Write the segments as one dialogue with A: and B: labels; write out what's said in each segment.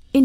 A: verscheen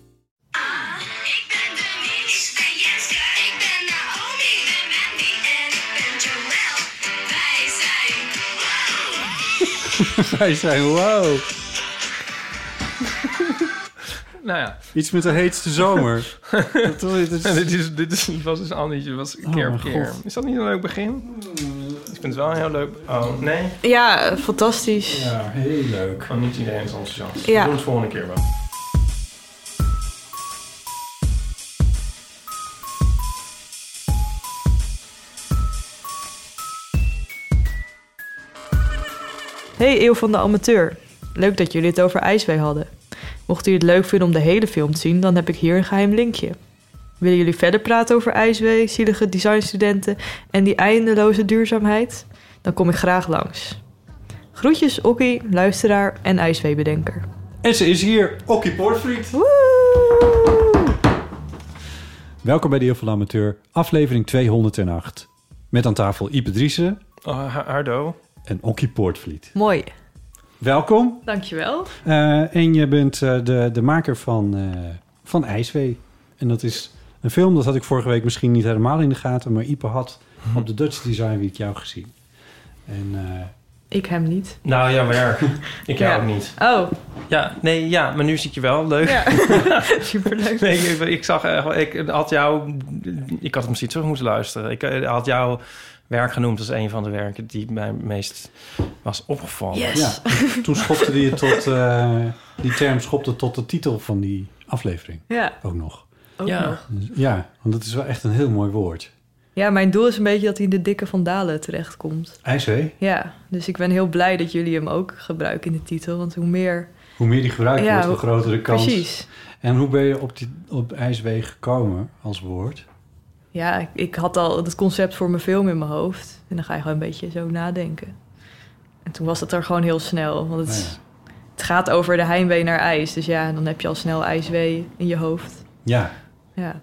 B: Ik ben Denise, ik ben Jenske, ik ben Naomi, ik ben Andy en ik ben Joël. Wij zijn wow!
C: Wij zijn wow.
D: Nou ja,
C: Iets met de heetste zomer. dat, was- dat is- Oh,
D: dit, is, dit is, was dus al niet, het was keer op
C: mijn
D: keer.
C: God.
D: Is dat niet een leuk begin? Ik vind het wel een heel leuk... Oh, nee?
E: Ja, fantastisch.
C: Nou,
D: Ja, heel leuk. Gewoon Oh, niet iedereen is enthousiast.
E: Ja.
D: We doen het volgende keer wel.
E: Hey Eeuw van de Amateur. Leuk dat jullie het over IJswee hadden. Mocht u het leuk vinden om de hele film te zien, dan heb ik hier een geheim linkje. Willen jullie verder praten over IJswee, zielige designstudenten en die eindeloze duurzaamheid? Dan kom ik graag langs. Groetjes Okkie, luisteraar en IJswee-bedenker.
C: En ze is hier, Okkie Poortvliet. Welkom bij de Heel van de Amateur, aflevering 208. Met aan tafel Ipe Driessen
D: Oh, ha- Hardo.
C: en Okkie Poortvliet.
E: Mooi.
C: Welkom.
E: Dankjewel.
C: Eh, en je bent eh, de, de maker van, eh, van IJswee. En dat is een film, dat had ik vorige week misschien niet helemaal in de gaten... maar Ipe had op de Dutch Design Week jou gezien. En eh,
E: Ik hem niet.
D: Nou ja, werk. Ik
E: Ja.
D: jou ook niet.
E: Oh,
D: Ja, nee, ja, maar nu zie ik je wel. Leuk.
E: ja. Superleuk.
D: Nee, ik, ik zag echt wel- ik had jou, ik had hem misschien terug moeten luisteren. Ik eh, had jouw werk genoemd als een van de werken die mij het meest was opgevallen.
E: Yes.
C: Ja, toen schopte die het tot... eh, die term schopte tot de titel van die aflevering
E: Ja,
C: ook nog.
E: ook
D: Ja.
E: nog.
C: Dus ja, want dat is wel echt een heel mooi woord.
E: Ja, mijn doel is een beetje dat hij in de dikke vandalen terechtkomt.
C: IJswee,
E: Ja, dus ik ben heel blij dat jullie hem ook gebruiken in de titel. Want hoe meer...
C: hoe meer die gebruikt
E: Ja,
C: wordt, hoe
E: hoe-
C: groter de kans.
E: Precies.
C: En hoe ben je op, die, op IJswee gekomen als woord?
E: Ja, ik, ik had al het concept voor mijn film in mijn hoofd. En dan ga je gewoon een beetje zo nadenken. En toen was dat er gewoon heel snel. Want het,
C: Nou
E: is-
C: ja.
E: het gaat over de heimwee naar ijs. Dus ja, dan heb je al snel ijswee in je hoofd.
C: Ja,
E: Ja,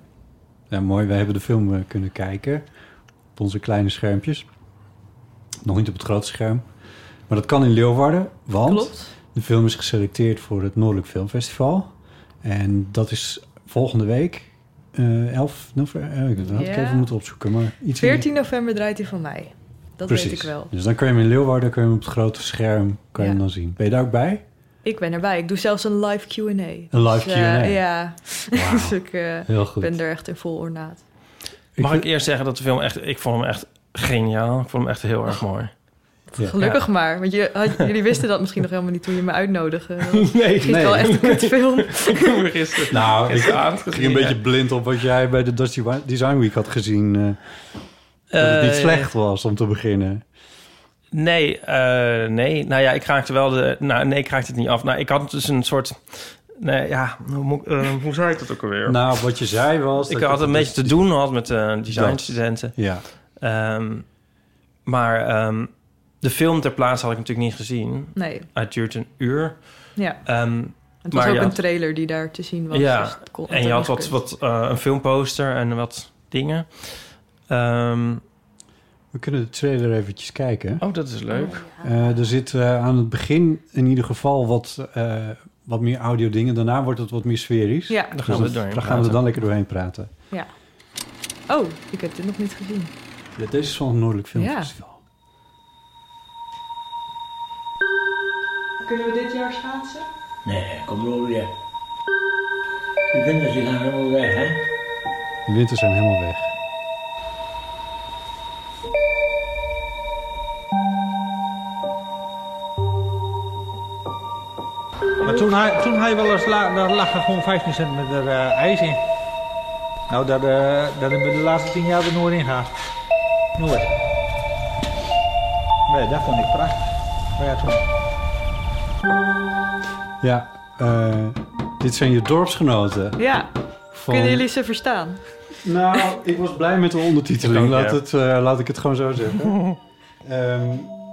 C: ja mooi. We hebben de film eh, kunnen kijken op onze kleine schermpjes. Nog niet op het grote scherm. Maar dat kan in Leeuwarden, want...
E: klopt.
C: De film is geselecteerd voor het Noordelijk Filmfestival. En dat is volgende week. eh 11 november. Eh, dat had ik
E: Ja.
C: even moeten opzoeken. Maar iets in-
E: 14 november draait hij van mij. Dat weet ik wel.
C: Dus dan kun je hem in Leeuwarden, kun je hem op het grote scherm kun je
E: Ja.
C: hem dan zien. Ben je daar ook bij?
E: Ik ben erbij. Ik doe zelfs een live Q&A.
C: Een live
E: Dus, eh,
C: Q&A.
E: ja,
C: Wauw.
E: dus ik eh,
C: Heel goed.
E: ben er echt in vol ornaat.
D: Mag ik
C: vind-
D: eerst zeggen dat de film echt... Ik vond hem echt geniaal. Ik vond hem echt heel erg mooi.
C: Ja.
E: Gelukkig maar, want je, had- jullie wisten dat misschien nog helemaal niet toen je me uitnodigde.
D: Nee,
E: Het is wel echt een kutfilm.
D: Ik heb hem gisteren.
C: Nou, ik
D: Gisteravond
C: ging een
D: gezien,
C: beetje blind op wat jij bij de Dutch Design Week had gezien. eh,
D: ja.
C: dat het niet
D: Eh,
C: slecht was om te beginnen.
D: Nee, eh, nee. Nou ja, ik raakte wel de... Nou, nee, ik raakte het niet af. Nou, ik had dus een soort... Nee, ja, hoe, moet- eh, hoe zei ik dat ook alweer?
C: Nou, wat je zei was...
D: ik
C: dat
D: had
C: je-
D: een beetje te doen had met de designstudenten.
C: Ja,
D: Ehm, maar ehm, de film ter plaatse had ik natuurlijk niet gezien.
E: Nee,
D: Het duurt een uur.
E: ja.
D: Ehm,
E: Het was
D: Maar
E: ook
D: ja.
E: een trailer die daar te zien was.
D: Ja,
E: dus het kon-
D: en je had wat, wat eh, een filmposter en wat dingen. Ehm,
C: we kunnen de trailer eventjes kijken.
E: Ah.
D: oh, dat is leuk.
C: Eh, er zit eh, aan het begin in ieder geval wat, eh, wat meer audio dingen. Daarna wordt het wat meer sferisch.
E: Ja.
D: Daar
C: Dus
D: gaan we
C: dat-
D: doorheen
C: daar gaan we
D: praten.
C: dan lekker doorheen praten.
E: Oh, ik heb dit nog niet gezien.
C: Ja, deze is van het Noordelijk Filmfestival.
E: Kunnen we dit jaar schaatsen?
F: Nee, kom door je. De winters die gaan helemaal weg, hè?
C: De winters zijn helemaal weg.
G: Maar toen hij, toen hij wel eens la, daar lag er gewoon 15 centimeter eh, ijs in. Nou, dat, eh dat hebben we de laatste 10 jaar er nooit in gehad. Nooit. Nee, dat vond ik prachtig. Maar ja, toen...
C: Ja, eh, dit zijn je dorpsgenoten.
E: Ja,
C: Van...
E: kunnen jullie ze verstaan?
C: Nou, ik was blij met de ondertiteling.
D: Ik ook, ja.
C: laat, het, eh, laat ik het gewoon zo zeggen. Ehm,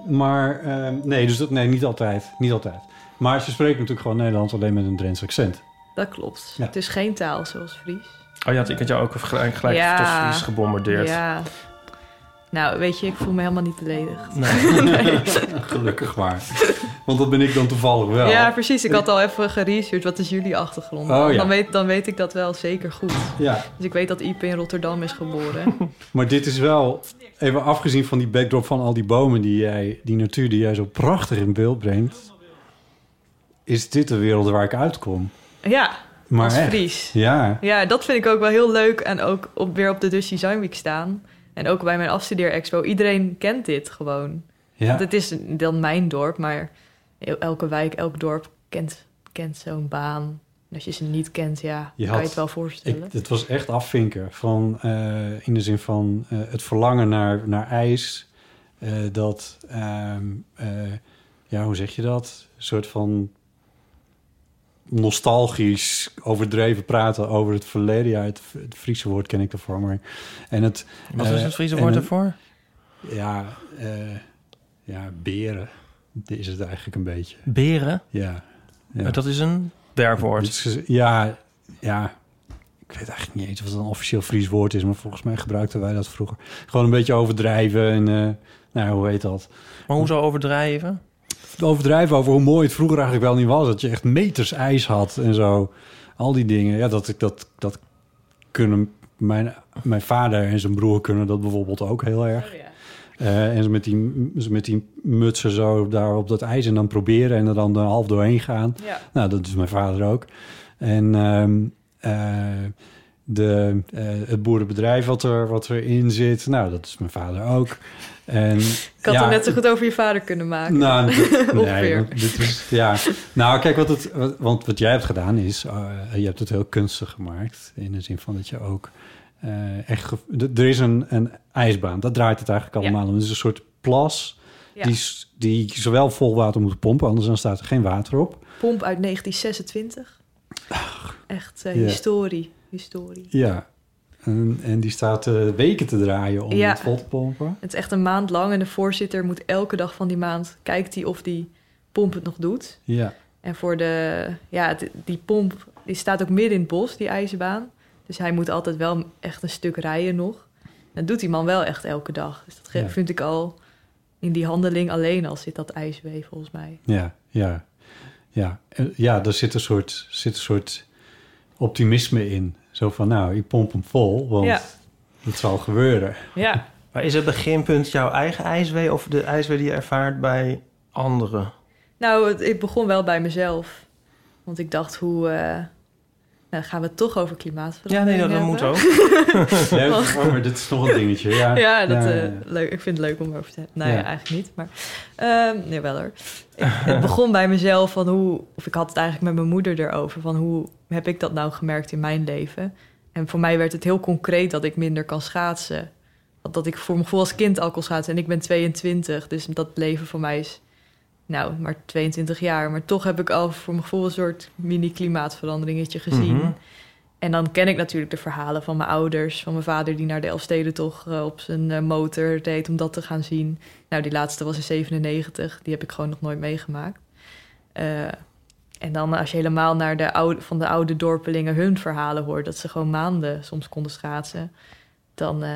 C: maar ehm, nee, dus dat, nee, niet altijd. Niet altijd. Maar ze spreken natuurlijk gewoon Nederlands alleen met een Drents accent.
E: Dat klopt.
C: Ja.
E: Het is geen taal zoals Fries.
D: Oh ja, ik had jou ook gelijk, gelijk
E: Ja.
D: tot Fries gebombardeerd.
E: Ja. Nou, weet je, ik voel me helemaal niet beledigd.
D: Nee.
C: Gelukkig maar. Want dat ben ik dan toevallig wel.
E: Ja, precies. Ik had al even geresearched. Wat is jullie achtergrond?
C: Oh, ja.
E: dan, weet, dan weet ik dat wel zeker goed.
C: Ja,
E: Dus ik weet dat Ipe in Rotterdam is geboren.
C: maar dit is wel, even afgezien van die backdrop van al die bomen die jij, die natuur die jij zo prachtig in beeld brengt, is dit de wereld waar ik uitkom.
E: ja,
C: Maar
E: als
C: echt.
E: Fries.
C: Ja,
E: Ja, dat vind ik ook wel heel leuk. En ook op, weer op de Dus Design Week staan. En ook bij mijn afstudeerexpo. Iedereen kent dit gewoon.
C: ja.
E: Want het is dan mijn dorp, maar el- elke wijk, elk dorp kent, kent zo'n baan. En als je ze niet kent, ja,
C: Je
E: kan
C: had-
E: je het wel voorstellen.
C: Ik, het was echt afvinken van, eh, in de zin van eh, het verlangen naar, naar ijs. eh, dat, ehm, eh, ja, hoe zeg je dat? Een soort van nostalgisch overdreven praten over het verleden. Ja, het, het Friese woord ken ik ervoor, maar... En het,
D: Wat
C: eh,
D: is het Friese
C: en
D: woord
C: een-
D: ervoor?
C: Ja, eh, ja, beren is het eigenlijk een beetje.
D: Beren.
C: Ja, Ja.
D: Maar Dat is een werkwoord.
C: Dus, ja, ja. Ik weet eigenlijk niet eens of het een officieel Fries woord is, maar volgens mij gebruikten wij dat vroeger. Gewoon een beetje overdrijven en, eh, nou ja, hoe heet dat?
D: Maar hoezo overdrijven?
C: Overdrijven over hoe mooi het vroeger eigenlijk wel niet was. Dat je echt meters ijs had en zo. Al die dingen. Ja, dat, dat, dat kunnen mijn, mijn vader en zijn broer kunnen dat bijvoorbeeld ook heel erg. Eh, en ze met die, ze met die mutsen zo daar op dat ijs en dan proberen en er dan er half doorheen gaan.
E: Ja.
C: Nou, dat is mijn vader ook. En ehm, eh, de, eh, het boerenbedrijf wat, er, wat erin zit, nou, dat is mijn vader ook. En,
E: Ik had
C: ja,
E: het net zo goed over je vader kunnen maken.
C: nou, dit- nee,
E: Ongeveer.
C: want dit is, ja. nou, kijk, wat, het, wat- want wat jij hebt gedaan is, eh, je hebt het heel kunstig gemaakt. In de zin van dat je ook eh, echt... ge- d- Er is een, een ijsbaan, dat draait het eigenlijk
E: Ja.
C: allemaal om. Het is een soort plas
E: Ja.
C: die, s- die zowel vol water moet pompen, anders dan staat er geen water op.
E: Pomp uit 1926. Echt eh,
C: Ja.
E: historie. Historie.
C: Ja, en, en die staat eh, weken te draaien om
E: Ja.
C: het vol te pompen.
E: Het is echt een maand lang en de voorzitter moet elke dag van die maand kijkt hij of die pomp het nog doet.
C: Ja,
E: En voor de, ja, het- die pomp die staat ook midden in het bos, die ijzerbaan. Dus hij moet altijd wel echt een stuk rijden nog. Dat doet die man wel echt elke dag. Dus dat ge-
C: Ja.
E: vind ik al in die handeling alleen al zit dat ijsbee volgens mij.
C: ja, ja. Ja, Eh, ja er zit een, soort, zit een soort optimisme in. Zo van, nou, ik pomp hem vol, want
E: Ja.
C: het zal gebeuren.
E: Ja,
D: Maar is het beginpunt jouw eigen ijswee of de ijswee die je ervaart bij anderen?
E: Nou, het, ik begon wel bij mezelf. Want ik dacht, hoe... eh, nou, gaan we het toch over
D: Ja,
E: klimaatverandering
D: nee, dat, dat
E: hebben.
D: moet ook.
C: Nee, oh, maar dit is nog een dingetje. Ja,
E: Ja, dat,
C: ja,
E: eh,
C: ja.
E: Leuk, ik vind het leuk om over te hebben. Nou ja,
C: Ja.
E: eigenlijk niet. Maar, ehm, nee, wel hoor. Ik, het begon bij mezelf van hoe... Of ik had het eigenlijk met mijn moeder erover. Van hoe heb ik dat nou gemerkt in mijn leven? En voor mij werd het heel concreet dat ik minder kan schaatsen. Dat, dat ik voor mijn gevoel als kind al kon schaatsen. En ik ben 22, dus dat leven voor mij is... Nou, maar 22 jaar. Maar toch heb ik al voor mijn gevoel een soort mini-klimaatveranderingetje gezien.
D: Mhm.
E: En dan ken ik natuurlijk de verhalen van mijn ouders, van mijn vader die naar de Elfstedentocht toch op zijn eh, motor deed om dat te gaan zien. Nou, die laatste was in 97, die heb ik gewoon nog nooit meegemaakt. Eh, en dan als je helemaal naar de oude, van de oude dorpelingen hun verhalen hoort, dat ze gewoon maanden soms konden schaatsen, dan eh,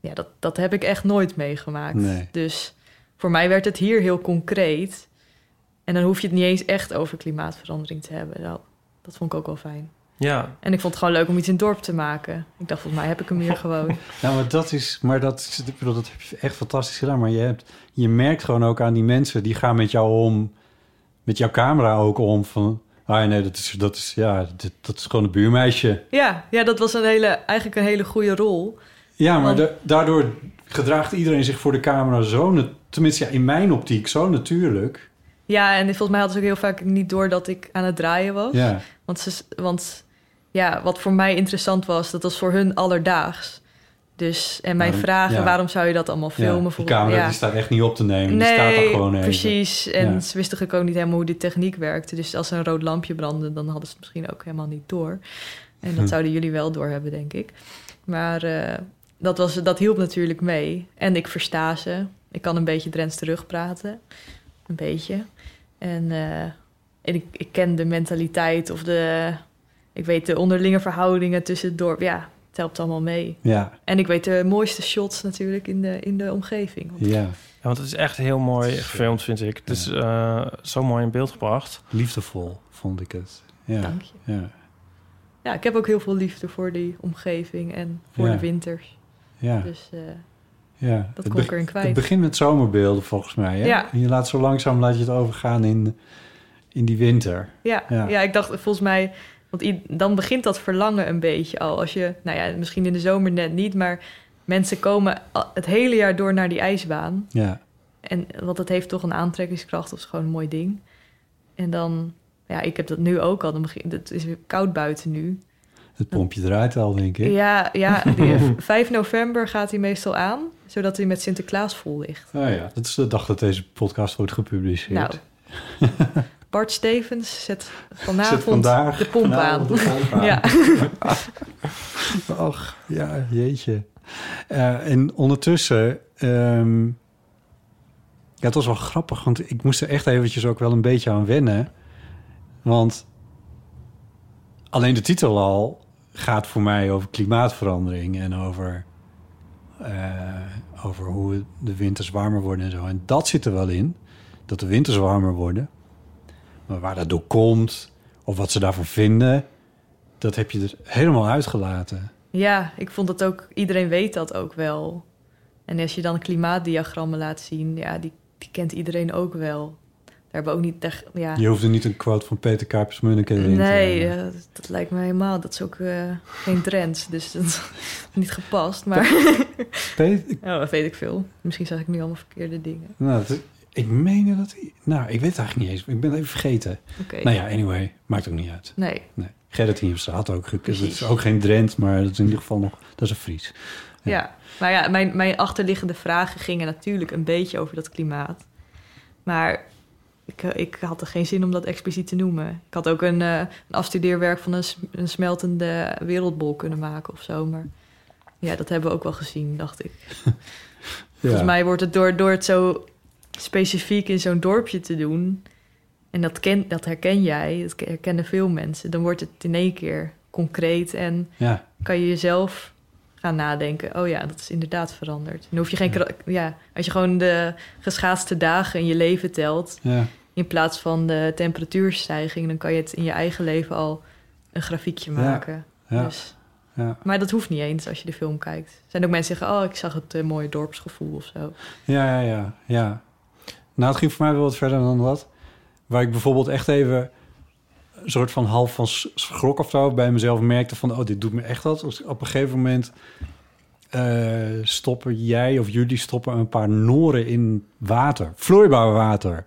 E: ja, dat, dat heb ik echt nooit meegemaakt.
C: Nee.
E: Dus voor mij werd het hier heel concreet. En dan hoef je het niet eens echt over klimaatverandering te hebben. Nou, dat vond ik ook wel fijn.
D: Ja.
E: En ik vond het gewoon leuk om iets in het dorp te maken. Ik dacht, volgens mij heb ik hem hier gewoon.
C: Nou, maar dat is, maar dat, is, ik bedoel, dat heb je echt fantastisch gedaan. Maar je, hebt, je merkt gewoon ook aan die mensen, die gaan met jou om, met jouw camera ook om. Van, ah ja, nee, dat is, dat is, ja, dit- dat is gewoon een buurmeisje.
E: Ja, ja dat was een hele, eigenlijk een hele goede rol.
C: Ja, maar da- daardoor gedraagt iedereen zich voor de camera zo, na- tenminste ja, in mijn optiek, zo natuurlijk.
E: Ja, en volgens mij hadden ze ook heel vaak niet door dat ik aan het draaien was.
C: Ja.
E: Want, ze, want ja, wat voor mij interessant was, dat was voor hun alledaags. Dus, en mijn
C: Maar-
E: vragen,
C: ja.
E: waarom zou je dat allemaal
C: Ja,
E: filmen?
C: die
E: voor
C: camera dus die staat echt niet op te nemen, die
E: nee,
C: staat er gewoon even.
E: precies. En
C: Ja.
E: ze wisten ook ook niet helemaal hoe die techniek werkte. Dus als ze een rood lampje brandde, dan hadden ze het misschien ook helemaal niet door. En dat
C: Hm.
E: zouden jullie wel door hebben, denk ik. Maar eh, dat, was, dat hielp natuurlijk mee. En ik versta ze. Ik kan een beetje Drents terugpraten. Een beetje. En, eh, en ik, ik ken de mentaliteit of de... Ik weet de onderlinge verhoudingen tussen het dorp. Ja, het helpt allemaal mee.
C: Ja.
E: En ik weet de mooiste shots natuurlijk in de, in de omgeving.
C: Ja.
D: want het is echt heel mooi gefilmd, vind ik. Het is eh, zo mooi in beeld gebracht.
C: Liefdevol, vond ik het. Ja.
E: Dank je.
C: Ja.
E: Ja, ik heb ook heel veel liefde voor die omgeving en voor
C: Ja.
E: de winters.
C: Ja.
E: Dus eh,
C: Ja,
E: dat
C: het
E: kon ik
C: beg-
E: erin kwijt.
C: Het begint met zomerbeelden volgens mij. Hè?
E: Ja.
C: En je laat zo langzaam laat je het overgaan in, in die winter.
E: ja, ja. ik dacht volgens mij, want i- dan begint dat verlangen een beetje al. Als je, nou ja, misschien in de zomer net niet, maar mensen komen al- het hele jaar door naar die ijsbaan.
C: Ja.
E: En, want dat heeft toch een aantrekkingskracht, dat is gewoon een mooi ding. En dan, ja, ik heb dat nu ook al. Dan begin, het is weer koud buiten nu.
C: Het pompje draait al, denk ik.
E: Ja, ja die- 5 november gaat hij meestal aan, zodat hij met Sinterklaas vol ligt.
C: Oh ja, dat is de dag dat deze podcast wordt gepubliceerd.
E: Nou, Bart Stevens zet vanavond
C: Zet vandaag
E: de pomp aan.
C: vanavond de pomp aan.
E: ja.
C: Ach, ja, jeetje. Eh, en ondertussen... ehm, ja, het was wel grappig, want ik moest er echt eventjes ook wel een beetje aan wennen. Want alleen de titel al gaat voor mij over klimaatverandering... en over, eh, over hoe de winters warmer worden en zo. En dat zit er wel in, dat de winters warmer worden. Maar waar dat door komt, of wat ze daarvan vinden... dat heb je er helemaal uitgelaten.
E: ja, ik vond dat ook, iedereen weet dat ook wel. En als je dan klimaatdiagrammen laat zien, ja, die, die kent iedereen ook wel. Daar hebben we ook niet echt, ja.
C: Je hoefde niet een quote van Peter Kuipers Munneke erin
E: Nee,
C: te
E: eh, dat, dat lijkt me helemaal. Dat is ook eh, geen trends, dus dat is niet gepast. Maar
C: Peter-
E: oh, dat weet ik veel. Misschien zeg ik nu allemaal verkeerde dingen.
C: Nou, dat- ik meende dat hij... Nou, ik weet het eigenlijk niet eens. Ik ben het even vergeten.
E: Oké.
C: Nou ja, anyway. Maakt ook niet uit.
E: Nee.
C: nee. Gerrit Hiemstra had ook... gek- Het is ook geen Drent, maar dat is in ieder geval nog... Dat is een Fries.
E: Ja, maar ja, mijn, mijn achterliggende vragen gingen natuurlijk een beetje over dat klimaat. Maar ik, ik had er geen zin om dat expliciet te noemen. Ik had ook een, eh, een afstudeerwerk van een, s- een smeltende wereldbol kunnen maken of zo. Maar ja, dat hebben we ook wel gezien, dacht ik. Volgens mij wordt het door, door het zo specifiek in zo'n dorpje te doen... en dat, ken, dat herken jij, dat ke- herkennen veel mensen... dan wordt het in één keer concreet en
C: Ja.
E: kan je jezelf gaan nadenken. Oh ja, dat is inderdaad veranderd. Dan hoef je geen... kra- Ja, als je gewoon de geschaatste dagen in je leven telt...
C: Ja.
E: in plaats van de temperatuurstijging... dan kan je het in je eigen leven al een grafiekje
C: Ja,
E: maken.
C: ja,
E: Dus,
C: ja.
E: Maar dat hoeft niet eens als je de film kijkt. Er zijn ook mensen die zeggen... oh, ik zag het eh, mooie dorpsgevoel of zo.
C: Ja, ja, ja, ja. Nou, het ging voor mij wel wat verder dan dat. Waar ik bijvoorbeeld echt even een soort van half van s- schrok of zo bij mezelf merkte van... oh, dit doet me echt wat. Dus op een gegeven moment eh, stoppen jij of jullie stoppen een paar noren in water. Vloeibaar water.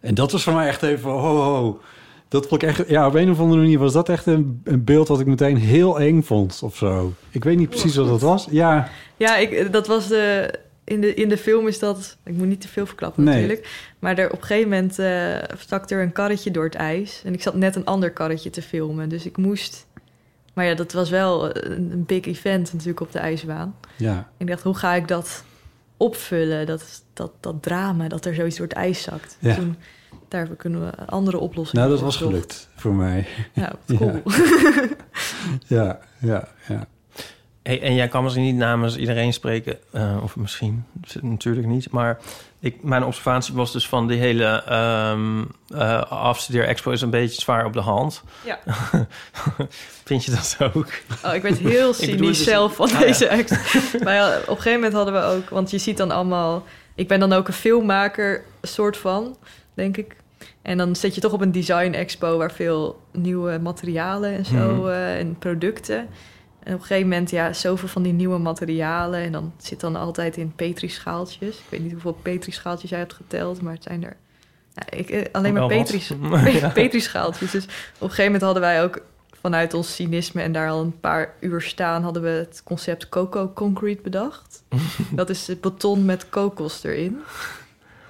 C: En dat was voor mij echt even... Ho, ho. Dat vond ik echt... Ja, op een of andere manier was dat echt een, een beeld... wat ik meteen heel eng vond of zo. Ik weet niet precies wat dat was. Ja,
E: Ja, ik, eh, dat was de. In de, in de film is dat. Ik moet niet te veel verklappen
C: Nee.
E: natuurlijk. Maar er, op een gegeven moment eh stak er een karretje door het ijs. En ik zat net een ander karretje te filmen. Dus ik moest. Maar ja, dat was wel eh, een, een big event natuurlijk op de ijsbaan.
C: Ja.
E: Ik dacht, hoe ga ik dat opvullen? Dat, dat, dat drama dat er zoiets door het ijs zakt.
C: Ja.
E: Toen, daar kunnen we andere oplossingen
C: Nou, dat was
E: voor zoeken.
C: gelukt voor mij.
E: Nou, cool.
C: Ja, ja, ja.
D: Hey, en jij kan misschien niet namens iedereen spreken, eh, of misschien natuurlijk niet. Maar ik, mijn observatie was dus van die hele ehm eh, afstudeer-expo is een beetje zwaar op de hand.
E: Ja.
D: Vind je dat ook?
E: Oh, ik werd heel
D: Ik bedoel,
E: cynisch
D: dus-
E: zelf van
D: Ah, ja.
E: deze act. Maar ja, op een gegeven moment hadden we ook... Want je ziet dan allemaal... Ik ben dan ook een filmmaker, soort van, denk ik. En dan zit je toch op een design expo... waar veel nieuwe materialen en zo
D: Hmm.
H: Mhm.
E: eh, en producten... En op een gegeven moment, ja, zoveel van die nieuwe materialen. En dan zit dan altijd in petrischaaltjes. Ik weet niet hoeveel petrischaaltjes jij hebt geteld, maar het zijn er... Nou, ik, eh, alleen maar
H: Wel wat.
E: petris,
H: Ja.
E: petrischaaltjes. Dus op een gegeven moment hadden wij ook vanuit ons cynisme en daar al een paar uur staan... hadden we het concept coco concrete bedacht. dat is het beton met kokos erin.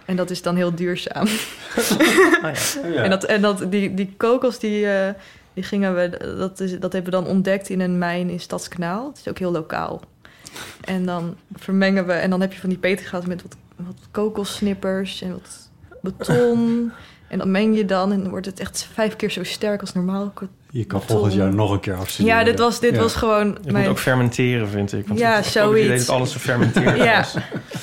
E: En dat is dan heel duurzaam.
H: ja.
E: En, dat, en dat, die, die kokos, die, eh, die gingen we, dat, is, dat hebben we dan ontdekt in een mijn in Stadskanaal. Het is ook heel lokaal. En dan vermengen we, en dan heb je van die petergaten met wat, wat kokossnippers en wat beton. En dat meng je dan en dan wordt het echt vijf keer zo sterk als normaal. ko-
C: Je kan
E: beton.
C: volgend jaar nog een keer afstuderen.
E: Ja, dit was- dit was gewoon
D: Je
E: mijn-
D: moet ook fermenteren, vind ik. Want
E: Ja,
D: ik had ook het idee
E: zoiets.
D: dat alles gefermenteerd
E: Ja, oh,
D: was.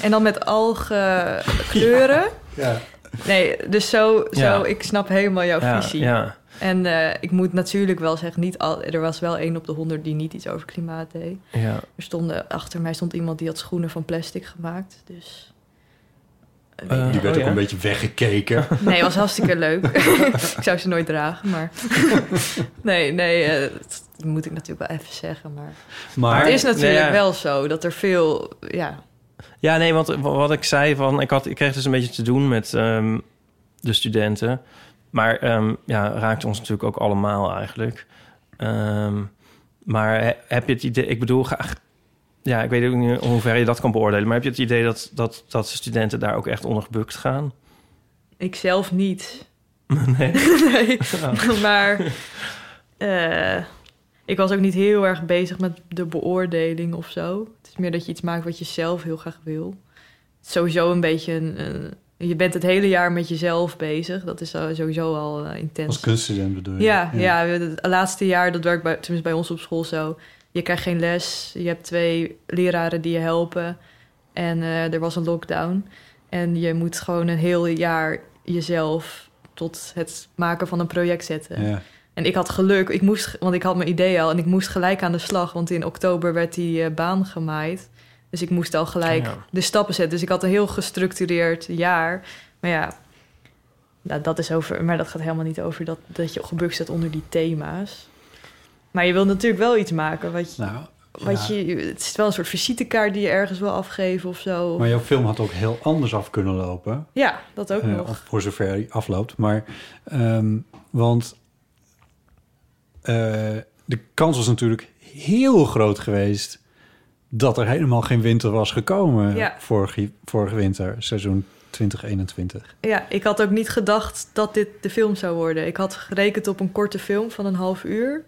E: en dan met algen eh, kleuren.
C: Ja.
E: Nee, dus zo, zo
D: Ja.
E: ik snap helemaal jouw
D: Ja,
E: visie.
D: ja.
E: En eh, ik moet natuurlijk wel zeggen, niet al, er was wel één op de honderd die niet iets over klimaat deed.
D: Ja.
E: Er stonden, achter mij stond iemand die had schoenen van plastic gemaakt. Dus
D: Eh,
C: Die werd
D: oh
C: ook
D: ja.
C: een beetje weggekeken.
E: nee, was hartstikke leuk. ik zou ze nooit dragen, maar nee, nee, eh, dat moet ik natuurlijk wel even zeggen. Maar,
D: Maar-
E: het is natuurlijk
D: Nee, ja.
E: wel zo dat er veel, ja,
D: Ja, nee, want wat ik zei van... Ik, had, ik kreeg dus een beetje te doen met ehm, de studenten. Maar ehm, ja, raakt ons natuurlijk ook allemaal eigenlijk. Ehm, maar he- heb je het idee... Ik bedoel, ga, ja, ik weet ook niet hoe ver je dat kan beoordelen. Maar heb je het idee dat, dat, dat de studenten daar ook echt onder gebukt gaan?
E: ik zelf niet.
D: Nee.
E: nee.
D: Oh.
E: Maar eh, ik was ook niet heel erg bezig met de beoordeling of zo. Het is meer dat je iets maakt wat je zelf heel graag wil. Het is Sowieso een beetje een. een- je bent het hele jaar met jezelf bezig. Dat is al- sowieso al eh, intens.
C: Als kunststudent bedoel je?
E: Ja, ja. we- het laatste jaar, dat werkt bij, tenminste bij ons op school zo. Je krijgt geen les, je hebt twee leraren die je helpen. En eh, er was een lockdown. En je moet gewoon een heel jaar jezelf tot het maken van een project zetten.
C: Ja.
E: En ik had geluk, ik moest, want ik had mijn idee al en ik moest gelijk aan de slag, want in oktober werd die eh, baan gemaaid. Dus ik moest al gelijk
H: Ja.
E: de stappen zetten. Dus ik had een heel gestructureerd jaar. Maar ja, nou, dat is over, maar dat gaat helemaal niet over dat, dat je gebukt zit onder die thema's. Maar je wilt natuurlijk wel iets maken. Wat je,
C: Nou,
E: wat
C: ja.
E: je, het is wel een soort visitekaart die je ergens wil afgeven of zo.
C: Maar jouw film had ook heel anders af kunnen lopen.
E: Ja, dat ook
C: Eh,
E: nog.
C: of voor zover hij afloopt. Maar, ehm, want eh, de kans was natuurlijk heel groot geweest... dat er helemaal geen winter was gekomen
E: Ja.
C: vorige, vorige winter, seizoen 2021.
E: Ja, ik had ook niet gedacht dat dit de film zou worden. Ik had gerekend op een korte film van een half uur.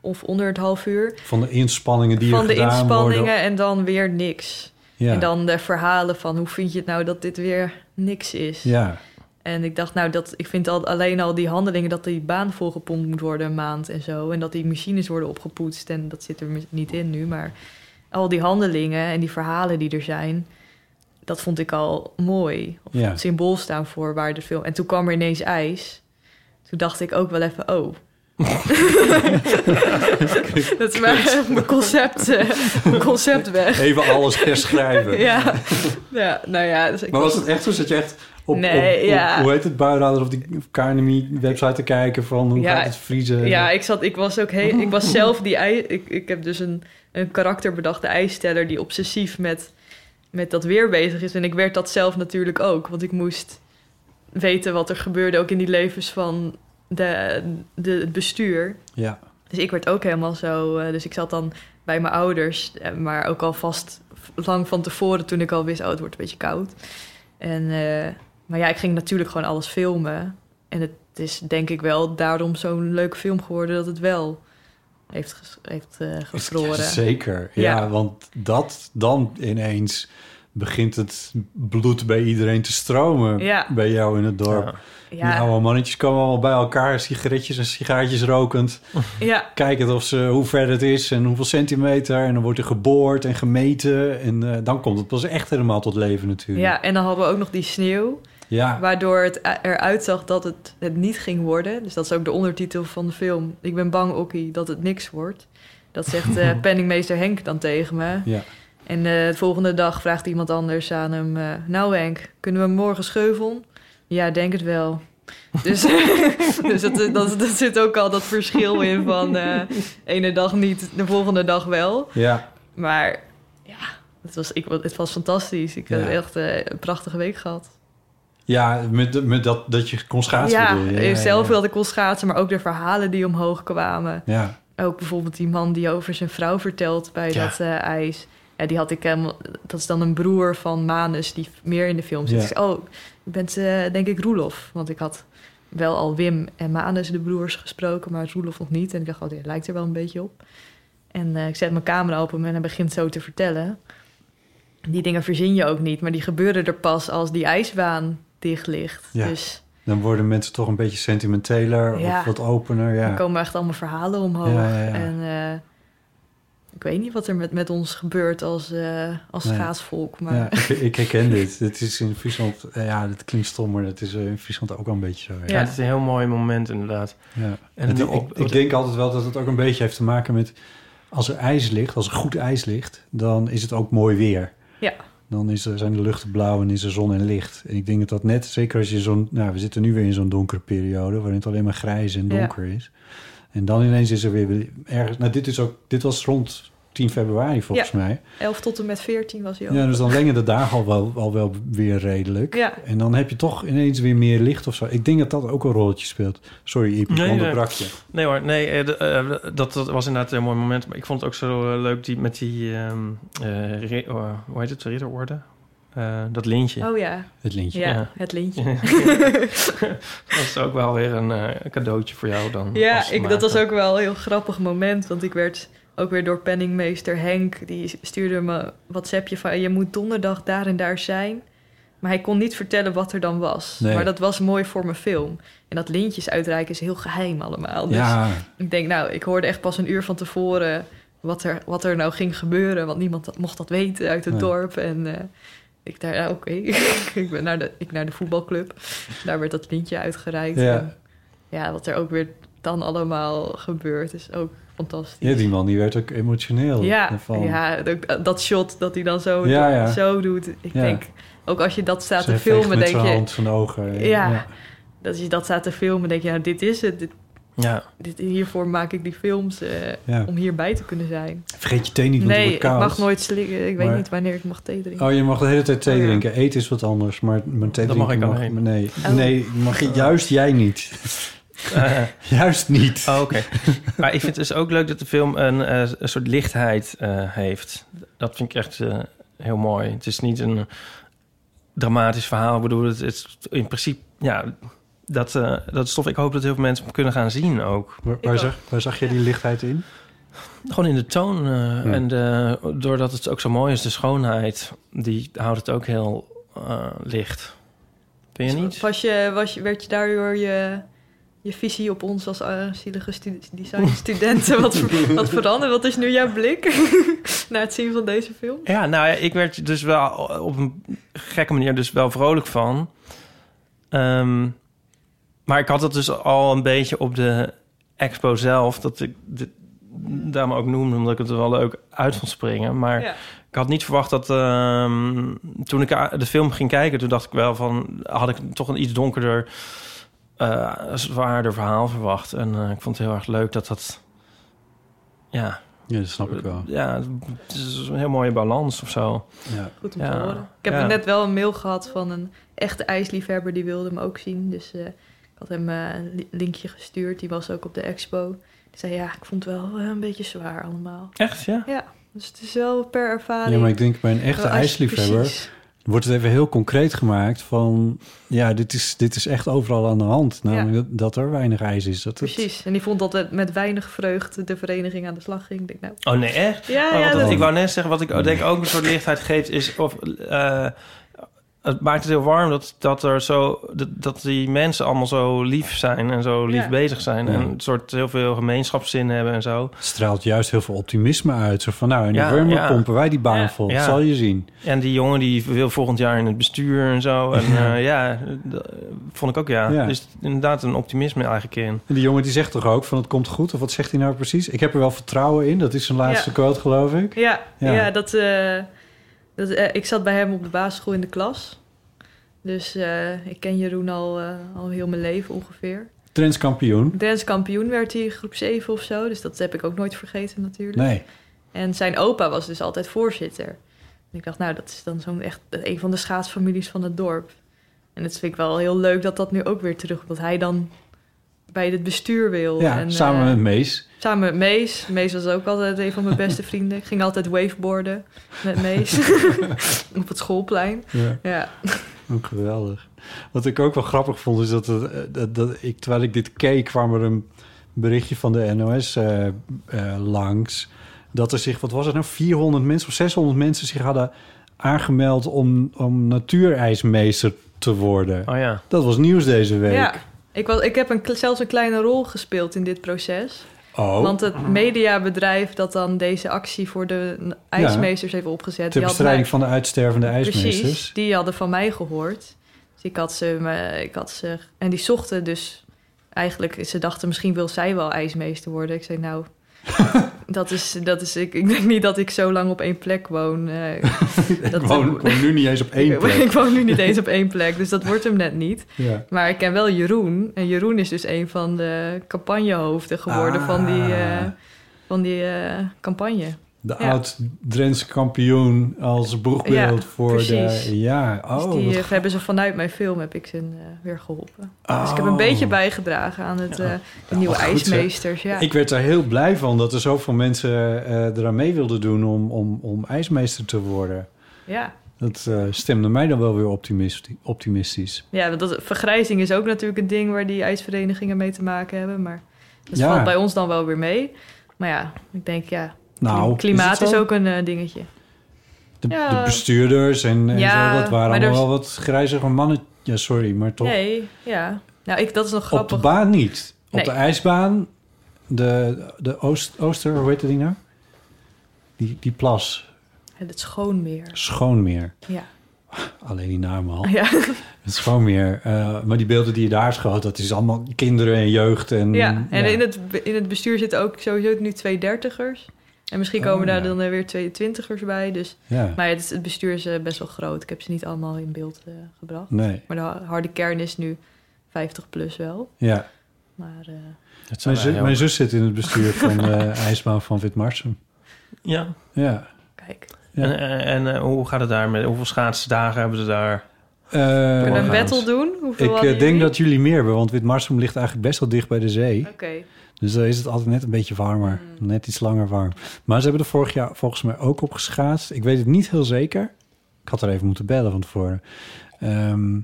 E: Of onder het half uur.
C: Van de inspanningen die
E: van
C: er
E: de
C: gedaan
E: inspanningen
C: worden.
E: en dan weer niks.
C: Ja.
E: En dan de verhalen van hoe vind je het nou dat dit weer niks is.
C: Ja.
E: En ik dacht, nou, dat, ik vind al, alleen al die handelingen dat die baan volgepompt moet worden een maand en zo. En dat die machines worden opgepoetst. En dat zit er mis- niet in nu. Maar al die handelingen en die verhalen die er zijn, dat vond ik al mooi. Of
H: Ja.
E: symbool staan voor waar de film. En toen kwam er ineens ijs. Toen dacht ik ook wel even, oh. dat is mijn, mijn concept, eh, mijn concept weg.
C: Even alles herschrijven.
E: Ja, ja, nou ja. dus ik
C: Maar was het echt zo dat je echt op,
E: Nee,
C: op- op-
E: ja.
C: hoe heet het, buitenrader of die Carnemy-website te kijken van hoe
E: Ja,
C: gaat het vriezen?
E: Ja, ik, zat, ik was ook heel, ik was zelf die ij, ik, ik heb dus een, een karakter bedacht, de ijsteller, die obsessief met, met dat weer bezig is. En ik werd dat zelf natuurlijk ook, want ik moest weten wat er gebeurde, ook in die levens van de, de, het bestuur.
C: Ja.
E: Dus ik werd ook helemaal zo. eh, dus ik zat dan bij mijn ouders, eh, maar ook al vast lang van tevoren toen ik al wist, oh, het wordt een beetje koud. En, eh, maar ja, ik ging natuurlijk gewoon alles filmen. En het is denk ik wel daarom zo'n leuke film geworden dat het wel heeft, ges- heeft eh, gevroren.
C: Zeker, ja, want dat dan ineens begint het bloed bij iedereen te stromen
E: Ja.
C: bij jou in het dorp.
E: Ja.
C: Die oude mannetjes komen allemaal bij elkaar, sigaretjes en sigaartjes rokend.
E: Ja.
C: Kijkend of ze, hoe ver het is en hoeveel centimeter. En dan wordt er geboord en gemeten. En eh, dan komt het pas echt helemaal tot leven natuurlijk.
E: Ja, en dan hadden we ook nog die sneeuw.
C: Ja.
E: Waardoor het eh, eruit zag dat het het niet ging worden. Dus dat is ook de ondertitel van de film. Ik ben bang, Okkie, dat het niks wordt. Dat zegt eh, penningmeester Henk dan tegen me.
C: Ja.
E: En eh, de volgende dag vraagt iemand anders aan hem... eh, nou Henk, kunnen we morgen schuiven? Ja, denk het wel. Dus, dus dat, dat, dat zit ook al dat verschil in van... eh ene dag niet, de volgende dag wel.
C: Ja.
E: Maar ja, het was, ik, het was fantastisch. Ik heb
C: Ja.
E: echt eh, een prachtige week gehad.
C: Ja, met, met dat, dat je kon schaatsen
E: ja,
C: bedoel je?
E: eh, zelf
C: ja.
E: wilde ik kon schaatsen, maar ook de verhalen die omhoog kwamen.
C: Ja.
E: Ook bijvoorbeeld die man die over zijn vrouw vertelt bij
C: Ja.
E: dat eh, ijs. Ja, die had ik helemaal... Dat is dan een broer van Manus die meer in de film zit.
I: Ja.
E: Ik zei, oh, je bent eh, denk ik Roelof. Want ik had wel al Wim en Manus, de broers, gesproken, maar Roelof nog niet. En ik dacht, oh, dit lijkt er wel een beetje op. En eh, ik zet mijn camera op hem en hij begint zo te vertellen. Die dingen verzin je ook niet, maar die gebeuren er pas als die ijsbaan dicht ligt.
C: Ja.
E: Dus
C: Dan worden mensen toch een beetje sentimenteler
E: Ja.
C: of wat opener. Ja.
E: Er komen echt allemaal verhalen omhoog.
C: Ja, ja, ja.
E: En eh, ik weet niet wat er met, met ons gebeurt als, eh als
C: Nee.
E: schaatsvolk. Maar
C: Ja, ik, ik herken dit. Het is in Friesland, eh, ja, dat klinkt stom, maar dat is eh, in Friesland ook al een beetje zo.
D: Ja, het is een heel mooi moment inderdaad.
C: Ja.
D: En
C: Het-
D: op-
C: ik, ik denk altijd wel dat het ook een beetje heeft te maken met... als er ijs ligt, als er goed ijs ligt, dan is het ook mooi weer.
E: Ja.
C: Dan is er, zijn de luchten blauw en is er zon en licht. En ik denk dat dat net, zeker als je zo'n... Nou, we zitten nu weer in zo'n donkere periode... waarin het alleen maar grijs en
E: Ja.
C: donker is. En dan ineens is er weer ergens... Nou, dit, is ook, dit was rond 10 februari volgens
E: Ja.
C: mij.
E: 11 tot en met 14 was hij ook.
C: Ja, dus dan lengen de dagen al wel, al wel weer redelijk.
E: Ja.
C: En dan heb je toch ineens weer meer licht of zo. Ik denk dat dat ook een rolletje speelt. Sorry, Iep, ik onderbrak je.
D: Nee hoor, nee, eh, de- eh, dat, dat was inderdaad een heel mooi moment. Maar ik vond het ook zo eh, leuk die, met die, ehm eh, ri- oh, hoe heet het, ridderorde? Eh, dat lintje.
E: Oh ja.
C: Het lintje.
E: Ja, het lintje.
D: dat is ook wel weer een eh, cadeautje voor jou dan.
E: Ja,
D: als
E: ik, dat was
D: maker.
E: ook wel een heel grappig moment. Want ik werd ook weer door penningmeester Henk... die stuurde me een WhatsAppje van... je moet donderdag daar en daar zijn. Maar hij kon niet vertellen wat er dan was.
C: Nee.
E: Maar dat was mooi voor mijn film. En dat lintjes uitreiken is heel geheim allemaal. Dus
C: Ja.
E: ik denk, nou, ik hoorde echt pas een uur van tevoren... wat er, wat er nou ging gebeuren. Want niemand dat, mocht dat weten uit het
C: Nee.
E: dorp. En... eh, ik daar, ja, oké, ik ben naar de, ik naar de voetbalclub. Daar werd dat lintje uitgereikt.
C: Ja.
E: En ja, wat er ook weer dan allemaal gebeurt, is ook fantastisch.
C: Ja, die man die werd ook emotioneel.
E: Ja,
C: ervan.
E: ja ook dat shot dat hij dan zo,
C: Ja, ja.
E: zo doet. Ik
C: Ja.
E: denk, ook als je dat staat
C: Zij
E: te
C: veegt
E: filmen,
C: met
E: denk
C: haar
E: je...
C: hand van de ogen.
E: Ja,
C: Ja.
E: dat als je dat staat te filmen, denk je, nou, dit is het. Dit,
D: Ja.
E: dit, hiervoor maak ik die films eh,
C: Ja.
E: om hierbij te kunnen zijn.
C: Vergeet je thee niet, want het
E: Nee,
C: wordt koud.
E: ik mag nooit slikken. Ik
C: Maar-
E: weet niet wanneer ik mag thee drinken.
C: Oh, je mag de hele tijd thee
E: Oh, ja.
C: drinken. Eten is wat anders, maar mijn thee
D: Dat mag
C: drinken
D: ik alleen.
C: maar Nee,
D: Oh.
C: nee mag je, juist jij niet.
D: Eh.
C: juist niet.
D: Oh, Oké. maar ik vind het dus ook leuk dat de film een, eh, een soort lichtheid eh, heeft. Dat vind ik echt eh, heel mooi. Het is niet een dramatisch verhaal. Ik bedoel, het het is in principe... Ja, dat, eh, dat is tof. Ik hoop dat heel veel mensen hem kunnen gaan zien ook.
C: Waar, waar zag, waar zag je die lichtheid in?
D: Gewoon in de toon. eh, En de, doordat het ook zo mooi is, de schoonheid... die houdt het ook heel eh, licht. Vind je niet?
E: Was je, was je, werd je daardoor je, je visie op ons als eh, zielige stu- designstudenten wat, ver- wat veranderd? Wat is nu jouw blik naar het zien van deze film?
D: Ja, nou ja, ik werd er dus wel op een gekke manier dus wel vrolijk van. Ehm, maar ik had dat dus al een beetje op de expo zelf, dat ik de, daarom ook noemde, omdat ik het er wel leuk uit vond springen. Maar
J: Ja.
D: ik had niet verwacht dat ehm, toen ik a- de film ging kijken, toen dacht ik wel van, had ik toch een iets donkerder, eh, zwaarder verhaal verwacht. En eh, ik vond het heel erg leuk dat dat, ja,
C: Ja, dat snap ik wel.
D: ja, het is een heel mooie balans of zo.
C: Ja.
E: Goed om te horen. Ik heb net wel een mail gehad van een echte ijsliefhebber, die wilde hem ook zien. Dus eh, ik had hem eh, een li- linkje gestuurd, die was ook op de expo. Die zei, ja, ik vond het wel eh, een beetje zwaar allemaal.
D: Echt, ja?
E: Ja, dus het is wel per ervaring.
C: Ja, maar ik denk bij een echte
E: Wel, Oh, als je-
C: ijsliefhebber...
E: precies.
C: wordt het even heel concreet gemaakt van... ja, dit is, dit is echt overal aan de hand. Namelijk dat, dat er weinig ijs is. Dat het-
E: Precies. En die vond dat het met weinig vreugde de vereniging aan de slag ging. Ik denk, nou,
D: Oh nee, echt?
E: Ja,
D: Oh, wat
E: ja,
D: dan?
E: dat-
D: Ik wou net zeggen, wat ik denk ook een soort lichtheid geeft, is of eh, het maakt het heel warm dat, dat er zo dat, dat die mensen allemaal zo lief zijn en zo lief
C: Ja.
D: bezig zijn
C: Ja.
D: en een soort heel veel gemeenschapszin hebben en zo.
C: straalt juist heel veel optimisme uit. Zo van, nou, en die
D: Ja,
C: Wurmer
D: ja.
C: pompen wij die baan
D: Ja,
C: vol.
D: ja.
C: Zal je zien.
D: En die jongen die wil volgend jaar in het bestuur en zo. En
C: Ja.
D: ja, ja dat vond ik ook ja.
C: Ja.
D: Dus inderdaad een optimisme eigenlijk in.
C: En die jongen die zegt toch ook van, het komt goed? Of wat zegt hij nou precies? Ik heb er wel vertrouwen in. Dat is zijn laatste
E: Ja.
C: quote, geloof ik.
E: Ja,
C: Ja.
E: ja. dat, eh, dat, eh, ik zat bij hem op de basisschool in de klas. Dus eh, ik ken Jeroen al, eh, al heel mijn leven ongeveer.
C: Trends kampioen.
E: Dance kampioen werd hij in groep 7 of zo. Dus dat heb ik ook nooit vergeten natuurlijk.
C: Nee.
E: En zijn opa was dus altijd voorzitter. En ik dacht, nou, dat is dan zo'n echt een van de schaatsfamilies van het dorp. En dat vind ik wel heel leuk dat dat nu ook weer terug... dat hij dan bij het bestuur wil.
C: Ja,
E: en,
C: samen
E: eh,
C: met Mees.
E: Samen met Mees. Mees was ook altijd een van mijn beste vrienden. Ik ging altijd waveboarden met Mees. Op het schoolplein.
C: Ja.
E: ja.
C: Oh, geweldig. Wat ik ook wel grappig vond, is dat, het, eh, dat, dat ik, terwijl ik dit keek, kwam er een berichtje van de NOS eh, eh, langs. Dat er zich, wat was het nou, 400 mensen of 600 mensen zich hadden aangemeld om, om natuurijsmeester te worden.
D: Oh ja.
C: Dat was nieuws deze week.
E: Ja, ik, was, ik heb een, kle- zelfs een kleine rol gespeeld in dit proces.
C: Oh.
E: Want het mediabedrijf dat dan deze actie voor de n- ijsmeesters heeft opgezet...
C: Ter
E: die had
C: bestrijding
E: mij-
C: van de uitstervende ijsmeesters.
E: Precies, die hadden van mij gehoord. Dus ik had ze... me- Ik had ze en die zochten dus... Eigenlijk, ze dachten misschien wil zij wel ijsmeester worden. Ik zei nou... Dat is, dat is, ik, ik denk niet dat ik zo lang op één plek woon. eh.
C: Ik woon, ik woon nu niet eens op één
E: Ik-
C: plek.
E: Ik woon nu niet eens op één plek, dus dat wordt hem net niet.
C: Ja.
E: Maar ik ken wel Jeroen. En Jeroen is dus een van de campagnehoofden geworden van die,
C: Ah.
E: eh, van die eh, campagne.
C: De
E: Ja.
C: oud-Drentse kampioen als boegbeeld
E: Ja,
C: voor
E: precies.
C: de... Ja,
E: Dus
C: oh,
E: die
C: wat
E: eh, hebben ze vanuit mijn film heb ik ze eh, weer geholpen. Dus ik heb
C: Oh.
E: een beetje bijgedragen aan het, eh, de nieuwe
C: Wat goed, zeg.
E: ijsmeesters. ja.
C: Ik werd daar heel blij van dat er zoveel mensen eh eraan mee wilden doen om, om, om ijsmeester te worden.
E: ja.
C: Dat eh, stemde mij dan wel weer optimisti- optimistisch.
E: Ja, want dat, vergrijzing is ook natuurlijk een ding waar die ijsverenigingen mee te maken hebben. Maar dat
C: Ja.
E: valt bij ons dan wel weer mee. Maar ja, ik denk ja,
C: Nou,
E: klimaat
C: is
E: is,
C: het zo?
E: ook een eh, dingetje.
C: De,
E: Ja.
C: de bestuurders en, en
E: Ja,
C: zo, dat waren
E: maar er
C: allemaal
E: is-
C: wel wat grijzige mannen. Ja, sorry, maar toch.
E: Nee, ja. Nou, ik, dat is nog
C: op
E: grappig.
C: de baan niet. Op
E: Nee.
C: de ijsbaan, de, de Oost, Ooster, hoe heet dat ding nou? Die, die plas,
E: Het schoonmeer.
C: Schoonmeer.
E: Ja.
C: Alleen die naam al.
E: Ja.
C: Het is gewoon meer. eh, maar die beelden die je daar schoot, dat is allemaal kinderen en jeugd. En,
E: ja, en In, het, be- in het bestuur zitten ook sowieso nu twee dertigers. En misschien komen
C: Oh,
E: daar
C: ja.
E: dan eh, weer twee twintigers bij. Dus.
C: Ja.
E: Maar het, het bestuur is eh, best wel groot. Ik heb ze niet allemaal in beeld eh, gebracht.
C: Nee.
E: Maar de ha- harde kern is nu 50 plus wel.
C: Ja.
E: Maar eh,
C: Mijn,
D: wij
C: zu-
D: ook.
C: mijn zus zit in het bestuur van de ijsbaan van Witmarsum.
D: Ja.
C: Ja. Ja.
D: En, en, en, eh, hoe gaat het daar? Met, hoeveel schaatsdagen hebben ze daar?
C: Eh,
E: Kunnen we een battle doen? Hoeveel
C: ik eh,
E: hadden
C: denk
E: jullie?
C: dat jullie meer hebben, want Witmarsum ligt eigenlijk best wel dicht bij de zee.
E: Oké. Mm.
C: Dus dan is het altijd net een beetje warmer. Net iets langer warm. Maar ze hebben er vorig jaar volgens mij ook op geschaatst. Ik weet het niet heel zeker. Ik had er even moeten bellen van tevoren. Ehm,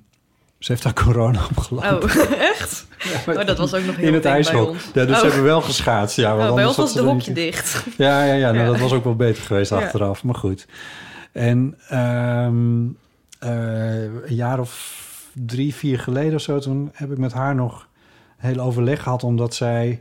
C: ze heeft daar corona opgelopen.
E: Oh, echt?
C: maar-
E: oh, dat was ook nog heel
C: In het
E: eng
C: ijshok.
E: bij ons.
C: Ja, dus
E: Oh.
C: ze hebben wel geschaatst. Ja, want
E: Oh, bij
C: anders
E: ons
C: had
E: was
C: ze
E: de
C: er
E: hokje
C: niet-
E: dicht.
C: Ja, ja, ja, nou,
E: Ja.
C: dat was ook wel beter geweest
E: Ja.
C: achteraf. Maar goed. En ehm, eh, een jaar of drie, vier geleden of zo... toen heb ik met haar nog heel overleg gehad... omdat zij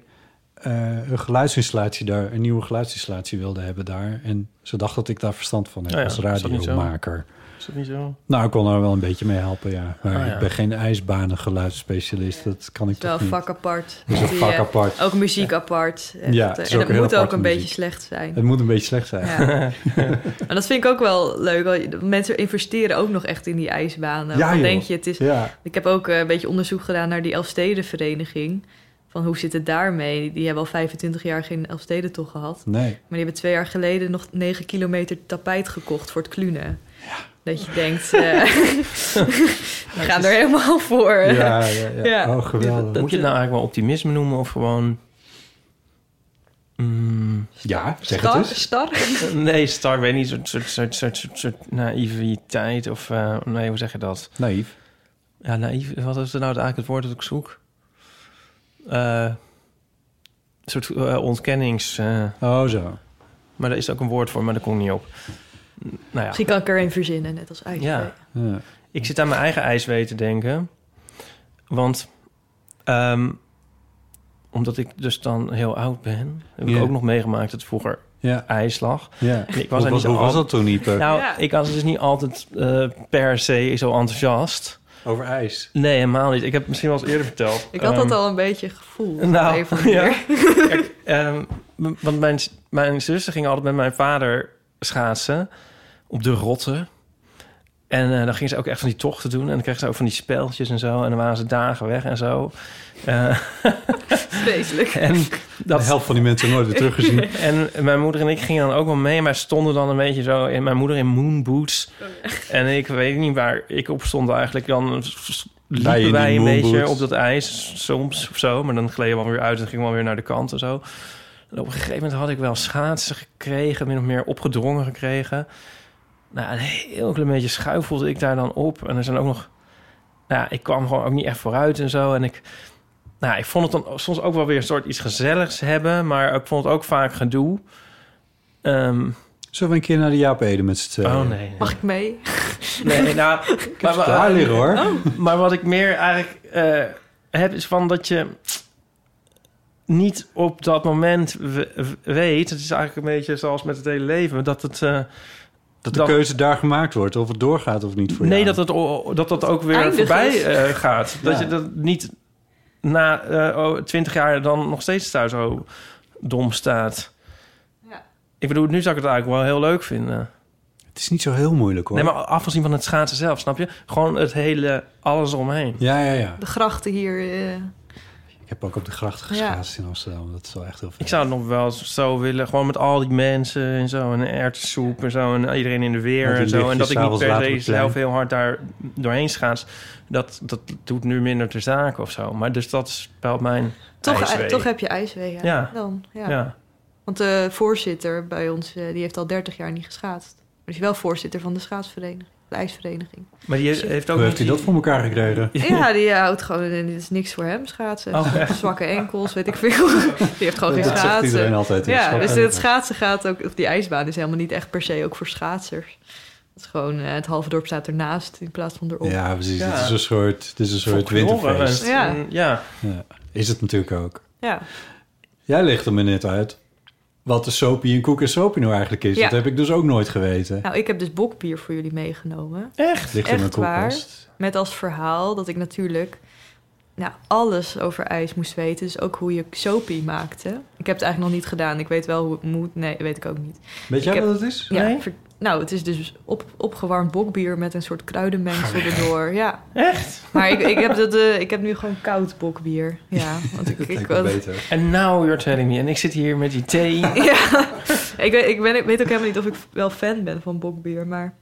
C: eh, een geluidsinstallatie daar... een nieuwe geluidsinstallatie wilde hebben daar. En ze dacht dat ik daar verstand van heb
D: Nou ja,
C: als
D: is dat niet zo?
C: radiomaker.
D: Is dat niet zo?
C: Nou, ik kon haar wel een beetje mee helpen, ja. Maar
D: Ah, ja.
C: ik ben geen ijsbanengeluidsspecialist. Dat kan ik
E: Het is wel
C: toch
E: een
C: niet.
E: vak apart.
C: Het Hmm. is een
E: Die,
C: vak
E: eh,
C: apart.
E: Ook muziek apart. Echt,
C: Ja,
E: eh,
C: het is
E: en
C: ook
E: het
C: heel
E: moet ook
C: aparte
E: een beetje
C: muziek.
E: slecht zijn.
C: Het moet een beetje slecht zijn.
E: Ja. maar dat vind ik ook wel leuk. want Mensen investeren ook nog echt in die ijsbanen.
C: Ja,
E: Dan
C: joh.
E: denk je, het is...
C: Ja.
E: Ik heb ook eh, een beetje onderzoek gedaan naar die Elfstedenvereniging. Van hoe zit het daarmee? Die hebben al 25 jaar geen Elfstedentocht gehad.
C: Nee.
E: Maar die hebben twee jaar geleden nog 9 kilometer tapijt gekocht voor het klunen. Dat je denkt, eh, we gaan er helemaal voor.
C: Oh,
D: Moet je het nou eigenlijk wel optimisme noemen of gewoon...
C: Ja, zeg
E: Star?
C: het eens.
E: Star?
D: Nee, star, weet niet. Soort, soort, soort, soort, soort, soort naïviteit of... eh, nee, hoe zeg je dat?
C: Naïef.
D: Ja, naïef. Wat is er nou eigenlijk het woord dat ik zoek? Eh, een soort eh, ontkennings... eh,
C: oh, zo.
D: Maar daar is ook een woord voor, maar daar kom ik niet op. N- Nou ja.
E: Misschien kan ik er een verzinnen, net als ijs.
D: Ja. Ik zit aan mijn eigen ijswee te denken. Want ehm, omdat ik dus dan heel oud ben, heb ik
C: Ja.
D: ook nog meegemaakt dat vroeger
C: Ja.
D: ijs lag.
C: Ja.
D: En Ik
C: Hoe
D: er
C: was-
D: zo
C: hoe was
D: al-
C: dat toen, Ieper?
D: Nou,
C: Ja.
D: ik was dus niet altijd eh, per se zo enthousiast.
C: Over ijs?
D: Nee, helemaal niet. Ik heb het misschien wel eens eerder verteld.
E: Ik had dat
D: Ehm,
E: al een beetje gevoeld.
D: nou,
E: Even hier.
D: Kijk, ehm, m- want mijn, s- mijn zussen gingen altijd met mijn vader schaatsen op de rotten. En eh, dan gingen ze ook echt van die tochten doen. En dan kregen ze ook van die speltjes en zo. En dan waren ze dagen weg en zo. Eh,
E: Vreselijk.
D: en dat...
C: De helft van die mensen nooit weer teruggezien.
D: en mijn moeder en ik gingen dan ook wel mee. Maar stonden dan een beetje zo... In, mijn moeder in moonboots. En ik weet niet waar ik op stond eigenlijk. Dan s- liepen
C: Wij in die
D: wij een beetje
C: moonboots.
D: op dat ijs soms of zo. Maar dan gleden we alweer uit en gingen we weer naar de kant en zo. En op een gegeven moment had ik wel schaatsen gekregen. Min of meer opgedrongen gekregen. Nou, een heel klein beetje schuifelde ik daar dan op. En er zijn ook nog... Nou, ja, ik kwam gewoon ook niet echt vooruit en zo. En ik... Nou, ik vond het dan soms ook wel weer een soort iets gezelligs hebben. Maar ik vond het ook vaak gedoe. Ehm,
C: Zullen we een keer naar de Jaap Ede met z'n tweeën?
D: Oh, nee.
E: Mag ik mee?
D: Nee, nou... maar,
C: ze klaar liggen, hoor. Oh.
D: Maar wat ik meer eigenlijk eh, heb, is van dat je niet op dat moment we- we- weet... Het is eigenlijk een beetje zoals met het hele leven, dat het... eh,
C: Dat de keuze daar gemaakt wordt, of het doorgaat of niet voor
D: nee,
C: jou.
D: dat, het, o- dat dat ook weer
C: Eindig
D: voorbij
C: is.
D: eh, gaat. Dat
C: Ja.
D: je dat niet na eh, oh, twintig jaar dan nog steeds daar zo dom staat. Ik bedoel, nu zou ik het eigenlijk wel heel leuk vinden.
C: Het is niet zo heel moeilijk, hoor.
D: Nee, maar afgezien van het schaatsen zelf, snap je? Gewoon het hele alles omheen.
C: Ja, ja, ja.
E: De grachten hier. eh,
C: Ik heb ook op de gracht geschaatst in Amsterdam. Dat is wel echt heel
D: Ik zou het nog wel zo willen, gewoon met al die mensen en zo, en erwtensoep en zo, en iedereen in de
C: Met
D: weer
C: die
D: en zo. En dat
C: lichtjes
D: ik niet
C: s'avonds laat
D: per
C: op
D: se
C: het plein.
D: zelf heel hard daar doorheen schaats, dat, dat doet nu minder ter zake of zo. Maar dus dat speelt mijn
E: Toch,
D: ijswee.
E: toch heb je ijswee, ja.
D: Ja.
E: Dan, ja.
D: Ja.
E: Want de voorzitter bij ons, eh, die heeft al 30 jaar niet geschaatst. Maar die is wel voorzitter van de schaatsvereniging, de ijsvereniging.
D: Maar die he- heeft ook...
C: Hoe heeft hij dat voor elkaar gekregen?
E: Ja, die eh, houdt gewoon, en dit is niks voor hem, schaatsen.
C: Oh, echt?
E: Zwakke enkels, weet ik veel. Die heeft gewoon
C: Dat
E: geen
C: zegt
E: schaatsen.
C: iedereen altijd, hè,
E: Ja,
C: zwakke
E: dus het
C: enkels.
E: schaatsen gaat ook, of die ijsbaan is helemaal niet echt per se ook voor schaatsers. Het is gewoon, eh, het halve dorp staat ernaast in plaats van erop.
C: Ja, precies.
E: Ja,
C: Dit is een soort, dit is een soort
D: Folklore,
C: winterfeest.
D: en- Ja. ja.
C: Is het natuurlijk ook.
E: ja.
C: Jij legt er me net uit wat de soapie en koek en soapie nou eigenlijk is.
E: Ja.
C: Dat heb ik dus ook nooit geweten.
E: Nou, ik heb dus bokbier voor jullie meegenomen.
D: Echt?
C: Ligt in mijn
E: Echt waar.
C: koelkast.
E: Met als verhaal dat ik natuurlijk nou, alles over ijs moest weten. Dus ook hoe je sopie maakte. Ik heb het eigenlijk nog niet gedaan. Ik weet wel hoe het moet. Nee, weet ik ook niet.
C: Weet jij
E: Ik heb-
C: wat het is?
E: Ja,
C: Nee?
E: ver- nou, het is dus op, opgewarmd bokbier met een soort kruidenmengsel erdoor. Ja.
D: Echt?
E: Maar ik, ik, heb, dat, eh, ik heb nu gewoon koud bokbier. Ja, want ik, ik, want-
D: En now you're telling me. En ik zit hier met die thee.
E: ja. ik, weet, ik, ben, ik weet ook helemaal niet of ik wel fan ben van bokbier, maar...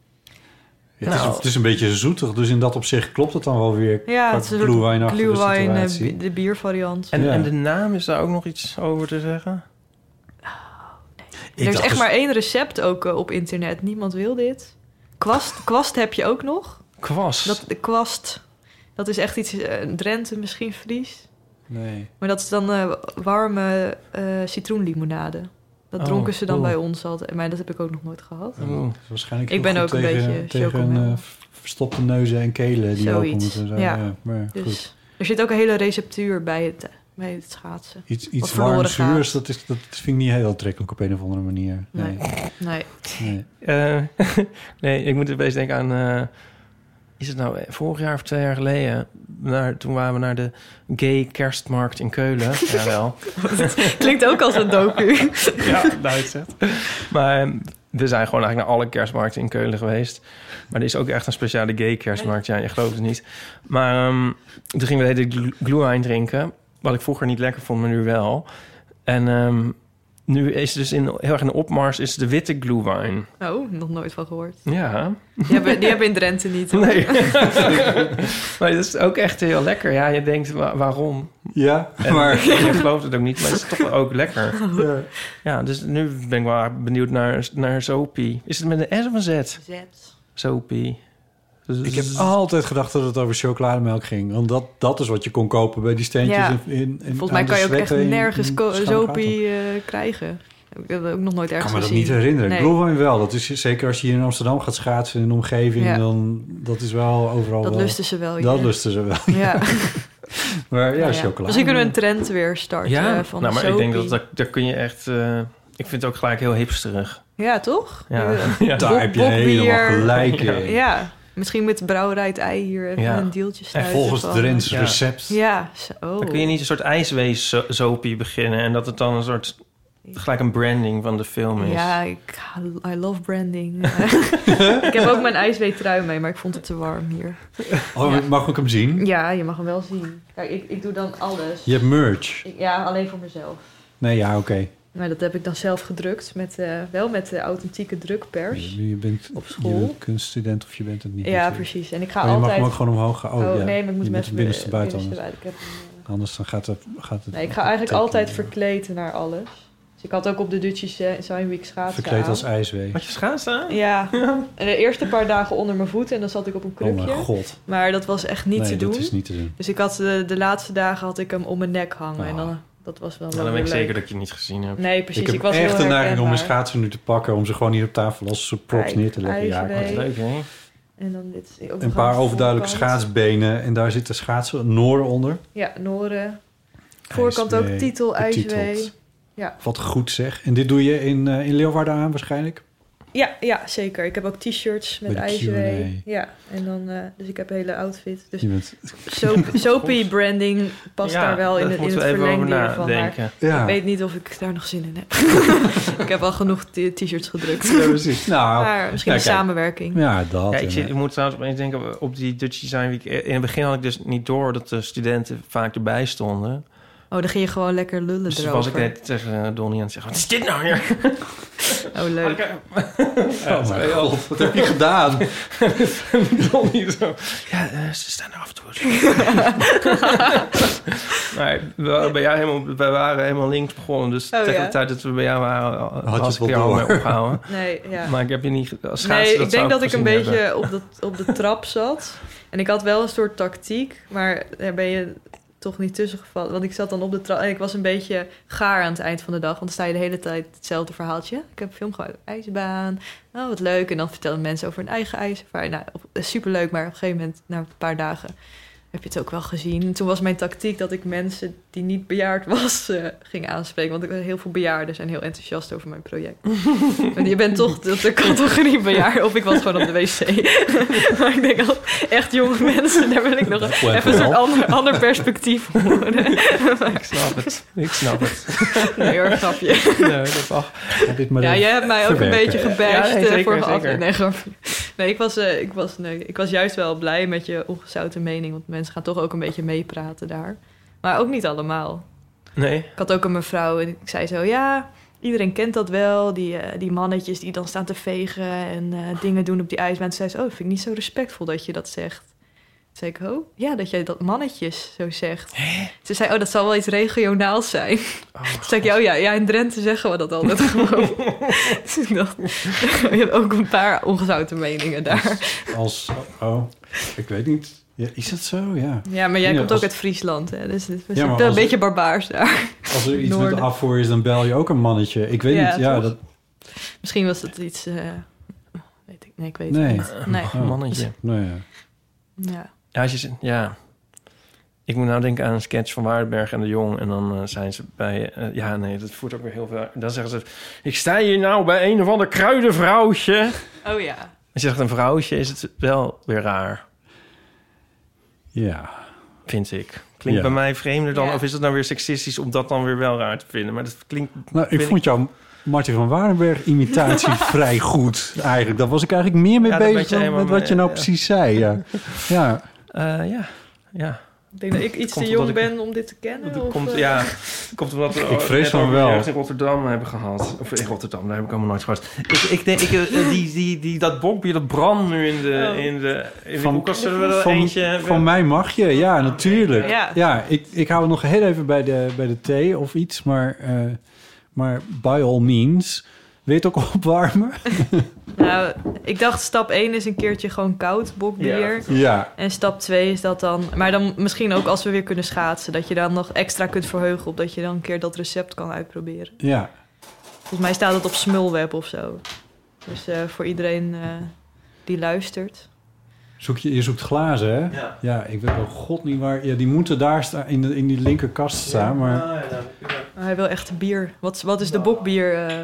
C: Ja, het,
E: Nou.
C: is, het is een beetje zoetig, dus in dat opzicht klopt het dan wel weer.
E: Ja,
C: qua
E: het is een soort
C: glühweinachtige
E: glühwein, eh,
C: situatie.
E: bi- de biervariant.
D: En,
C: Ja.
D: en de naam, is daar ook nog iets over te zeggen?
E: er is
D: dacht
E: echt
D: dus-
E: maar één recept ook eh, op internet. Niemand wil dit. Kwast, kwast heb je ook nog.
D: Kwast?
E: Dat, de kwast, dat is echt iets, eh, Drenthe misschien Fries.
C: Nee.
E: Maar dat is dan eh, warme eh, citroenlimonade. Dat
C: Oh,
E: dronken ze dan
C: oeh.
E: bij ons altijd. Maar dat heb ik ook nog nooit gehad.
C: Dat is waarschijnlijk
E: ik
C: heel
E: ben ook
C: goed
E: een
C: tegen,
E: beetje
C: tegen
E: chocomel.
C: eh, v- verstopte neuzen en kelen die open
E: Zoiets.
C: moeten. Zo,
E: ja.
C: ja, maar
E: dus
C: goed.
E: er zit ook een hele receptuur bij het, eh, bij het schaatsen.
C: Iets,
E: Wat
C: iets
E: verloren
C: warm
E: gaat.
C: zuurs, dat, is, dat vind ik niet heel aantrekkelijk op een of andere manier.
E: Nee. Nee.
C: Nee.
D: Eh, nee, ik moet opeens denken aan... eh, is het nou vorig jaar of twee jaar geleden? Naar, toen waren we naar de gay kerstmarkt in Keulen. Jawel.
E: Klinkt ook als een docu.
D: ja, Duitser. Maar eh, we zijn gewoon eigenlijk naar alle kerstmarkten in Keulen geweest. Maar er is ook echt een speciale gay kerstmarkt. Ja, je gelooft het niet. Maar ehm, toen gingen we de hele tijd glu- glühwein drinken. Wat ik vroeger niet lekker vond, maar nu wel. En ehm, nu is dus in, heel erg in de opmars is de witte glühwein.
E: Oh, nog nooit van gehoord.
D: Ja.
E: Die hebben, die hebben in Drenthe niet. hoor.
D: Nee. maar dat is ook echt heel lekker. Ja, je denkt, wa- waarom?
C: Ja,
D: En
C: maar-
D: Je gelooft het ook niet, maar het is toch ook lekker.
C: Ja.
D: Ja, dus nu ben ik wel benieuwd naar, naar Zopie. Is het met een S of een Z?
E: Z.
D: Zopie. Dus-
C: Ik
E: Dus-
C: heb
D: Oh,
C: altijd gedacht dat het over chocolademelk ging. Want dat, dat is wat je kon kopen bij die steentjes.
E: Ja.
C: In, in, in-
E: Volgens mij
C: aan de
E: kan je ook echt
C: sletten in-
E: nergens
C: in
E: ko-
C: Schandergaten.
E: zopie eh, krijgen. Ik heb ook nog nooit
C: Ik
E: ergens
C: kan me dat
E: gezien.
C: niet
D: eh,
C: herinneren.
E: Nee.
C: Ik bedoel mij wel. Dat is, zeker als je hier in Amsterdam gaat schaatsen in de omgeving...
E: Ja.
C: dan dat is wel overal
E: Dat
C: wel-
E: lusten ze wel hier.
C: Dat lusten ze wel.
E: Ja.
C: maar ja,
E: Nou
C: chocolade.
E: Misschien kunnen we een trend weer starten
D: Ja,
E: eh, van
D: nou, maar ik denk dat
E: Zopie.
D: dat- daar kun je echt... eh, ik vind het ook gelijk heel hipsterig.
E: Ja, toch?
D: Ja.
E: Eh,
D: Ja. Daar
E: bok-
D: heb je helemaal
E: bokbier.
D: gelijk in.
E: Ja. Misschien met brouwerij het ei hier even
D: Ja.
E: een deeltje
D: En
E: sluiten.
D: volgens
E: van-
D: Drents
E: Ja.
D: recept.
E: Ja, zo.
D: Dan kun je niet een soort ijswees-zopie beginnen... en dat het dan een soort... gelijk een branding van de film is.
E: Ja, ik, I love branding. ik heb ook mijn ijsweetrui mee, maar ik vond het te warm hier.
C: Oh, mag ik hem zien?
E: Ja, je mag hem wel zien. Kijk, ik, ik doe dan alles.
C: Je hebt merch.
E: Ik- ja, alleen voor mezelf.
C: Nee, ja, oké.
E: Maar dat heb ik dan zelf gedrukt, met, eh, wel met de authentieke drukpers.
C: Je bent op
E: school.
C: Je bent kunststudent of je bent het niet.
E: Ja,
C: natuurlijk.
E: precies. En ik ga
C: Oh, je mag
E: altijd-
C: hem ook gewoon omhoog gaan. Oh,
E: Oh,
C: ja.
E: nee, maar ik moet
C: je
E: hem
C: bent
E: even
C: binnenste
E: be-
C: buiten.
E: binnenste
C: anders.
E: buiten. Ik
C: Anders dan gaat het... Gaat het
E: Nee, ik ga eigenlijk altijd verkleed naar alles. Dus ik had ook op de Dutchies eh, Design Week schaatsen
C: Verkleed
E: aan.
C: als ijswee.
D: Had je schaatsen?
E: Ja. En de eerste paar dagen onder mijn voeten en dan zat ik op een
C: Oh, mijn
E: krukje.
C: god.
E: Maar dat was echt niet
C: Nee,
E: te doen.
C: dat is niet te doen.
E: Dus ik had de, de laatste dagen had ik hem om mijn nek hangen. En dan, dat was wel
D: Nou,
E: wel
D: dan ben ik
E: weer leuk.
D: zeker dat ik je niet gezien hebt.
E: Nee, precies.
C: Ah. ik heb
E: ik was
C: echt
E: heel
C: de neiging om mijn
E: herkenbaar.
C: schaatsen nu te pakken... om ze gewoon hier op tafel als soort props
E: Kijk,
C: neer te leggen. Ja,
E: ijswee.
C: ik-
E: En dan dit is ook nog aan
C: Een
E: de
C: paar overduidelijke
E: voorkant.
C: schaatsbenen. En daar zit de schaatsen, een noor onder.
E: Ja, Noren. Voorkant ook
C: IJswee,
E: titel
C: betiteld.
E: IJswee. Ja.
C: Wat goed zeg. En dit doe je in, eh, in Leeuwarden aan waarschijnlijk?
E: Ja, ja, zeker. Ik heb ook t-shirts met
C: Bij de
E: IJswee. Ja, en dan, eh, dus ik heb een hele outfit. Dus
C: Je bent-
E: soap, soapy branding past
D: Ja,
E: daar wel in,
D: daar
E: het- in
D: moeten
E: het
D: we even over
E: verlengde hiervan.
D: nadenken.
E: Maar
C: Ja.
E: Ik weet niet of ik daar nog zin in heb. ik heb al genoeg t- t-shirts gedrukt.
C: Ja, precies. Nou,
E: maar misschien
D: ja,
E: een
D: kijk.
E: samenwerking.
C: Ja, dat.
D: Ja, ik,
C: en,
D: zit,
C: eh,
D: ik moet trouwens opeens denken op die Dutch Design Week. In het begin had ik dus niet door dat de studenten vaak erbij stonden.
E: Oh, dan ging je gewoon lekker lullen
D: Dus toen
E: erover.
D: was ik net tegen eh, Donnie aan het zeggen... Wat is dit nou weer?
E: Oh, leuk.
D: Oh
C: mijn god, wat heb je gedaan?
D: Donnie zo... Ja, eh, ze staan er af en toe. maar we waren, bij jou helemaal, wij waren helemaal links begonnen. Dus
E: Oh,
D: tegen
E: ja.
D: de tijd dat we bij jou waren... al-
C: je
D: was
C: het
D: ik
C: wel
D: er al
C: door.
D: mee opgehouden.
E: Nee, ja.
D: Maar ik heb je niet... ge- Als schaatsen,
E: nee, ik
D: zou
E: denk dat ik een
D: gezien
E: beetje
D: hebben.
E: op de, op de trap zat. En ik had wel een soort tactiek, maar daar ben je toch niet tussen gevallen. Want ik zat dan op de trap en ik was een beetje gaar aan het eind van de dag. Want dan sta je de hele tijd hetzelfde verhaaltje. Ik heb een film gemaakt op de ijsbaan. Oh, wat leuk. En dan vertelden mensen over hun eigen ijservaring. Nou, op- eh, superleuk, maar op een gegeven moment, na een paar dagen... Heb je het ook wel gezien? En toen was mijn tactiek dat ik mensen die niet bejaard was, eh, ging aanspreken. Want ik, heel veel bejaarden zijn heel enthousiast over mijn project. Want je bent toch de, de categorie bejaard. Of ik was gewoon op de wc. maar ik denk al, echt jonge mensen, daar wil ik nog
D: wel
E: even een soort
D: wel.
E: ander, ander perspectief voor horen.
D: Ik snap het. Ik snap het.
E: Nee hoor, grapje.
D: Nee, dat mag.
E: Ja, jij hebt mij ook een beetje gebashed
D: voor
E: eh, vorige aflevering. Nee, grapje. Nee, ik was, eh, ik, was, nee, ik was juist wel blij met je ongezouten mening. Want mensen gaan toch ook een beetje meepraten daar. Maar ook niet allemaal.
D: Nee.
E: Ik had ook een mevrouw en ik zei zo... Ja, iedereen kent dat wel. Die, eh, die mannetjes die dan staan te vegen en eh, dingen doen op die ijsbaan. Toen zei ze... Oh, dat vind ik niet zo respectvol dat je dat zegt. Toen zei ik, oh, ja, dat jij dat mannetjes zo zegt. Ze zei, oh, dat zal wel iets regionaals zijn. Toen zei ik, oh ja, ja, in Drenthe zeggen we dat altijd gewoon. dus ik dacht, je hebt ook een paar ongezouten meningen daar.
C: Als, oh, ik weet niet. Ja, is dat zo? Ja.
E: Ja, maar jij
C: Ja,
E: komt
C: als-
E: ook uit Friesland, hè? Dus het is
C: Ja, maar
E: wel een
C: als-
E: beetje barbaars daar.
C: Als er iets
E: Noorden.
C: met afvoer is, dan bel je ook een mannetje. Ik weet
E: Ja,
C: niet. Ja,
E: toch?
C: dat,
E: Misschien was dat iets... eh, weet ik, nee, ik weet het
C: nee.
E: niet. Nee.
C: Oh.
D: Mannetje.
C: Nou ja.
E: Ja.
D: Ja, als je, zin- ja. Ik moet nou denken aan een sketch van Waardenberg en de Jong. En dan eh, zijn ze bij... eh, ja, nee, dat voert ook weer heel veel... Dan zeggen ze... Ik sta hier nou bij een of ander kruidenvrouwtje.
E: Oh ja.
D: Als je zegt een vrouwtje, is het wel weer raar.
C: Ja.
D: Vind ik. Klinkt
C: Ja.
D: bij mij vreemder dan... Of is het nou weer seksistisch om dat dan weer wel raar te vinden? Maar dat klinkt...
C: Nou, ik
D: vind
C: vond jouw Martin van Warenberg imitatie vrij goed eigenlijk. Daar was ik eigenlijk meer mee
D: Ja, daar ben
C: bezig
D: je
C: dan
D: helemaal
C: met wat je
D: mee,
C: nou
D: ja.
C: precies zei. Ja. ja.
D: Eh, ja, ja.
E: Ik denk dat ik iets
D: Komt
E: te
D: omdat
E: jong
D: ik-
E: ben om dit te kennen. of,
D: Komt,
E: eh,
D: ja, komt omdat we
C: Ik vrees
D: net
C: van
D: ook
C: wel.
D: ergens in Rotterdam hebben gehad. Of in Rotterdam, daar heb ik allemaal nooit gehad. Ik, ik denk, ik, eh, die, die, die, dat bokbier, dat brandt nu in de,
E: Oh.
D: in de, in de koelkast. Zullen we er
C: van,
D: eentje hebben?
C: van mij mag je, ja, natuurlijk.
D: Ja.
C: Ja, ik, ik hou nog heel even bij de, bij de thee of iets, maar, eh, maar by all means. Wil je het ook opwarmen?
E: Nou, ik dacht stap 1 is een keertje gewoon koud bokbier.
C: Ja. Ja.
E: En stap 2 is dat dan... Maar dan misschien ook als we weer kunnen schaatsen... dat je dan nog extra kunt verheugen... op dat je dan een keer dat recept kan uitproberen.
C: Ja.
E: Volgens mij staat het op Smulweb of zo. Dus eh, voor iedereen eh, die luistert.
C: Zoek je, je zoekt glazen, hè? Ja. ik weet wel god niet waar. Ja, die moeten daar staan, in, de, in die linkerkast staan, maar...
E: Maar hij wil echt bier. Wat, is- wat is de bokbier eh,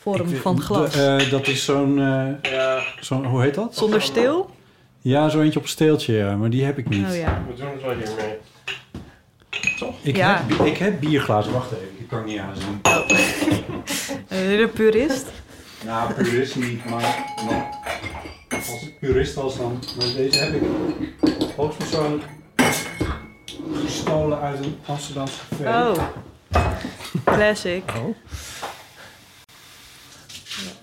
E: vorm
C: Ik-
E: van
C: de-
E: glas?
C: eh, dat is zo'n, eh, zo'n... Hoe heet dat?
E: Zonder steel?
C: Ja, zo eentje op een steeltje, ja, maar die heb ik niet.
E: Oh ja.
D: We doen het wel hiermee.
C: ik,
E: Ja.
C: heb, bi- ik heb bierglazen. Wacht even, ik kan het niet aanzien.
E: Eh, de purist?
C: Nou, purist niet, maar maar als ik purist was dan... Maar deze heb ik hoogstpersoonlijk gestolen uit een Amsterdamse café.
E: Oh. Classic.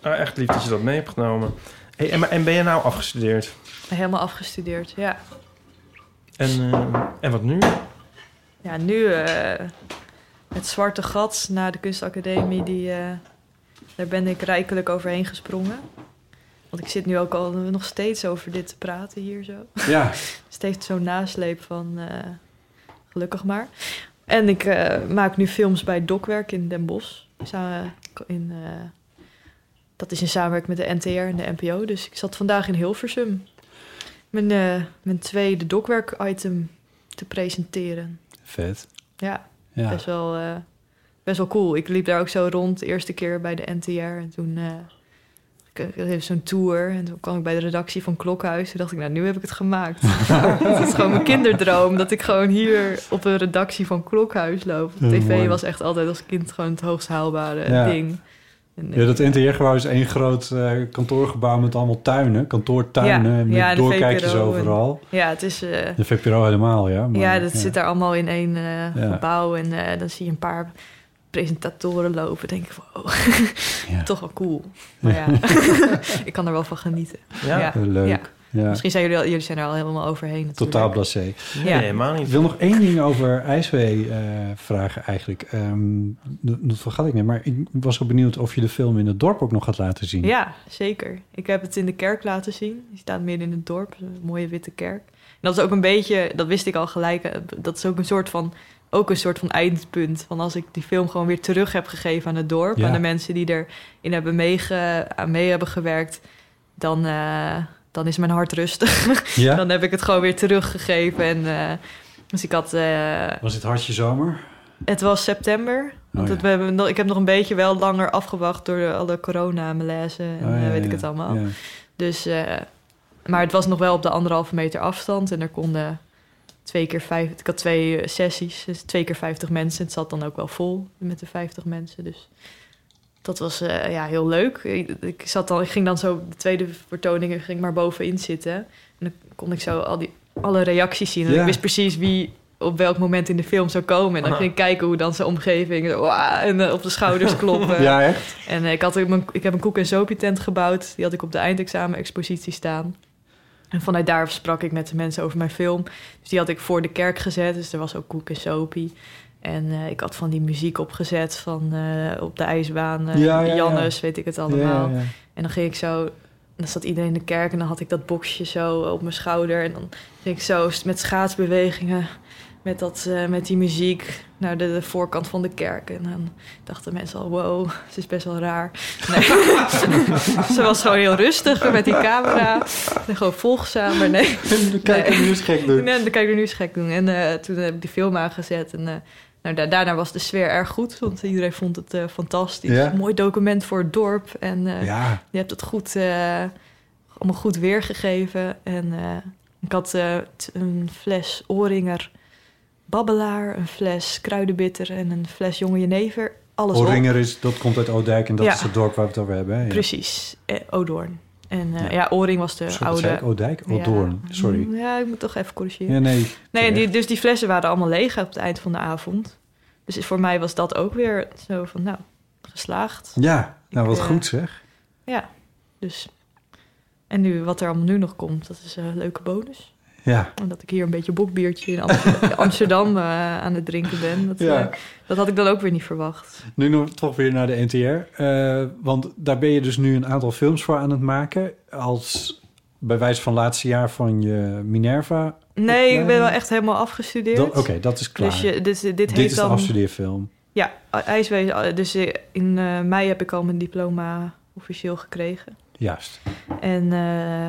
D: Ah, echt lief dat je dat mee hebt genomen. Hey, en, maar- en ben je nou afgestudeerd?
E: Helemaal afgestudeerd, ja.
D: En, eh, en wat nu?
E: Ja, nu eh, het zwarte gat na de kunstacademie, die, eh, daar ben ik rijkelijk overheen gesprongen. Want ik zit nu ook al nog steeds over dit te praten hier zo.
C: Ja.
E: dus het heeft zo'n nasleep van eh, gelukkig maar. En ik eh, maak nu films bij Dokwerk in Den Bosch. Samen in, eh, dat is in samenwerking met de NTR en de NPO. Dus ik zat vandaag in Hilversum mijn, eh, mijn tweede Dokwerk-item te presenteren.
C: Vet.
E: Ja,
C: Ja.
E: Best, wel, eh, best wel cool. Ik liep daar ook zo rond, de eerste keer bij de NTR. En toen eh ik- ik heeft zo'n tour. En toen kwam ik bij de redactie van Klokhuis. Toen dacht ik, nou, nu heb ik het gemaakt. dat is gewoon mijn kinderdroom. Dat ik gewoon hier op een redactie van Klokhuis loop.
C: Ja,
E: TV
C: mooi.
E: was echt altijd als kind gewoon het hoogst haalbare
C: Ja.
E: ding. En, eh,
C: Ja, dat NTR-gebouw is één groot eh, kantoorgebouw met allemaal tuinen, kantoortuinen, met
E: en de
C: doorkijkjes
E: VPRO en-
C: overal.
E: ja, het is... eh,
C: De VPRO helemaal, ja. maar-
E: ja, dat zit daar allemaal in één eh,
C: Ja.
E: gebouw. En eh, dan zie je een paar presentatoren lopen. denk ik van, oh, toch wel cool. Maar ja, ik kan er wel van genieten.
C: Ja? Eh, Leuk. Ja.
E: Misschien zijn jullie, al, jullie zijn er al helemaal overheen. natuurlijk.
C: Totaal blasé.
E: Nee, helemaal
D: niet.
C: Ik wil nog één ding over ijswee eh, vragen eigenlijk. Ehm, dat, dat vergat ik net, maar ik was wel benieuwd of je de film in het dorp ook nog gaat laten zien.
E: Ja, zeker. Ik heb het in de kerk laten zien. Die staat midden in het dorp, een mooie witte kerk. En dat is ook een beetje, dat wist ik al gelijk, eh, dat is ook een soort van, ook een soort van eindpunt. Van als ik die film gewoon weer terug heb gegeven aan het dorp,
I: Ja.
E: aan de mensen die erin hebben meege, aan mee hebben gewerkt, dan, eh, dan is mijn hart rustig.
C: Ja.
E: dan heb ik het gewoon weer teruggegeven. En, eh, dus ik had eh,
C: Was het hartje zomer?
E: het was september.
C: Oh
E: Want
C: ja.
E: het- we hebben nog- ik heb nog een beetje wel langer afgewacht door de- alle corona-malaise en
C: Oh, ja,
E: eh, weet
C: ja,
E: ik het allemaal.
C: ja.
E: Dus, eh, maar het was nog wel op de anderhalve meter afstand en er konden twee keer vijf. Ik had twee eh, sessies, dus twee keer vijftig mensen. Het zat dan ook wel vol met de vijftig mensen. Dus dat was eh, ja, heel leuk. Ik, ik zat dan, ik ging dan zo de tweede vertoning ging ik maar bovenin zitten. En dan kon ik zo al die, alle reacties zien. En
I: Ja.
E: ik wist precies wie op welk moment in de film zou komen. En dan
I: Ah.
E: ging ik kijken hoe dan zijn omgeving zo, "Waa," en eh, op de schouders kloppen.
C: Ja, echt?
E: En eh, ik, had ook mijn, ik heb een koek- en soapie tent gebouwd. Die had ik op de eindexamen-expositie staan. En vanuit daar sprak ik met de mensen over mijn film. Dus die had ik voor de kerk gezet. Dus er was ook koek en sopie. En eh, ik had van die muziek opgezet van eh, op de ijsbaan. eh,
I: Ja, ja, ja.
E: Jannes, weet ik het allemaal.
I: Ja, ja, ja.
E: En dan ging ik zo... Dan zat iedereen in de kerk en dan had ik dat boxje zo op mijn schouder. En dan ging ik zo met schaatsbewegingen, met, dat, eh, met die muziek, naar de, de voorkant van de kerk. En dan dachten mensen al, wow, ze is best wel raar. Nee. ze was gewoon heel rustig met die camera. En gewoon volgzaam, maar nee.
C: De kijker nu eens gek doen.
E: Nee, de kijker nu is gek doen. En eh, toen heb ik die film aangezet. En eh, nou, da- daarna was de sfeer erg goed, want iedereen vond het eh, fantastisch.
C: Ja.
E: Mooi document voor het dorp. En eh,
C: Ja.
E: je hebt het goed, eh, allemaal goed weergegeven. En eh, ik had eh, t- een fles Oringer babbelaar, een fles kruidenbitter en een fles jonge jenever. Alles op.
C: Oringer is, dat komt uit Oudijk en dat
E: Ja.
C: is het dorp waar we het over hebben. hè? Ja.
E: Precies, eh, Odoorn. En eh, ja. Oring was de
C: Zo, wat
E: oude... Mm,
C: zei ik? Oh, Odijk? Odorn, sorry.
E: Ja, ik moet toch even corrigeren.
C: Ja, nee,
E: nee die, dus die flessen waren allemaal leeg op het eind van de avond. Dus voor mij was dat ook weer zo van, nou, geslaagd.
C: Ja, nou wat
E: eh,
C: goed zeg.
E: Ja, dus... En nu, wat er allemaal nu nog komt, dat is een leuke bonus.
C: Ja.
E: Omdat ik hier een beetje bokbiertje in Amsterdam, Amsterdam, eh, aan het drinken ben. Dat,
C: Ja.
E: eh, dat had ik dan ook weer niet verwacht.
C: Nu nog toch weer naar de NTR. eh, want daar ben je dus nu een aantal films voor aan het maken. Als bij wijze van laatste jaar van je Minerva.
E: Nee, ik ben wel
C: opleiding.
E: echt helemaal afgestudeerd.
C: eh, Dan- Oké, dat is klaar.
E: Dus je, dit, dit, heet
C: is
E: dan...
C: de afstudeerfilm.
E: Ja, ijswezen. Dus eh, in eh, mei heb ik al mijn diploma officieel gekregen.
C: Juist.
E: En eh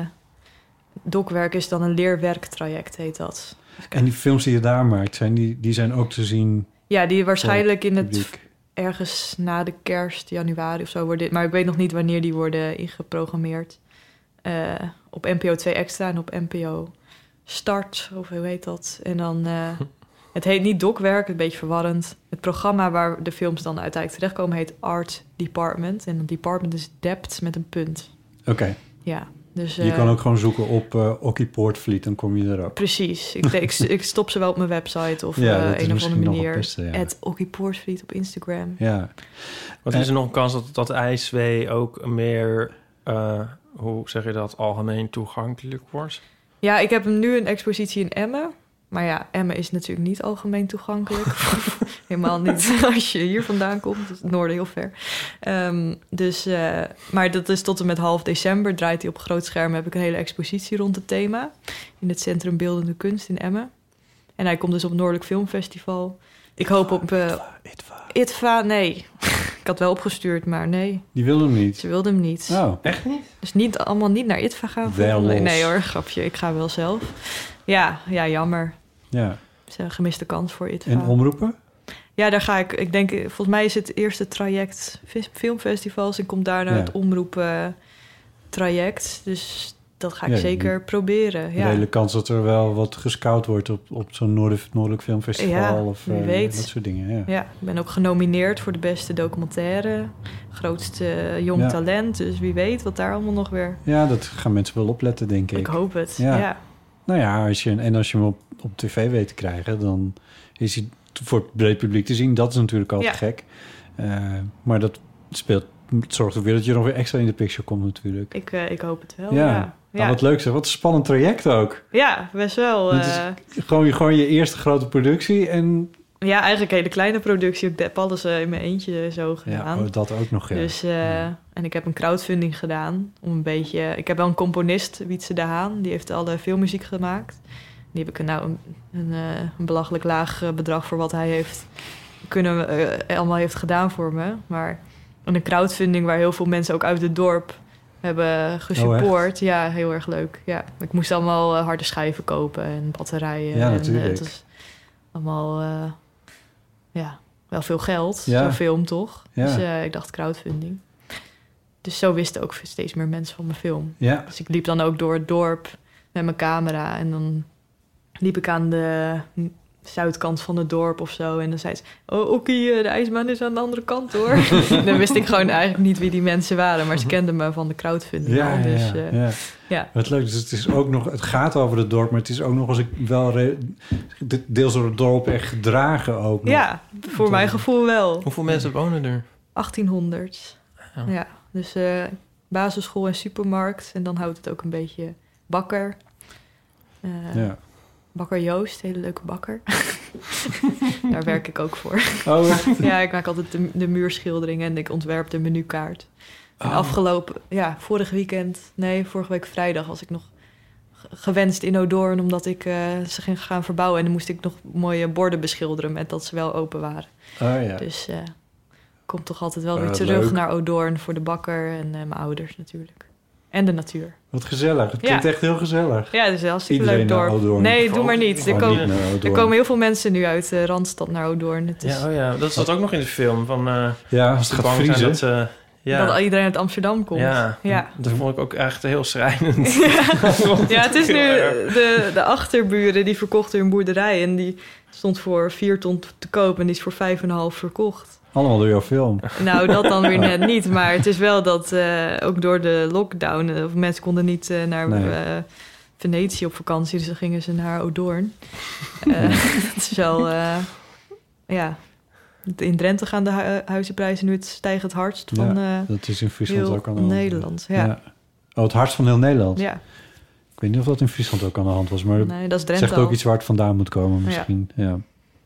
E: dokwerk is dan een leerwerktraject, heet dat.
C: En die films die je daar maakt, zijn die, die zijn ook te zien.
E: Ja, die waarschijnlijk
C: voor
E: in het
C: publiek.
E: ergens na de kerst, januari of zo worden. Maar ik weet nog niet wanneer die worden ingeprogrammeerd. Eh, op NPO 2 Extra en op NPO Start, of hoe heet dat? En dan, eh, het heet niet dokwerk, een beetje verwarrend. Het programma waar de films dan uiteindelijk terechtkomen heet Art Department. En een department is dept met een punt.
C: Oké.
E: Ja, dus...
C: je
E: eh,
C: kan ook gewoon zoeken op eh Okkie Poortvliet, dan kom je er ook.
E: Precies. Ik, denk- ik, ik stop ze wel op mijn website of
C: Ja,
E: eh,
C: dat is
E: een of
C: misschien
E: andere
C: nog het
E: manier.
C: beste, ja.
E: Het Okkie Poortvliet op Instagram.
C: Ja.
D: Wat is er nog een kans dat, dat IJswee ook meer, eh, hoe zeg je dat, algemeen toegankelijk wordt?
E: Ja, ik heb nu een expositie in Emmen. Maar ja, Emmen is natuurlijk niet algemeen toegankelijk. Helemaal niet als je hier vandaan komt. Dus het noorden heel ver. Ehm, dus, eh, maar dat is tot en met half december. Draait hij op groot scherm. Heb ik een hele expositie rond het thema. In het Centrum Beeldende Kunst in Emmen. En hij komt dus op het Noordelijk Filmfestival. Ik hoop op... eh,
C: Itva.
E: nee. ik had wel opgestuurd, maar nee.
C: Die wilde hem niet.
E: Ze wilde hem niet.
C: Oh.
D: Echt niet?
E: Dus niet allemaal niet naar ITVA gaan.
C: Wel
E: nee,
C: los.
E: nee hoor, grapje. Ik ga wel zelf. Ja, ja jammer.
C: Ja.
E: Het is een gemiste kans voor ITVA.
C: En omroepen?
E: Ja, daar ga ik. Ik denk, eh, volgens mij is het eerste traject vis- filmfestivals. En komt daarna
C: Ja.
E: het omroepen eh, traject. Dus dat ga ik
C: Ja,
E: zeker
C: die-
E: proberen. Ja.
C: Reële kans dat er wel wat gescout wordt op, op zo'n Noord Noordelijk Filmfestival
E: Ja,
C: of
E: wie
C: eh,
E: weet.
C: dat soort dingen. Ja.
E: Ja, ik ben ook genomineerd voor de beste documentaire. Grootste eh, jong
C: Ja.
E: talent. Dus wie weet wat daar allemaal nog weer.
C: Ja, dat gaan mensen wel opletten, denk ik.
E: Ik hoop het. ja.
C: Nou ja, als je, en als je hem op, op tv weet te krijgen, dan is hij voor het breed publiek te zien. Dat is natuurlijk altijd
E: Ja.
C: gek. Eh, maar dat speelt, het zorgt ook weer dat je nog weer extra in de picture komt natuurlijk.
E: Ik, eh, ik hoop het wel.
C: ja.
E: Ja,
C: Nou, wat leuk zeg. Wat een spannend traject ook.
E: Ja, best wel.
C: Het is
E: eh,
C: Gewoon, je- gewoon je eerste grote productie en
E: ja, eigenlijk een hele kleine productie. Ik heb alles eh, in mijn eentje zo gedaan.
C: oh, dat ook nog, ja.
E: Dus, eh, En ik heb een crowdfunding gedaan. Om een beetje... Ik heb wel een componist, Wietse de Haan. Die heeft alle filmmuziek gemaakt. Die heb ik nou een, een, eh, een belachelijk laag eh, bedrag voor wat hij heeft kunnen, eh, allemaal heeft gedaan voor me. Maar een crowdfunding waar heel veel mensen ook uit het dorp hebben
C: Oh,
E: gesupport. ja, heel erg leuk. Ja. Ik moest allemaal eh, harde schijven kopen en batterijen.
C: Ja,
E: en, eh,
C: natuurlijk.
E: het was allemaal eh, ja, wel veel geld.
C: Ja.
E: Zo'n film toch?
C: Ja.
E: Dus eh, ik dacht crowdfunding. Dus zo wisten ook steeds meer mensen van mijn film.
C: Ja.
E: Dus ik liep dan ook door het dorp met mijn camera. En dan liep ik aan de zuidkant van het dorp of zo. En dan zei ze, oh Oekie, eh, de ijsbaan is aan de andere kant hoor. dan wist ik gewoon eigenlijk niet wie die mensen waren. Maar ze kenden me van de crowdfunding.
C: Ja,
E: al,
C: ja,
E: dus,
C: ja,
E: eh,
C: ja.
E: ja.
C: Wat leuk. Dus het, is ook nog, het gaat over het dorp, maar het is ook nog als ik wel re- de- deels door het dorp echt gedragen ook. nog.
E: Ja, voor mijn gevoel wel.
D: Hoeveel mensen wonen er?
E: 1800.
D: Ja.
E: Ja, dus eh, basisschool en supermarkt. En dan houdt het ook een beetje bakker. Eh,
C: Ja.
E: Bakker Joost, hele leuke bakker. Daar werk ik ook voor.
C: Oh, echt?
E: ja, ik maak altijd de, de muurschilderingen en ik ontwerp de menukaart. En
I: Oh.
E: afgelopen, ja, vorig weekend, nee, vorige week vrijdag was ik nog ge- gewenst in Odoorn omdat ik eh, ze ging gaan verbouwen en dan moest ik nog mooie borden beschilderen met dat ze wel open waren.
C: Oh, ja.
E: Dus eh kom toch altijd wel weer
C: Ah,
E: terug
C: leuk.
E: naar Odoorn voor de bakker en eh, mijn ouders natuurlijk. En de natuur.
C: Wat gezellig. Het
E: Ja.
C: klinkt echt heel gezellig.
E: Ja, het is een hartstikke
C: Iedereen
E: leuk
C: naar
E: dorp.
C: Oudoorn.
E: Nee, doe maar niet. Dus Er
C: Gewoon
E: komen,
C: niet naar
E: er
C: Oudoorn.
E: komen heel veel mensen nu uit eh, Randstad naar Oudoorn. Het is
D: Ja, oh ja, dat zat ook nog in de film. Van, eh,
C: Ja, als het
D: te
C: gaat
D: bang zijn
C: vriezen.
D: Dat, eh, ja.
E: dat al iedereen uit Amsterdam komt.
D: Ja,
E: ja.
D: dat vond ik ook echt heel schrijnend.
E: Ja, het is nu
D: Heel erg.
E: de, de achterburen die verkochten hun boerderij. En die stond voor 4 ton te koop en die is voor 5,5 verkocht.
C: Allemaal door jouw film.
E: Nou, dat dan weer net niet. Maar het is wel dat eh, ook door de lockdown... eh, mensen konden niet eh, naar
C: Nee.
E: eh, Venetië op vakantie. Dus dan gingen ze naar Odoorn. Eh, Het is wel... eh, ja. In Drenthe gaan de hu- huizenprijzen nu het stijgen het hardst.
C: Ja,
E: Van, eh,
C: dat is in Friesland
E: heel
C: ook aan de hand.
E: Nederland, ja. ja.
C: Oh, het hart van heel Nederland.
E: Ja.
C: Ik weet niet of dat in Friesland ook aan de hand was, maar
E: Nee, dat is
C: het
E: Drenthe
C: zegt ook
E: al.
C: iets waar het vandaan moet komen
E: Ja.
C: misschien. Ja.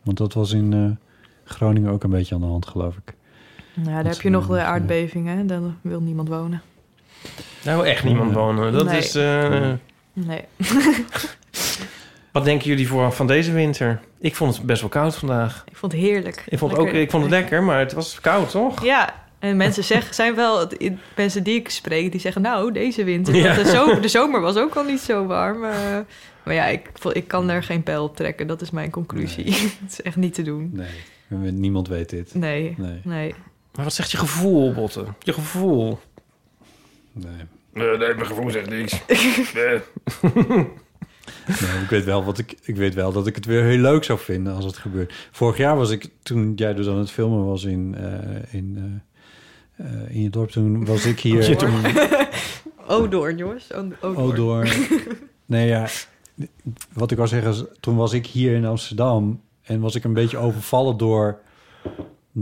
C: Want dat was in eh, Groningen ook een beetje aan de hand, geloof ik.
E: daar
C: Dat
E: heb je nog de aardbevingen. hè. Daar wil niemand wonen.
D: Daar wil echt niemand wonen. Dat
E: Nee.
D: is... eh,
E: Nee.
D: Wat denken jullie voor van deze winter? Ik vond het best wel koud vandaag.
E: Ik vond het heerlijk.
D: Ik vond, het ook,
E: Lekker.
D: ik vond het lekker, maar het was koud, toch?
E: Ja, en mensen zeggen, zijn wel mensen die ik spreek, die zeggen, nou, deze winter.
D: Ja.
E: want De, zomer, de zomer was ook al niet zo warm. eh. maar ja, ik, vo- ik kan er geen pijl op trekken. Dat is mijn conclusie. het is echt niet te doen.
C: Nee. Niemand weet dit.
E: Nee.
C: Nee.
D: Maar wat zegt je gevoel, Botten? Je gevoel.
C: Nee.
D: Nee, mijn gevoel zegt niks.
C: Nee, ik weet wel wat ik, ik weet wel dat ik het weer heel leuk zou vinden als het gebeurt. Vorig jaar was ik toen jij dus aan het filmen was in eh, in eh, eh, in je dorp toen was ik hier.
E: Odoorn.
C: toen,
E: Odoorn, jongens. O- Odoorn.
C: Odoorn. Nee ja, wat ik wou zeggen is toen was ik hier in Amsterdam en was ik een beetje overvallen door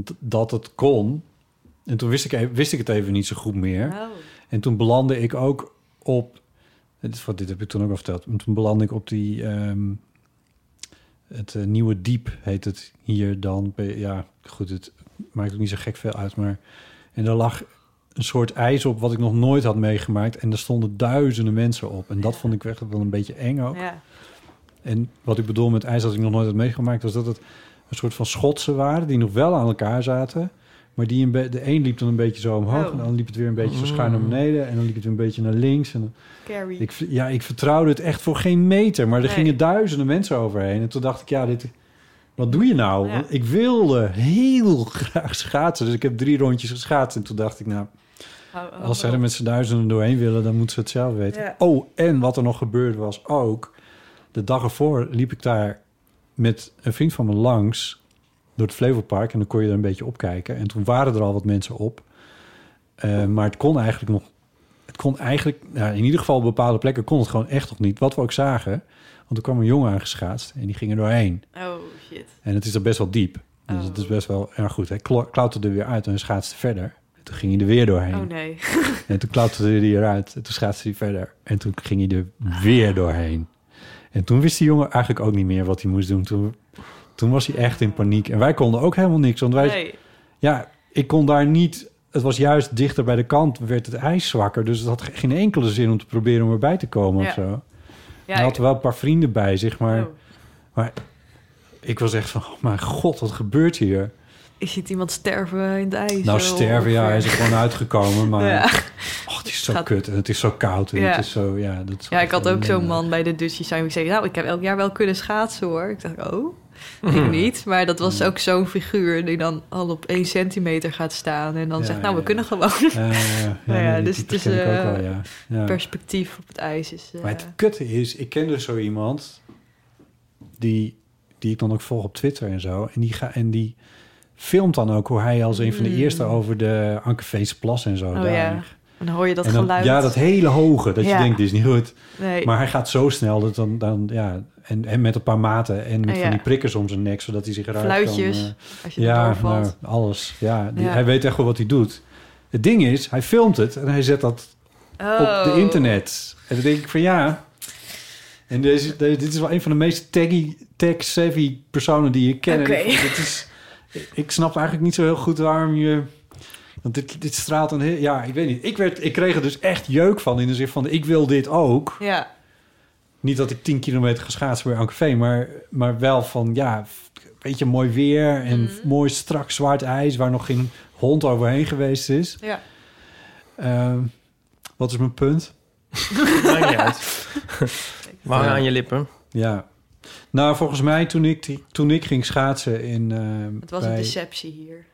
C: d- dat het kon. En toen wist ik, e- wist ik het even niet zo goed meer. En toen belandde ik ook op. Dit, is wat- dit heb ik toen ook al verteld. Maar toen belandde ik op die. ehm, het eh, Nieuwe Diep heet het hier dan. Bij- Ja, goed, het maakt ook niet zo gek veel uit. Maar. En daar lag een soort ijs op wat ik nog nooit had meegemaakt. En er stonden duizenden mensen op. En dat vond ik echt wel een beetje eng ook.
E: Oh, Ja.
C: En wat ik bedoel met ijs dat ik nog nooit had meegemaakt, was dat het een soort van schotsen waren die nog wel aan elkaar zaten. Maar die een be- de een liep dan een beetje zo omhoog.
E: Oh.
C: En dan liep het weer een beetje zo schuin naar
E: Mm.
C: beneden. En dan liep het weer een beetje naar links. En dan-
E: Carrie.
C: ik, ver- ja, ik vertrouwde het echt voor geen meter. Maar er
E: Nee.
C: gingen duizenden mensen overheen. En toen dacht ik, ja, dit, wat doe je nou? Want ik wilde heel graag schaatsen. Dus ik heb drie rondjes geschaatst. En toen dacht ik, nou,
E: Oh,
C: als zij er met z'n duizenden doorheen willen, dan moeten ze het zelf weten.
I: Ja.
C: Oh, en wat er nog gebeurd was ook. De dag ervoor liep ik daar met een vriend van me langs door het Flevopark. En dan kon je er een beetje opkijken. En toen waren er al wat mensen op. Eh, maar het kon eigenlijk nog. Het kon eigenlijk, nou, in ieder geval op bepaalde plekken kon het gewoon echt nog niet. Wat we ook zagen. Want er kwam een jongen aangeschaatst en die ging er doorheen.
E: Oh, shit.
C: En het is er best wel diep. Dus
E: Oh.
C: het is best wel erg goed. Hij kla- klauterde er weer uit en hij schaatste verder. En toen ging hij er weer doorheen.
E: Oh, nee.
C: En toen klauterde hij eruit en toen schaatste hij verder. En toen ging hij er weer doorheen. En toen wist die jongen eigenlijk ook niet meer wat hij moest doen. Toen, toen was hij echt in paniek. En wij konden ook helemaal niks. Want wij,
E: Nee.
C: ja, ik kon daar niet. Het was juist dichter bij de kant, werd het ijs zwakker. Dus het had geen enkele zin om te proberen om erbij te komen
E: Ja.
C: of zo.
E: Ja,
C: hij
E: ik- Oh.
C: had wel een paar vrienden bij zich, maar, maar ik was echt van: oh mijn god, wat gebeurt hier?
E: Je ziet iemand sterven in het ijs.
C: nou,
E: zo
C: sterven, ja, hij
E: ongeveer.
C: is er gewoon uitgekomen. Maar
E: Ja.
C: oh, het is zo kut en het is zo koud en
E: Ja.
C: het is zo, ja, dat is
E: Ja, ik had ook
C: ellende.
E: zo'n man bij de Dutchie zijn die zei, nou, ik heb elk jaar wel kunnen schaatsen hoor. Ik dacht, oh, ik niet. Maar dat was ook zo'n figuur die dan al op één centimeter gaat staan en dan
C: Ja,
E: zegt, nou,
C: ja,
E: we
C: ja.
E: kunnen gewoon.
C: Ja, ja, eh, ja.
E: Nou
C: Ja,
E: ja,
C: die
E: dus het
C: types
E: is
C: ken ik ook
E: eh,
C: wel, ja. Ja.
E: perspectief op het ijs. Is, eh,
C: Maar het kutte is, ik ken dus zo iemand die, die ik dan ook volg op Twitter en zo. En die, ga, en die filmt dan ook hoe hij als een van de
E: Mm.
C: eerste over de Ankerveesplas en zo.
E: oh
C: daar
E: ja,
C: ging.
E: en dan hoor je dat
C: En dan-
E: geluid.
C: Ja, dat hele hoge, dat
E: Ja.
C: je denkt, dit is niet goed.
E: Nee.
C: Maar hij gaat zo snel, dat dan, dan, ja, en, en met een paar maten en met
E: Oh Ja.
C: van die prikkers om zijn nek, zodat hij zich eruit
E: Fluitjes,
C: kan... eh,
E: als je
C: ja,
E: erdoor valt.
C: nou, alles. Ja, die-
E: Ja.
C: hij weet echt wel wat hij doet. Het ding is, hij filmt het en hij zet dat
E: Oh.
C: op de internet. En dan denk ik van ja... En deze, deze- dit is wel een van de meest taggy, tech-savvy personen die je kent. En ik
E: Oké.
C: vond, dit is, ik snap eigenlijk niet zo heel goed waarom je... Want dit, dit straalt een heel... Ja, ik weet niet. Ik, werd, ik kreeg er dus echt jeuk van in de zin van... ik wil dit ook.
E: Ja,
C: Niet dat ik 10 kilometer geschaatst heb bij Ankerveen, maar, maar wel van ja, f- weet je, mooi weer en f-
E: Mhm.
C: mooi strak zwart ijs waar nog geen hond overheen geweest is.
E: ja.
C: Ehm, wat is mijn punt?
D: Maakt niet uit. We hangen aan je lippen.
C: Ja. Nou, volgens mij toen ik, die- toen ik ging schaatsen in. ehm,
E: het was
C: bij-
E: een deceptie hier.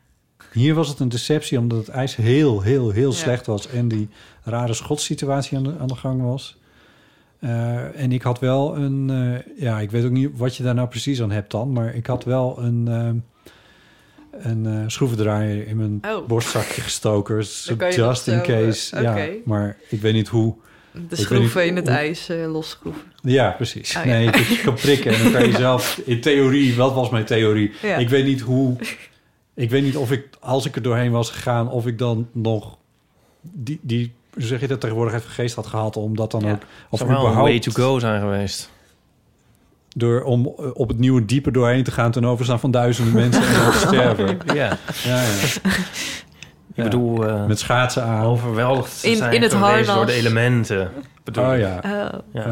C: Hier was het een deceptie omdat het ijs heel, heel, heel
E: Ja.
C: slecht was en die rare schotssituatie aan de, aan de gang was. Eh, en ik had wel een, eh, ja, ik weet ook niet wat je daar nou precies aan hebt dan, maar ik had wel een, ehm, eh, een eh, schroevendraaier in mijn
E: Oh.
C: borstzakje gestoken.
E: Dan kan je
C: just
E: dat
C: in
E: zo, eh,
C: case.
E: oké.
C: Ja, maar ik weet niet hoe. ik
E: De
C: weet
E: schroeven
C: niet
E: in het
C: hoe-
E: ijs eh, losschroeven.
C: Ja, precies.
E: Oh, ja.
C: nee, dat je kan prikken en dan kan je
E: Ja.
C: zelf in theorie, wat was mijn theorie?
E: Ja.
C: Ik weet niet hoe, ik weet niet of ik, als ik er doorheen was gegaan, of ik dan nog die, die hoe zeg je dat tegenwoordig even geest had gehad om dat dan ook, of
D: Zou wel een
C: überhaupt
D: way to go zijn geweest.
C: door om eh, op het nieuwe diepe doorheen te gaan ten overstaan van duizenden mensen en dan te sterven.
D: Ja.
C: ja, ja.
D: Ik bedoel... eh, Oh,
C: Met schaatsen aan.
D: Overweldigd
E: In-
D: zijn
E: in het
D: geweest
E: harnas.
D: door de elementen. Bedoel
C: Oh
D: ik.
C: ja.
E: Oh.
C: Oh,
D: Ja.
C: ja.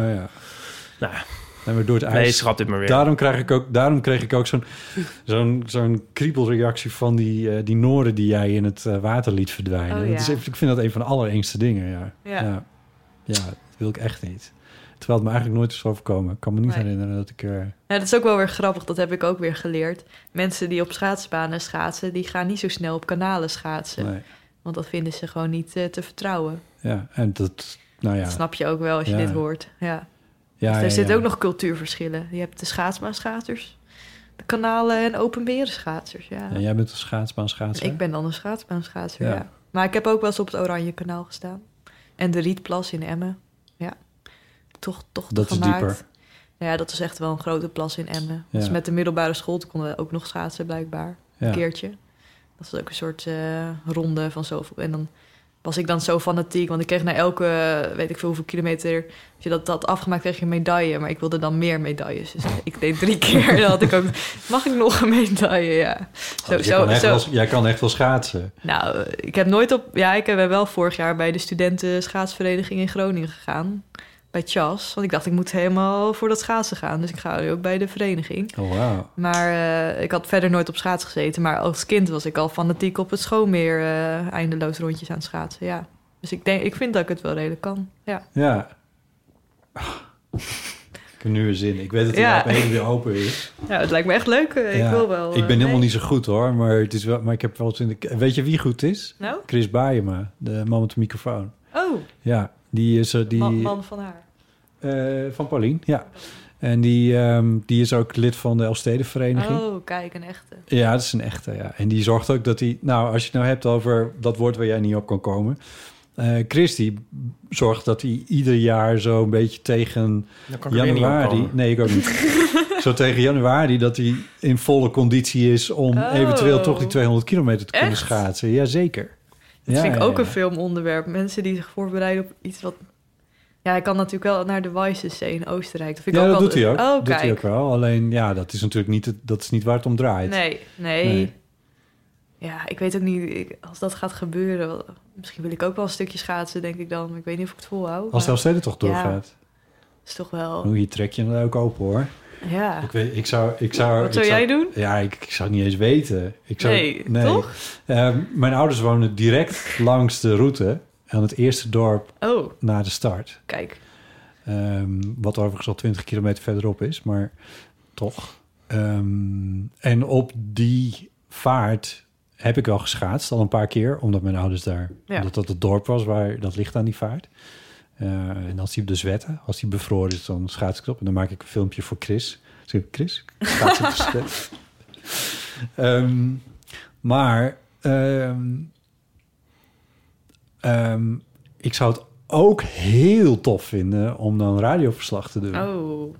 D: Nou, ja.
C: Nee, maar door het ijs.
D: Nee, schrap dit maar weer.
C: Daarom kreeg ik ook, daarom kreeg ik ook zo'n, zo'n, zo'n kriebelreactie van die, eh, die Noorden die jij in het eh, water liet verdwijnen.
E: Oh, ja.
C: Dat is even- ik vind dat een van de allerengste dingen. Ja.
E: Ja.
C: ja. Ja, dat wil ik echt niet. Terwijl het me eigenlijk nooit is overkomen. Ik kan me niet herinneren dat ik. eh,
E: Nou, dat is ook wel weer grappig, dat heb ik ook weer geleerd. Mensen die op schaatsbanen schaatsen, die gaan niet zo snel op kanalen schaatsen.
C: Nee.
E: Want dat vinden ze gewoon niet eh, te vertrouwen.
C: ja, en dat. Nou ja.
E: Dat snap je ook wel als je
C: Ja.
E: dit hoort. Ja.
C: Ja,
E: dus er
C: ja,
E: zitten
C: ja.
E: ook nog cultuurverschillen. Je hebt de schaatsbaanschaatsers, de kanalen en openbare schaaters. Ja.
C: En jij bent een schaatsbaan schaatser.
E: ik ben dan een schaatsbaanschaatser,
C: Ja.
E: ja. Maar ik heb ook wel eens op het Oranje Kanaal gestaan. En de Rietplas in Emmen. Ja, toch, toch
C: Dat is
E: gemaakt. Nou
C: dieper.
E: Ja, dat is echt wel een grote plas in Emmen.
C: Ja.
E: Dus met de middelbare school toen konden we ook nog schaatsen blijkbaar.
C: Ja.
E: Een keertje. Dat was ook een soort eh, ronde van zoveel. En dan was ik dan zo fanatiek. Want ik kreeg na elke, eh, weet ik veel hoeveel kilometer... Als je dat had afgemaakt, kreeg je een medaille. Maar ik wilde dan meer medailles. Dus ik deed drie keer. Dan had ik ook, mag ik nog een medaille? Ja. Zo,
C: jij, Oh, kan dus echt Wel, jij kan echt wel schaatsen.
E: nou, eh, ik heb nooit op. Ja, ik ben wel vorig jaar bij de studenten schaatsvereniging in Groningen gegaan. Bij Chas. Want ik dacht, ik moet helemaal voor dat schaatsen gaan. Dus ik ga nu ook bij de vereniging.
C: Oh, wauw.
E: Maar eh, ik had verder nooit op schaats gezeten. Maar als kind was ik al fanatiek op het schoonmeer eh, eindeloos rondjes aan het schaatsen. Ja. Dus ik, denk, ik vind dat ik het wel redelijk kan. Ja.
C: Ja. Ah. Ik heb nu weer zin. Ik weet dat de
E: Ja.
C: ja. helemaal weer open is.
E: ja, het lijkt me echt leuk. Eh, Ik
C: Ja,
E: wil wel.
C: Ik ben
E: eh,
C: helemaal
E: mee.
C: niet zo goed hoor, maar, het is wel, maar ik heb wel eens in de- Weet je wie goed is?
E: Nou?
C: Chris Baeyema, de man met de microfoon.
E: Oh,
C: Ja, die is... er- Die,
E: man, man van haar.
C: eh, van Paulien, ja. En die, ehm, die is ook lid van de Elfstedenvereniging.
E: Oh, kijk, een echte.
C: Ja, dat is een echte, ja. En die zorgt ook dat hij... Nou, als je het nou hebt over dat woord waar jij niet op kan komen... eh Chris, die zorgt dat hij ieder jaar zo'n beetje tegen
D: Daar kan ik weer niet op
C: januari...
D: komen.
C: Nee, ik ook niet. zo tegen januari dat hij in volle conditie is... om
E: Oh.
C: eventueel toch die 200 kilometer te kunnen
E: Echt?
C: schaatsen. Jazeker.
E: Dat
C: Ja,
E: vind ik
C: ja,
E: ook
C: ja.
E: een filmonderwerp. Mensen die zich voorbereiden op iets wat... Ja, hij kan natuurlijk wel naar de Weissensee in Oostenrijk. Dat vind ik
C: Ja,
E: ook
C: dat
E: wel...
C: doet hij ook.
E: Oh,
C: dat doet hij
E: kijk.
C: ook wel. Alleen, ja, dat is natuurlijk niet, het, dat is niet waar het om draait.
E: Nee, nee,
C: Nee.
E: Ja, ik weet ook niet... ik- als dat gaat gebeuren... wel- Misschien wil ik ook wel een stukje schaatsen, denk ik dan. Ik weet niet of ik het volhoud.
C: Als de
E: maar-
C: Elfsteden toch
E: Ja,
C: doorgaat.
E: is toch wel...
C: Hoe je trek je hem ook open, hoor.
E: Ja.
C: Ik, weet, ik zou... Ik zou
E: Wat zou
C: ik
E: jij doen?
C: Ja, ik, ik zou het niet eens weten. Ik zou,
E: Nee, toch?
C: Eh, mijn ouders wonen direct langs de route... aan het eerste dorp
E: Oh.
C: na de start.
E: Kijk.
C: Ehm, wat overigens al 20 kilometer verderop is, maar toch. Ehm, en op die vaart heb ik wel geschaatst al een paar keer, omdat mijn ouders daar,
I: Ja.
C: omdat dat het dorp was waar dat ligt aan die vaart. Eh, en als die dus wetten, als die bevroren is, dan schaats ik het op en dan maak ik een filmpje voor Chris. Zeg ik, Chris, ik schaats op de zwet. Ehm, maar ehm, ehm, ik zou het ook heel tof vinden om dan radioverslag te doen.
E: Oh.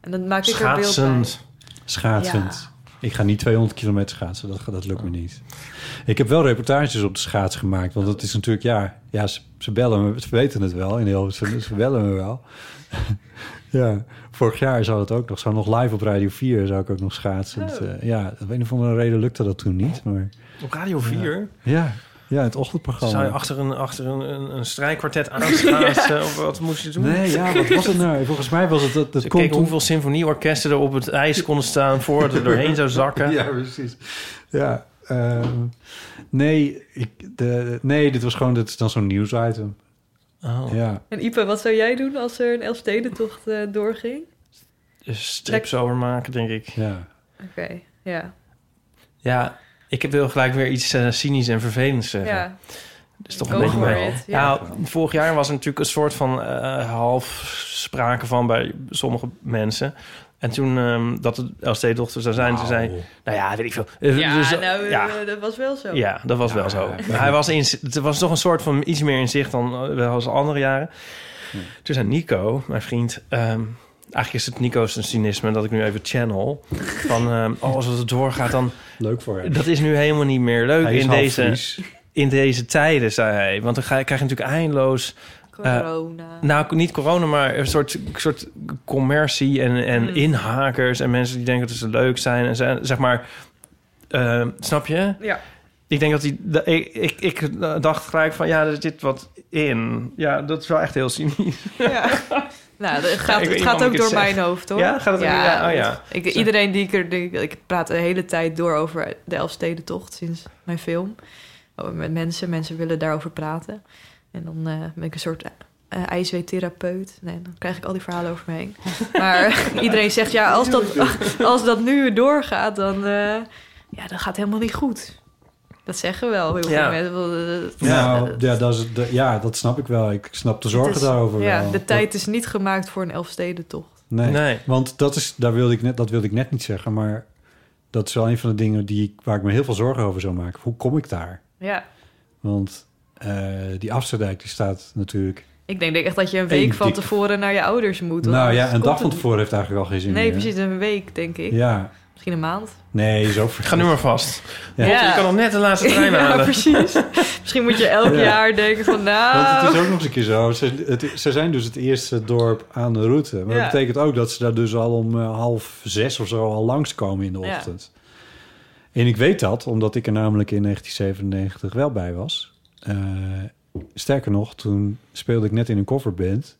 E: En dan maak ik er beeld bij.
C: Schaatsend. Schaatsend. Ik ga niet 200 kilometer schaatsen, dat, dat lukt me niet. Ik heb wel reportages op de schaats gemaakt, want dat is natuurlijk, ja, ja ze, ze bellen me, ze weten het wel, in de hoofd, ze, ze bellen me wel. ja, vorig jaar zou dat ook nog, zou nog live op Radio 4 zou ik ook nog schaatsen.
D: Oh.
C: Eh, ja, op een of andere reden lukte dat toen niet, maar
D: Op Radio 4?
C: ja, ja het ochtendprogramma.
D: Zou je achter een, achter een, een, een strijkkwartet aanschaatsen? Of wat moest je doen?
C: Nee, ja, wat was het nou? Volgens mij was het dat. dat
D: Ze
C: komt
D: keken
C: toen-
D: hoeveel symfonieorkesten er op het ijs konden staan... voordat het er doorheen zou zakken.
C: Ja, precies. Ja. ehm, nee, ik, de, nee, dit was gewoon dit is dan zo'n nieuwsitem.
D: Oh.
C: Ja.
E: En Ipe, wat zou jij doen als er een Elfstedentocht eh doorging?
D: Dus strips over maken, denk ik.
C: Ja.
E: Oké, ja.
D: Ja, ik wil gelijk weer iets eh, cynisch en vervelends zeggen.
E: Ja.
D: Dat is toch
E: Go
D: een beetje
E: for
D: mijn...
E: it, ja.
D: ja. vorig jaar was er natuurlijk een soort van eh, half sprake van bij sommige mensen... En toen ehm, dat de LC-dochter zou zijn, toen zei nou ja, weet ik veel. Eh,
E: Ja,
D: dus-
E: nou, eh,
D: ja.
E: dat was wel zo.
D: Ja, dat was wel zo. Maar hij was in, het was toch een soort van iets meer in zicht dan eh, wel als andere jaren. Toen zei Nico, mijn vriend... ehm, eigenlijk is het Nico's een cynisme dat ik nu even channel. Van, ehm, oh, als het doorgaat dan...
C: Leuk voor hem.
D: Dat is nu helemaal niet meer leuk
C: Hij is
D: in
C: half
D: deze,
C: Fries.
D: in deze tijden, zei hij. Want dan ga, krijg je natuurlijk eindeloos... eh, nou, niet corona, maar een soort, soort commercie en, en
E: Mm.
D: inhakers... en mensen die denken dat ze leuk zijn. En ze- zeg maar... eh, snap je?
E: Ja.
D: Ik denk dat hij... dat- Ik, ik, ik dacht gelijk van, ja, er zit wat in. Ja, dat is wel echt heel cynisch.
E: Nou, het
D: Ja,
E: gaat,
D: ik weet
E: het
D: niet
E: gaat
D: waarom
E: ook
D: ik
E: door
D: het zeg.
E: mijn hoofd, hoor.
D: Ja, gaat het- ja, oh ja.
E: Ik, iedereen die ik er... die- Ik praat de hele tijd door over de Elfstedentocht sinds mijn film. Over Met mensen, mensen willen daarover praten. En dan eh, ben ik een soort eh ijsweetherapeut. Nee, dan krijg ik al die verhalen over me heen. Maar iedereen zegt, ja, als dat, als dat nu doorgaat, dan... eh, ja, dat gaat helemaal niet goed. Dat zeggen wel heel veel
D: Ja.
E: mensen. want, eh,
C: Nou, ja, dat is, dat- ja, dat snap ik wel. Ik snap de zorgen
E: het is-
C: daarover
E: Ja,
C: wel.
E: de tijd is niet gemaakt voor een Elfstedentocht.
C: Nee,
D: Nee.
C: want dat, is, daar wilde ik net, dat wilde ik net niet zeggen. Maar dat is wel een van de dingen die, ik- waar ik me heel veel zorgen over zou maken. Hoe kom ik daar?
E: Ja.
C: Want eh, die Afsterdijk die staat natuurlijk...
E: Ik denk echt dat je een week
C: Eén
E: van
C: dikke-
E: tevoren naar je ouders moet. want
C: nou ja,
E: anders
C: een dag
E: komt
C: van
E: het
C: tevoren heeft eigenlijk al geen zin
E: niet. Nee,
C: meer.
E: precies een week, denk ik.
C: Ja.
E: Misschien een maand.
C: Nee, zo Ga
D: nu maar vast. Je kan nog net de laatste trein
E: ja,
D: halen.
E: precies. Misschien moet je elk
C: Ja.
E: jaar denken van
C: Want het is ook
E: nou...
C: nog eens een keer zo. Ze, het- ze zijn dus het eerste dorp aan de route. Maar
E: Ja.
C: dat betekent ook dat ze daar dus al om eh, half zes of zo al langskomen in de
E: Ja.
C: ochtend. En ik weet dat, omdat ik er namelijk in 1997 wel bij was. Eh, sterker nog, toen speelde ik net in een coverband.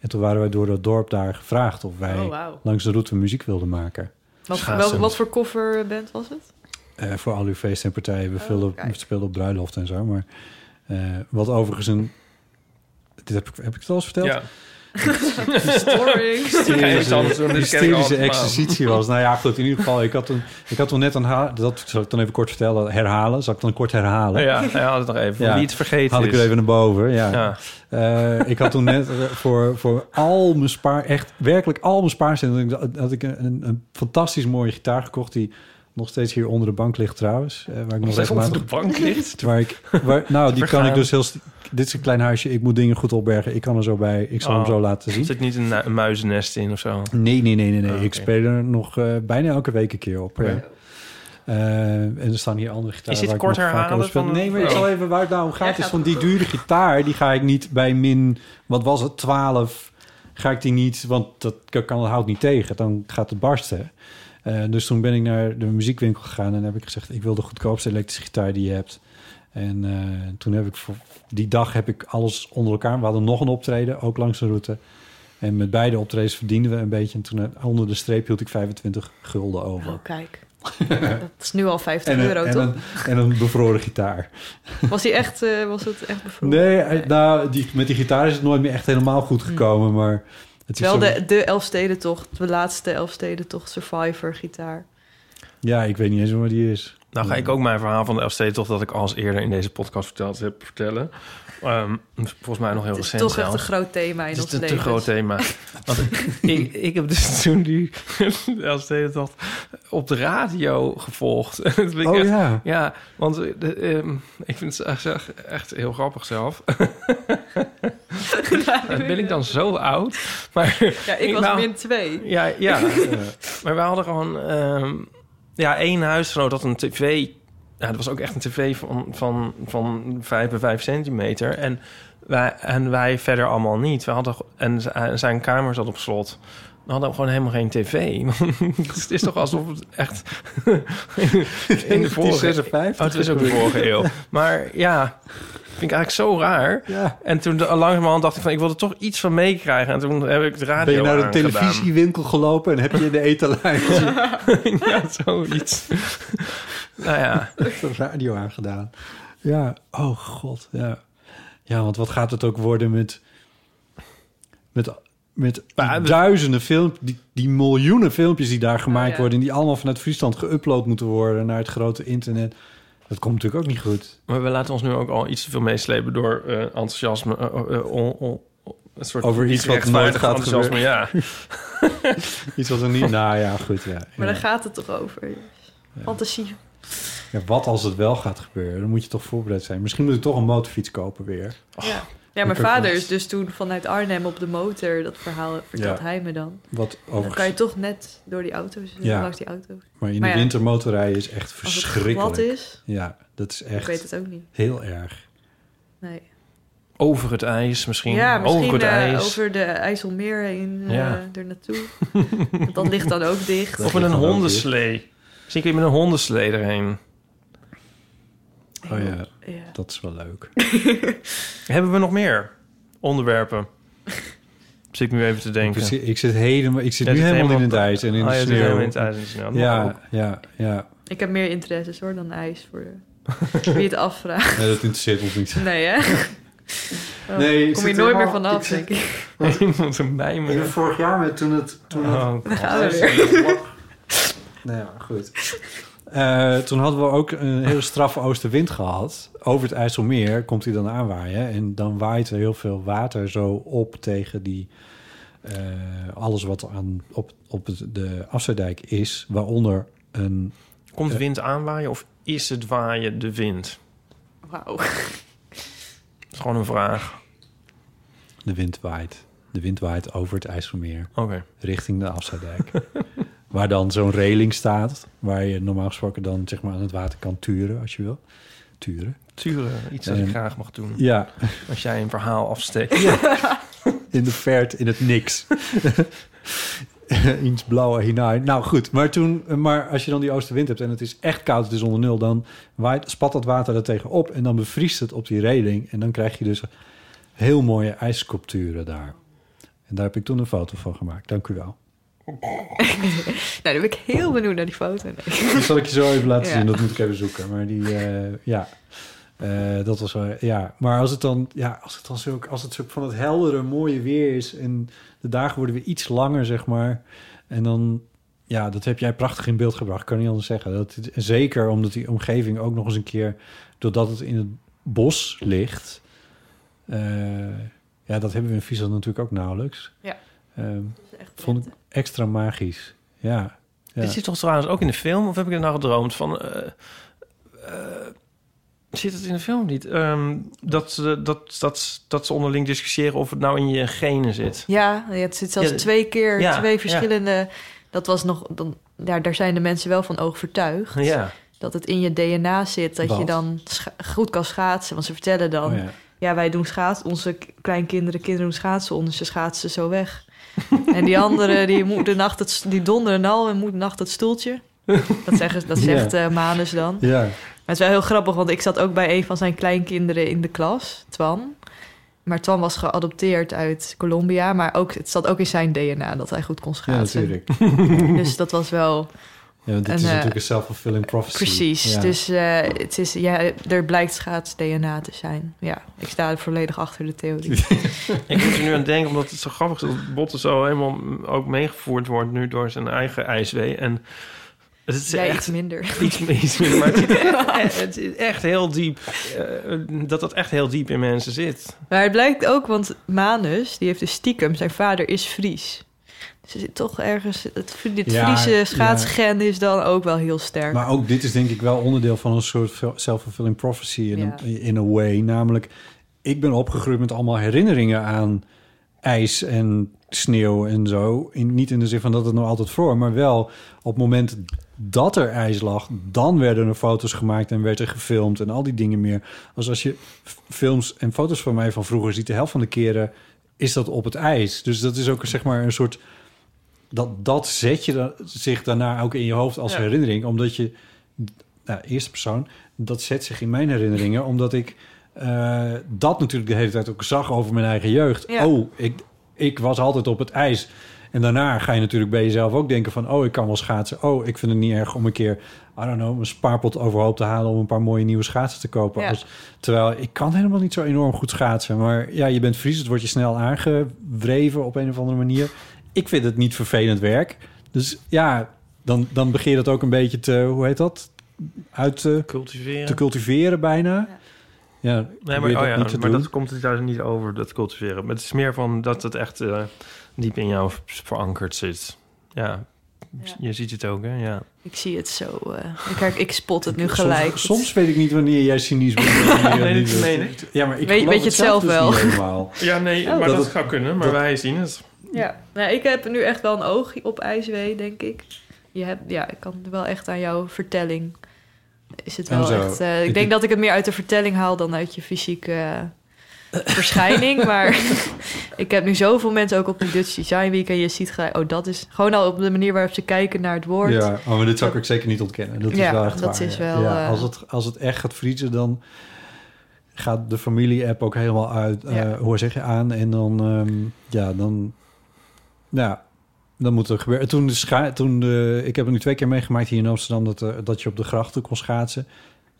C: En toen waren wij door dat dorp daar gevraagd of wij
E: Oh, wauw.
C: langs de route muziek wilden maken.
E: Wat, wel, wat voor kofferband was het?
C: Eh, voor al uw feesten en partijen. We,
E: Oh,
C: vullen, we speelden op bruiloft en zo. Maar eh, wat overigens een... Dit heb, ik, heb ik het al eens verteld?
D: Ja.
E: Storing.
D: Ik ga iets anders
C: Hysterische,
D: doen, dit ken ik
C: hysterische
D: allemaal.
C: exercitie was. Nou ja, goed. In ieder geval, ik had toen, ik had toen net een... ha- Dat zal ik dan even kort vertellen. Herhalen. Zal ik dan kort herhalen?
D: Oh Ja, hij had het nog even.
C: Ja.
D: Wie het vergeten
C: Had ik
D: is.
C: er even naar boven, ja.
D: Ja.
C: Eh, ik had toen net eh, voor, voor al mijn spaar... Echt werkelijk al mijn spaarcenten... had ik- had ik een, een, een fantastisch mooie gitaar gekocht... die nog steeds hier onder de bank ligt trouwens. eh, waar ik nog
D: steeds onder
C: regelmatig-
D: de bank ligt?
C: Waar ik, waar, nou,
D: Te
C: die kan
D: vergaan.
C: ik dus heel... st- Dit is een klein huisje. Ik moet dingen goed opbergen. Ik kan er zo bij. Ik zal hem
D: Oh.
C: zo laten zien.
D: Er zit niet een, nu- een muizennest in of zo.
C: Nee, nee, nee, nee. nee.
D: Ah,
C: Ik
D: oké.
C: speel er nog eh, bijna elke week een keer op.
D: Oké.
C: ja. Eh, en er staan hier andere gitaren.
D: Is dit
C: waar ik
D: kort
C: nog vaker
D: herhalen
C: over speel.
D: van-
C: Nee, maar ik
D: Oh.
C: zal even waar het nou om
D: Jij
C: gaat. Is
D: gaat
C: van die dure gitaar, die ga ik niet bij min, wat was het, 12, ga ik die niet, want dat kan het hout niet tegen. Dan gaat het barsten. Eh, dus toen ben ik naar de muziekwinkel gegaan en heb ik gezegd: Ik wil de goedkoopste elektrische gitaar die je hebt. En eh, toen heb ik voor, die dag heb ik alles onder elkaar. We hadden nog een optreden, ook langs de route. En met beide optredens verdienden we een beetje. En toen eh, onder de streep hield ik 25 gulden over.
E: Oh, kijk. dat is nu al 50
C: En een-
E: euro,
C: en
E: toch?
C: een, en een bevroren gitaar.
E: Was, die echt, eh, was het echt bevroren?
C: Nee, eh, nou, die, met die gitaar is het nooit meer echt helemaal goed gekomen. Maar het is
E: Wel
C: zo-
E: Hm. de, de Elfstedentocht, de laatste Elfstedentocht Survivor gitaar.
C: Ja, ik weet niet eens waar die is.
D: Nou ga ik ook mijn verhaal van de LC toch dat ik al eens eerder in deze podcast verteld heb vertellen. Ehm, volgens mij nog heel
E: Het is
D: recent
E: toch echt
D: zelfs.
E: een groot thema in
D: Het
E: ons
D: is een
E: leven.
D: te groot thema. Want ik, ik heb dus toen die LC-tocht op de radio gevolgd. Dat vind ik
C: Oh,
D: echt-
C: ja.
D: Ja, want eh, de, ehm, ik vind het echt, echt heel grappig zelf. ben ik dan zo oud? Maar,
E: Ja, ik was
D: nou,
E: min 2.
D: ja, ja. maar we hadden gewoon ehm, ja, één huisgenoot dat een tv... Ja, dat was ook echt een tv van, van, van 5 bij 5 centimeter. En wij, en wij verder allemaal niet. We hadden, en z- en zijn kamer zat op slot. We hadden gewoon helemaal geen tv. Dus het is toch alsof het echt... in de vorige...
C: 1956.
D: Oh, het is ook de vorige eeuw. Maar ja, vind ik eigenlijk zo raar.
C: Ja.
D: En toen de- langzamerhand dacht ik van... ik wil er toch iets van meekrijgen. En toen heb ik de radio
C: Ben je naar de
D: aangedaan.
C: televisiewinkel gelopen en heb je in de etalage
D: ja, zoiets. nou ja.
C: de radio aangedaan? Ja, oh god, ja. Ja, want wat gaat het ook worden met... met, met die duizenden filmpjes, die, die miljoenen filmpjes die daar
E: Oh,
C: gemaakt worden... en die allemaal vanuit Friesland geüpload moeten worden naar het grote internet. Dat komt natuurlijk ook niet goed.
D: Maar we laten ons nu ook al iets te veel meeslepen door eh, enthousiasme. eh, eh, oh, on- on- Een soort
C: Over iets wat nooit
D: rechtvaardig
C: gaat
D: enthousiasme,
C: gebeuren.
D: Ja.
C: Iets wat er niet... Nou ja, goed, ja.
E: Maar
C: ja.
E: daar gaat het toch over? Fantasie.
C: Ja, wat als het wel gaat gebeuren? Dan moet je toch voorbereid zijn. Misschien moet ik toch een motorfiets kopen weer.
E: ja. ja,
C: ik
E: mijn
C: ook
E: vader
C: wel.
E: is dus toen vanuit Arnhem op de motor. Dat verhaal vertelt
C: Ja.
E: hij me dan.
C: Wat
E: Dan
C: overigens-
E: kan je toch net door die auto's, langs die auto's.
C: Maar in de
E: ja,
C: winter motorrijden is echt
E: het
C: verschrikkelijk.
E: glad is,
C: Ja, dat is echt...
E: weet het ook niet.
C: Heel erg.
E: Nee.
D: Over het ijs misschien.
E: Ja, misschien
D: over het
E: eh,
D: ijs.
E: over de IJsselmeer heen eh,
D: Ja.
E: er naartoe. Want dat ligt dan ook dicht.
D: Of met een hondenslee. Misschien kun je met een hondenslee erheen.
C: Oh ja,
E: Ja.
C: dat is wel leuk.
D: Hebben we nog meer onderwerpen? Zit ik nu even te denken.
C: Ik zit, ik zit helemaal, ik zit
D: Jij
C: nu
D: zit
C: helemaal, in
D: helemaal-
C: het ijs en in
D: Oh,
C: de
D: jij zit
C: sneeuw.
D: helemaal in het Oh. ijs en de sneeuw. Dat mag ook.
C: Ja, ja, ja.
E: Ik heb meer interesses hoor dan ijs voor de- wie het afvraagt.
C: Nee, dat interesseert ons niet.
E: Nee, hè? Oh,
C: Nee, ik
E: kom je
C: zit
E: nooit meer
C: helemaal-
E: vanaf,
C: ik zit-
E: denk ik.
D: Iemand een bij me.
C: Vorig jaar met toen het... Toen het-
D: Oh,
E: Daar gaan we weer.
C: Nou ja, goed. Eh, toen hadden we ook een hele straffe oostenwind gehad. Over het IJsselmeer komt hij dan aanwaaien. En dan waait er heel veel water zo op tegen die, eh, alles wat aan, op, op het- de Afzijdijk is. Waaronder een...
D: Komt wind aanwaaien of is het waaien de wind?
E: Wauw.
D: Dat is gewoon een vraag.
C: De wind waait. De wind waait over het IJsselmeer.
D: Oké.
C: Richting de Afzijdijk. waar dan zo'n reling staat. Waar je normaal gesproken dan zeg maar, aan het water kan turen als je wil. Turen.
D: Turen, iets dat ik
C: En-
D: graag mag doen.
C: Ja.
D: Als jij een verhaal afsteekt.
C: in de verte, in het niks. Iets blauwe hinein. Nou goed, maar, toen, maar als je dan die oostenwind hebt en het is echt koud, het is onder nul, dan waait, spat dat water er tegenop en dan bevriest het op die reling. En dan krijg je dus heel mooie ijssculpturen daar. En daar heb ik toen een foto van gemaakt. Dank u wel.
E: nou, dan ben ik heel benieuwd naar die foto. Nee.
C: Dat zal ik je zo even laten
E: Ja.
C: zien. Dat moet ik even zoeken. Maar die, eh, ja, Eh, dat was wel, ja. Maar als het dan, ja, als het dan zo, als het zo van het heldere, mooie weer is en de dagen worden weer iets langer, zeg maar. En dan, ja, dat heb jij prachtig in beeld gebracht. Kan niet anders zeggen. Dat, het- zeker omdat die omgeving ook nog eens een keer, doordat het in het bos ligt. eh, ja, dat hebben we in Friesland natuurlijk ook nauwelijks.
E: Ja.
C: Ehm, vond ik extra magisch. Ja.
E: Dus
C: ja.
D: Dit zit toch trouwens ook in de film? Of heb ik er nou gedroomd van... eh, eh, zit het in de film niet? Ehm, dat, ze, dat, dat, dat ze onderling discussiëren of het nou in je genen zit.
E: Ja, ja, het zit zelfs
D: Ja,
E: twee keer,
D: ja,
E: twee
D: ja.
E: verschillende... Dat was nog... Dan, daar, daar zijn de mensen wel van overtuigd.
D: Ja.
E: Dat het in je DNA zit, dat je
D: Wat?
E: dan scha- goed kan schaatsen. Want ze vertellen dan...
D: Oh,
E: ja.
D: ja.
E: wij doen schaatsen. Onze k- kleinkinderen, kinderen doen schaatsen. Onder ze schaatsen zo weg. en die andere, die, moet de nacht het, s- die donderen al en moet de nacht het stoeltje. Dat, zeggen, ze- dat
C: Ja.
E: zegt eh, Manus dan.
C: Ja.
E: Maar het is wel heel grappig, want ik zat ook bij een van zijn kleinkinderen in de klas, Twan. Maar Twan was geadopteerd uit Colombia, maar ook, het zat ook in zijn DNA dat hij goed kon schaatsen.
C: natuurlijk.
E: dus dat was wel...
C: Ja, want dit
E: En,
C: is
E: eh,
C: natuurlijk een self-fulfilling prophecy.
E: Precies,
C: Ja.
E: dus eh, het is, ja, er blijkt schaats-DNA te zijn. Ja, ik sta er volledig achter de theorie.
D: Ik moet er nu aan denken, omdat het zo grappig is... dat Botten zo helemaal m- ook meegevoerd wordt nu door zijn eigen ijswee. En het is
E: Jij
D: echt
E: iets minder.
D: Iets, iets minder, maar het zit echt, het zit echt heel diep... eh, dat dat echt heel diep in mensen zit.
E: Maar het blijkt ook, want Manus, die heeft dus stiekem, zijn vader is Fries. Dus er zit toch ergens, het, Fri- dit
C: Ja, ja.
E: Friese schaatsgen is dan ook wel heel sterk.
C: Maar ook dit is denk ik wel onderdeel van een soort self-fulfilling prophecy in,
E: Ja.
C: een, in a way. Namelijk, ik ben opgegroeid met allemaal herinneringen aan ijs en sneeuw en zo. In, niet in de zin van dat het nou altijd vroor, maar wel op het moment dat er ijs lag, dan werden er foto's gemaakt en werd er gefilmd en al die dingen meer. Als als je f- films en foto's van mij van vroeger ziet, de helft van de keren is dat op het ijs. Dus dat is ook zeg maar een soort dat, dat zet je dan, zich daarna ook in je hoofd als
D: Ja.
C: herinnering. Omdat je, nou, eerste persoon, dat zet zich in mijn herinneringen. Omdat ik eh, dat natuurlijk de hele tijd ook zag over mijn eigen jeugd.
D: Ja.
C: Oh, ik, ik was altijd op het ijs. En daarna ga je natuurlijk bij jezelf ook denken van... oh, ik kan wel schaatsen. Oh, ik vind het niet erg om een keer... I don't know, mijn spaarpot overhoop te halen... om een paar mooie nieuwe schaatsen te kopen.
E: Ja.
C: Als, terwijl ik kan helemaal niet zo enorm goed schaatsen. Maar ja, je bent Fries, het wordt je snel aangewreven op een of andere manier. Ik vind het niet vervelend werk. Dus ja, dan, dan begin je dat ook een beetje te... hoe heet dat? Uit te
D: cultiveren.
C: Te cultiveren bijna. Ja,
D: Nee,
C: probeer
D: maar,
C: dat
D: oh ja,
C: niet te
D: maar
C: doen.
D: dat komt het daar niet over, dat cultiveren. Maar het is meer van dat het echt eh, diep in jou verankerd zit. Ja, je ziet het ook, hè? Ja.
E: Ik zie het zo. eh, kijk, ik spot het nu gelijk.
C: Soms, soms weet ik niet wanneer jij cynisme bent. en wanneer
D: Nee,
C: niet
D: dit meen
C: bent.
D: ik.
C: Ja, maar ik
E: Weet-
C: geloof
E: weet je het zelf
C: dus
E: wel?
C: niet helemaal.
D: Ja, nee,
E: Oh.
D: maar
C: Dat
D: dat,
C: het-
D: zou kunnen. Maar
C: dat-
D: wij zien het.
E: Ja, nou, ik heb nu echt wel een oog op ijswee, denk ik. Je hebt, ja, ik kan wel echt aan jouw vertelling. Is het wel
C: En zo.
E: echt. eh, ik
C: Ik-
E: denk dat ik het meer uit de vertelling haal dan uit je fysieke eh, verschijning. maar ik heb nu zoveel mensen ook op de Dutch Design Week. En je ziet gelijk, oh, dat is gewoon al op de manier waarop ze kijken naar het woord.
C: Ja, oh, maar dit zou ik ook zeker niet ontkennen. Dat
E: Ja,
C: is wel echt
E: dat
C: waar,
E: is
C: ja.
E: wel,
C: Ja,
E: eh,
C: als, het, als het echt gaat vriezen, dan gaat de familie-app ook helemaal uit. eh, hoor zeg je aan en dan... ehm, ja, dan... Ja, dan moet er gebeuren. Toen de scha toen de, ik heb het nu twee keer meegemaakt hier in Amsterdam... Dat, eh, dat je op de grachten kon schaatsen.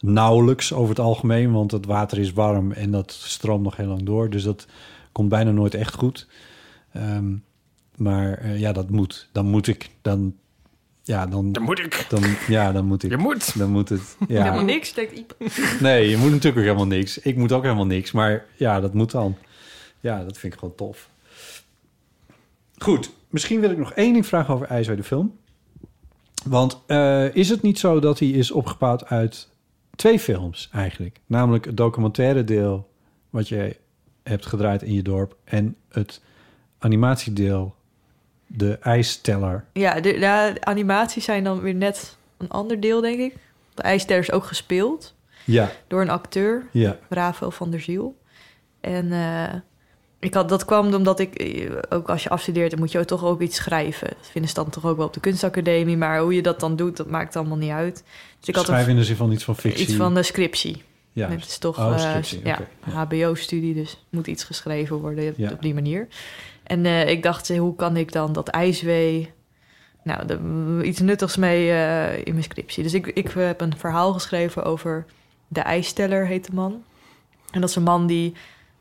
C: Nauwelijks over het algemeen, want het water is warm... en dat stroomt nog heel lang door. Dus dat komt bijna nooit echt goed. Ehm, maar eh, ja, dat moet. Dan moet ik. Dan, ja, dan,
D: Dan moet ik.
C: Dan, ja, dan moet ik.
D: Je moet.
C: Dan moet het. Ja.
E: Helemaal niks, denkt Iep.
C: Nee, je moet natuurlijk ook helemaal niks. Ik moet ook helemaal niks. Maar ja, dat moet dan. Ja, dat vind ik gewoon tof. Goed, misschien wil ik nog één ding vragen over IJs de film. Want eh, is het niet zo dat hij is opgebouwd uit twee films eigenlijk? Namelijk het documentaire deel wat je hebt gedraaid in je dorp... en het animatiedeel, de ijsteller.
E: Ja, de, ja, de animaties zijn dan weer net een ander deel, denk ik. De ijster is ook gespeeld
C: Ja,
E: door een acteur.
C: ja.
E: Rafael van der Ziel. En eh, ik had, dat kwam omdat ik, eh, ook als je afstudeert, dan moet je ook toch ook iets schrijven. Dat vinden ze dan toch ook wel op de kunstacademie. Maar hoe je dat dan doet, dat maakt allemaal niet uit. Dus ik had
C: Schrijf in
E: een,
C: de zin van iets van fictie.
E: iets van de scriptie.
C: Ja,
E: Ja, het is toch
C: oh,
E: eh,
C: scriptie,
E: ja,
C: oké,
E: HBO-studie, dus moet iets geschreven worden op,
C: Ja.
E: op die manier. En eh, ik dacht, eh, hoe kan ik dan dat ijswee, nou, de- m, iets nuttigs mee eh, in mijn scriptie. Dus ik, ik heb een verhaal geschreven over de ijsteller, heet de man. En dat is een man die,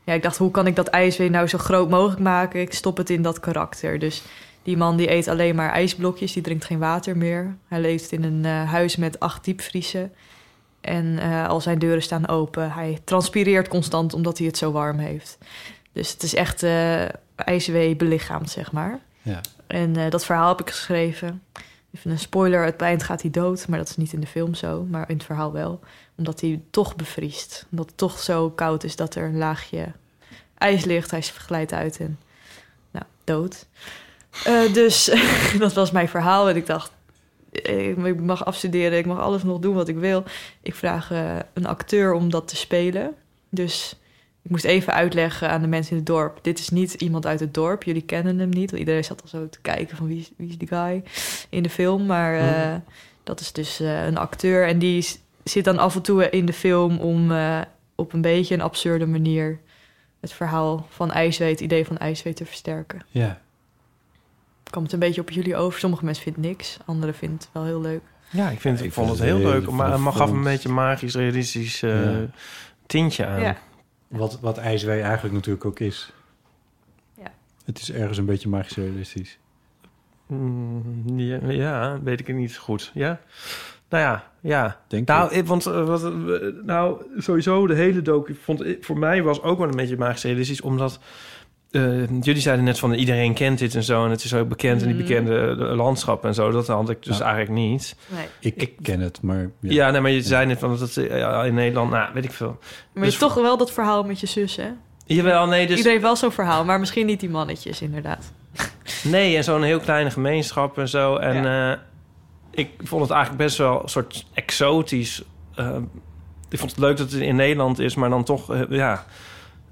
E: ja, ik dacht, hoe kan ik dat ijswee nou zo groot mogelijk maken? Ik stop het in dat karakter. Dus die man die eet alleen maar ijsblokjes, die drinkt geen water meer. Hij leeft in een eh, huis met acht diepvriezen. En eh, al zijn deuren staan open. Hij transpireert constant omdat hij het zo warm heeft. Dus het is echt eh ijswee belichaamd, zeg maar.
C: Ja.
E: En eh, dat verhaal heb ik geschreven. Even een spoiler, het eind gaat hij dood. Maar dat is niet in de film zo, maar in het verhaal wel. Omdat hij toch bevriest. Omdat het toch zo koud is dat er een laagje ijs ligt. Hij glijdt uit en nou, dood. Eh, dus dat was mijn verhaal. En ik dacht, eh, ik mag afstuderen, ik mag alles nog doen wat ik wil. Ik vraag eh, een acteur om dat te spelen. Dus ik moest even uitleggen aan de mensen in het dorp. Dit is niet iemand uit het dorp. Jullie kennen hem niet. Want iedereen zat al zo te kijken van wie is, wie is die guy in de film. Maar
D: Mhm.
E: eh, dat is dus eh, een acteur. En die s- zit dan af en toe in de film om eh, op een beetje een absurde manier... het verhaal van IJswee, het idee van IJswee te versterken
C: Ja.
E: kwam het een beetje op jullie over. Sommige mensen vinden het niks, anderen vinden het wel heel leuk.
D: Ja, ik, vind,
C: Ja,
D: ik
C: ik
D: vond
C: vind
D: het
C: het
D: heel
C: heel-
D: leuk.
C: ik
D: Maar het
C: vond-
D: gaf een
C: vond-
D: beetje magisch, realistisch eh,
C: Ja.
D: tintje aan.
E: Ja.
C: Wat, wat IJswee eigenlijk natuurlijk ook is. Het is ergens een beetje magisch realistisch.
D: Mm, Ja, ja, weet ik het niet zo goed. Ja? Nou ja, ja. nou, ik. Want, eh, wat, eh, nou, sowieso de hele docu... Vond, ik- voor mij was ook wel een beetje magisch realistisch, omdat... eh, jullie zeiden net van iedereen kent dit en zo... en het is ook bekend in die
C: Mm.
D: bekende eh, landschappen en zo. Dat had ik dus eigenlijk niet.
E: Nee.
C: Ik, ken het, maar...
D: Ja, nee, maar je zei net van dat het eh, in Nederland... Nou, weet ik veel.
E: Maar
D: Dus
E: je hebt toch wel dat verhaal met je zus, hè?
D: Jawel, nee, dus...
E: Iedereen heeft wel zo'n verhaal, maar misschien niet die mannetjes, inderdaad.
D: Nee, en zo'n heel kleine gemeenschap en zo. En eh, ik vond het eigenlijk best wel een soort exotisch. Eh, ik vond het leuk dat het in Nederland is, maar dan toch, eh, ja...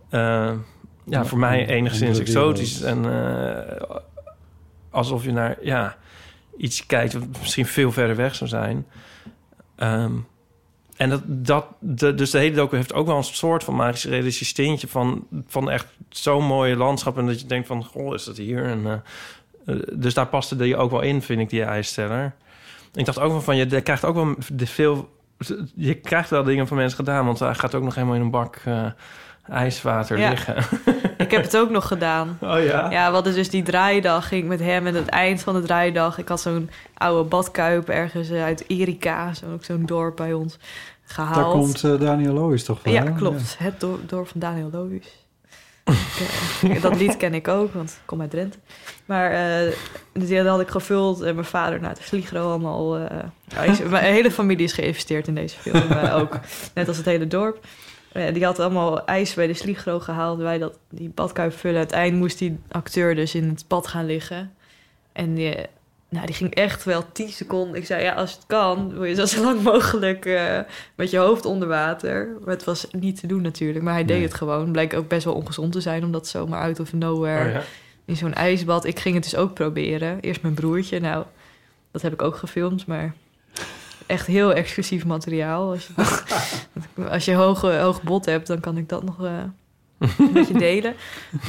D: eh, ja, voor mij
C: Een
D: enigszins
C: andere wereld.
D: exotisch. En eh, alsof je naar ja, iets kijkt wat misschien veel verder weg zou zijn. Ehm, en dat, dat de, dus de hele docu heeft ook wel een soort van magisch realistisch tintje van, van echt zo'n mooie landschap. En dat je denkt van, goh, is dat hier? En, eh, eh, dus daar paste die ook wel in, vind ik, die ijsteller. Ik dacht ook wel van, je je krijgt ook wel de veel... Je krijgt wel dingen van mensen gedaan, want hij gaat ook nog helemaal in een bak eh, ijswater
E: Ja.
D: liggen.
E: Ik heb het ook nog gedaan.
D: Oh ja?
E: Ja, we hadden dus die draaidag. Ging ik met hem en het eind van de draaidag. Ik had zo'n oude badkuip ergens eh, uit Erika. Zo, ook zo'n dorp bij ons gehaald.
C: Daar komt eh, Daniel Loos toch van?
E: Ja,
C: hè?
E: klopt. Het dor- dorp van Daniel Loewis. Ik, eh, dat lied ken ik ook, want ik kom uit Drenthe. Maar eh, dus die had ik gevuld en mijn vader nou, naar de Sligro allemaal. eh, hij is- mijn hele familie is geïnvesteerd in deze film eh, ook. Net als het hele dorp. Eh, die had allemaal ijs bij de Sligro gehaald. Wij dat, die badkuip vullen. Uiteindelijk moest die acteur dus in het bad gaan liggen. En die, nou, die ging echt wel 10 seconden. Ik zei, ja, als het kan, wil je zo lang mogelijk eh, met je hoofd onder water. Maar het was niet te doen natuurlijk, maar hij deed
I: Nee.
E: het gewoon. Bleek ook best wel ongezond te zijn, omdat zomaar out of nowhere
I: Oh ja.
E: in zo'n ijsbad. Ik ging het dus ook proberen. Eerst mijn broertje, nou, dat heb ik ook gefilmd, maar echt heel exclusief materiaal. Als je, als je hoog, hoog bot hebt, dan kan ik dat nog... eh, met je delen.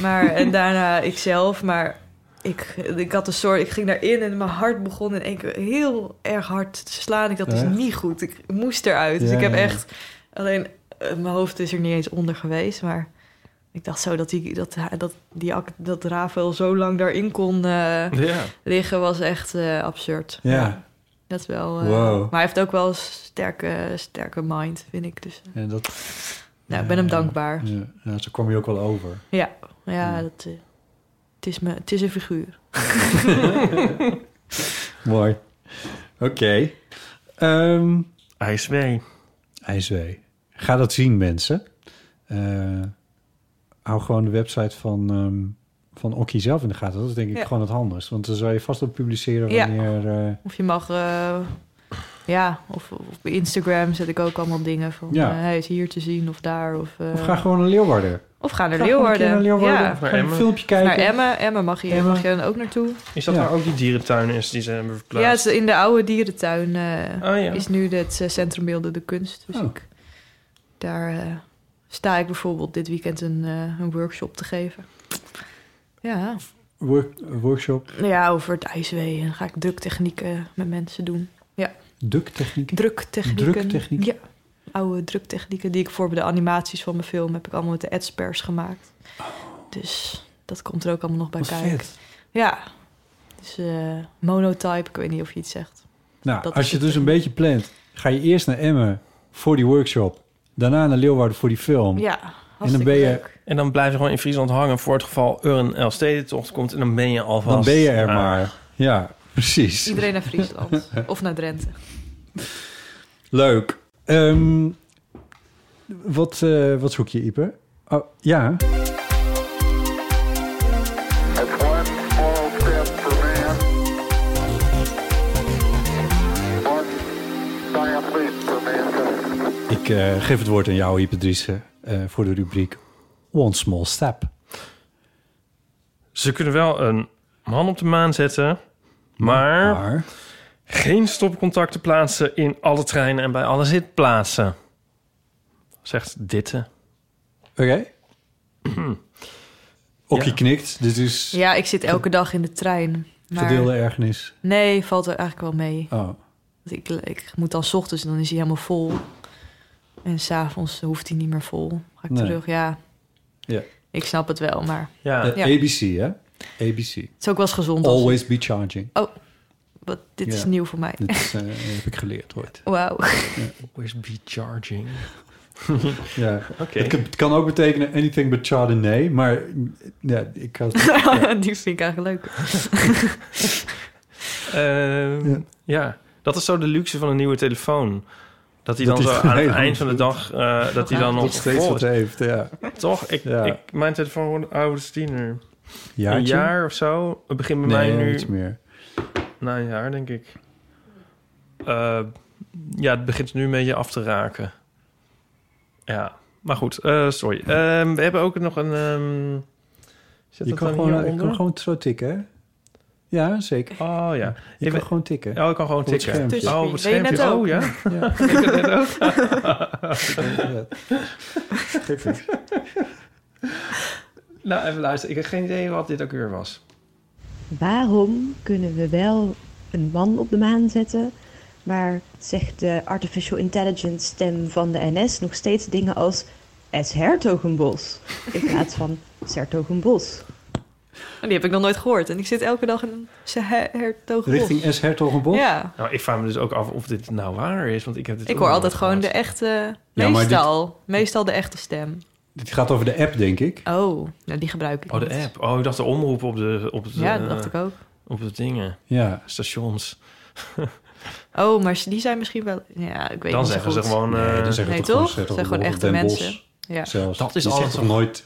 E: Maar en daarna ikzelf, maar ik, ik had een soort, ik ging daarin en mijn hart begon in één keer heel erg hard te slaan. Ik dacht, dat
I: Echt?
E: is niet goed. Ik moest eruit. Dus
I: Ja,
E: ik heb
I: ja, ja.
E: echt, alleen eh, mijn hoofd is er niet eens onder geweest, maar ik dacht zo dat die, dat, dat, die, act- dat Rafael zo lang daarin kon eh,
D: Ja.
E: liggen, was echt eh, absurd.
C: Ja.
E: Dat is wel, eh,
C: Wow.
E: maar hij heeft ook wel een sterke, sterke mind, vind ik. Dus, eh,
C: En dat,
E: nou, ik ben hem dankbaar.
C: ja, ja, zo kwam je ook wel over.
E: Ja, ja dat, eh, het, is me, het is een figuur.
C: Mooi. Oké. Ehm
D: IJswee.
C: IJswee. Ga dat zien, mensen. Eh, hou gewoon de website van, ehm van Okkie zelf in de gaten. Dat is denk ik
E: Ja.
C: gewoon het handigst. Want daar zou je vast op publiceren
E: Ja.
C: wanneer... eh,
E: of je mag, eh, ja, of of op Instagram zet ik ook allemaal dingen van
C: Ja.
E: eh, hij is hier te zien of daar. Of, eh,
C: of ga gewoon naar Leeuwarden.
E: of ga naar
C: ga gewoon een keer
E: Leeuwarden.
C: naar Leeuwarden.
E: Ja.
C: Of naar Gewoon een Emmen. filmpje kijken.
E: Naar Emmen. Emmen mag je, Mag je dan ook naartoe.
D: Is dat nou ook die dierentuin is die ze hebben verplaatst?
E: Ja, het is in de oude dierentuin eh,
D: Oh, ja.
E: is nu het eh, Centrum Beeldende Kunst.
C: Oh.
E: Dus ik, daar eh, sta ik bijvoorbeeld dit weekend een, eh, een workshop te geven. Ja.
C: Work- workshop,
E: Ja, over het ijswee. En dan ga ik druktechnieken met mensen doen. Ja,
C: ducttechnieken.
E: druktechnieken.
C: Druktechniek.
E: Ja, oude druktechnieken die ik voor de animaties van mijn film heb ik allemaal met de adspers gemaakt. Dus dat komt er ook allemaal nog bij
C: Oh. Wat
E: kijken.
C: vet.
E: Ja, dus eh, monotype, ik weet niet of je iets zegt.
C: Nou,
E: Dat
C: als
E: is
C: je het dus een beetje plant, ga je eerst naar Emmen voor die workshop. Daarna naar Leeuwarden voor die film. en dan ben je,
D: En dan blijf je gewoon in Friesland hangen voor het geval er een Elfstedentocht komt. En dan ben je alvast...
C: dan ben je er
D: Ah.
C: maar. Ja, precies.
E: Iedereen naar Friesland of naar Drenthe.
C: Leuk. Ehm, wat, eh, wat zoek je, Ieper? Oh, ja. Ik eh, geef het woord aan jou, Ieper Driessen, eh, voor de rubriek One Small Step.
D: Ze kunnen wel een man op de maan zetten, maar, geen stopcontacten plaatsen in alle treinen en bij alle zitplaatsen. Zegt ditte.
C: Oké. Okkie knikt, dit is
E: Ja, ik zit elke dag in de trein. Maar...
C: verdeelde ergernis.
E: Nee, valt er eigenlijk wel mee.
C: Oh.
E: Want Ik, ik moet dan 's ochtends en dan is hij helemaal vol. En s'avonds hoeft hij niet meer vol. Ga ik
C: Nee.
E: terug, ja.
C: Ja.
E: Ik snap het wel, maar...
C: Eh, ABC, hè? ABC. Het
E: is ook wel eens gezond als-
C: Always be charging.
E: Oh, wat, dit is
C: Ja.
E: nieuw voor mij.
C: Dit is, eh, heb ik geleerd ooit.
E: Wauw.
D: Always be charging.
C: Ja.
D: Oké.
C: Het, kan- het kan ook betekenen anything but Chardonnay, maar mm, ja, ik kan het
E: Die vind ik eigenlijk leuk.
D: Ehm, ja. dat is zo de luxe van een nieuwe telefoon. Dat hij
C: Dat
D: dan
C: hij
D: zo
C: het
D: aan het
C: heel
D: eind
C: goed
D: van de dag... eh, dat hij dan nog
C: steeds
D: vol
C: wat
D: is.
C: heeft. Ja.
D: Toch? Ik,
C: Ja.
D: ik, mijn telefoon wordt ouder dan tiener.
C: Jaartje?
D: Een jaar of zo. Het begint bij
C: Nee,
D: mij nu...
C: iets meer.
D: Na een jaar, denk ik. Eh, ja, het begint nu een beetje af te raken. Ja, maar goed. eh, sorry. Ehm, we hebben ook nog een... ehm, zit
C: Je
D: dat
C: kan
D: dan
C: gewoon, eh, je
D: hieronder?
C: kan gewoon zo tikken, hè? Ja, zeker.
D: Oh ja.
C: Je
D: Ik
C: kan
D: ben-
C: gewoon tikken.
D: Oh, ik kan gewoon
C: Op het
D: tikken.
C: schermpje.
D: Oh, op het Wil je schermpje. net ook? Oh, ja. Ja. Ik kan net ook. nou, even luisteren. Ik heb geen idee wat dit ook weer was.
J: Waarom kunnen we wel een man op de maan zetten, maar zegt de artificial intelligence stem van de NS nog steeds dingen als S. Hertogenbos. In plaats van Sertogenbos.
E: Oh, Die heb ik nog nooit gehoord. En ik zit elke dag in zijn hertogenbos.
D: Richting
C: S. Hertogenbosch?
E: Ja.
D: Nou, ik vraag me dus ook af of dit nou waar is. Want ik heb dit
E: Ik
D: ook
E: hoor
D: nog
E: altijd
D: nooit
E: gewoon de
D: gehoord.
E: echte...
D: Oh, Ja, maar dit-
E: Meestal. Meestal de echte stem.
C: Dit gaat over de app, denk ik.
E: Oh, nou die gebruik ik
D: Oh, de
E: niet.
D: app. Oh, ik dacht de omroep op de... Op de
E: Ja, dat dacht ik ook.
D: Op de dingen.
C: Ja.
D: Stations.
E: Oh, maar die zijn misschien wel... Ja, ik weet
D: dan
E: niet
D: zeggen
E: zo
D: ze
E: goed.
D: gewoon... eh,
C: Nee, dan zeggen
E: nee,
C: we toch
E: toch?
C: gewoon,
E: Het zijn gewoon echte
C: Den
E: mensen.
C: Bosch
E: Ja.
C: zelfs.
D: Dat is
C: je zegt
D: altijd
C: toch
D: wel-
C: nooit...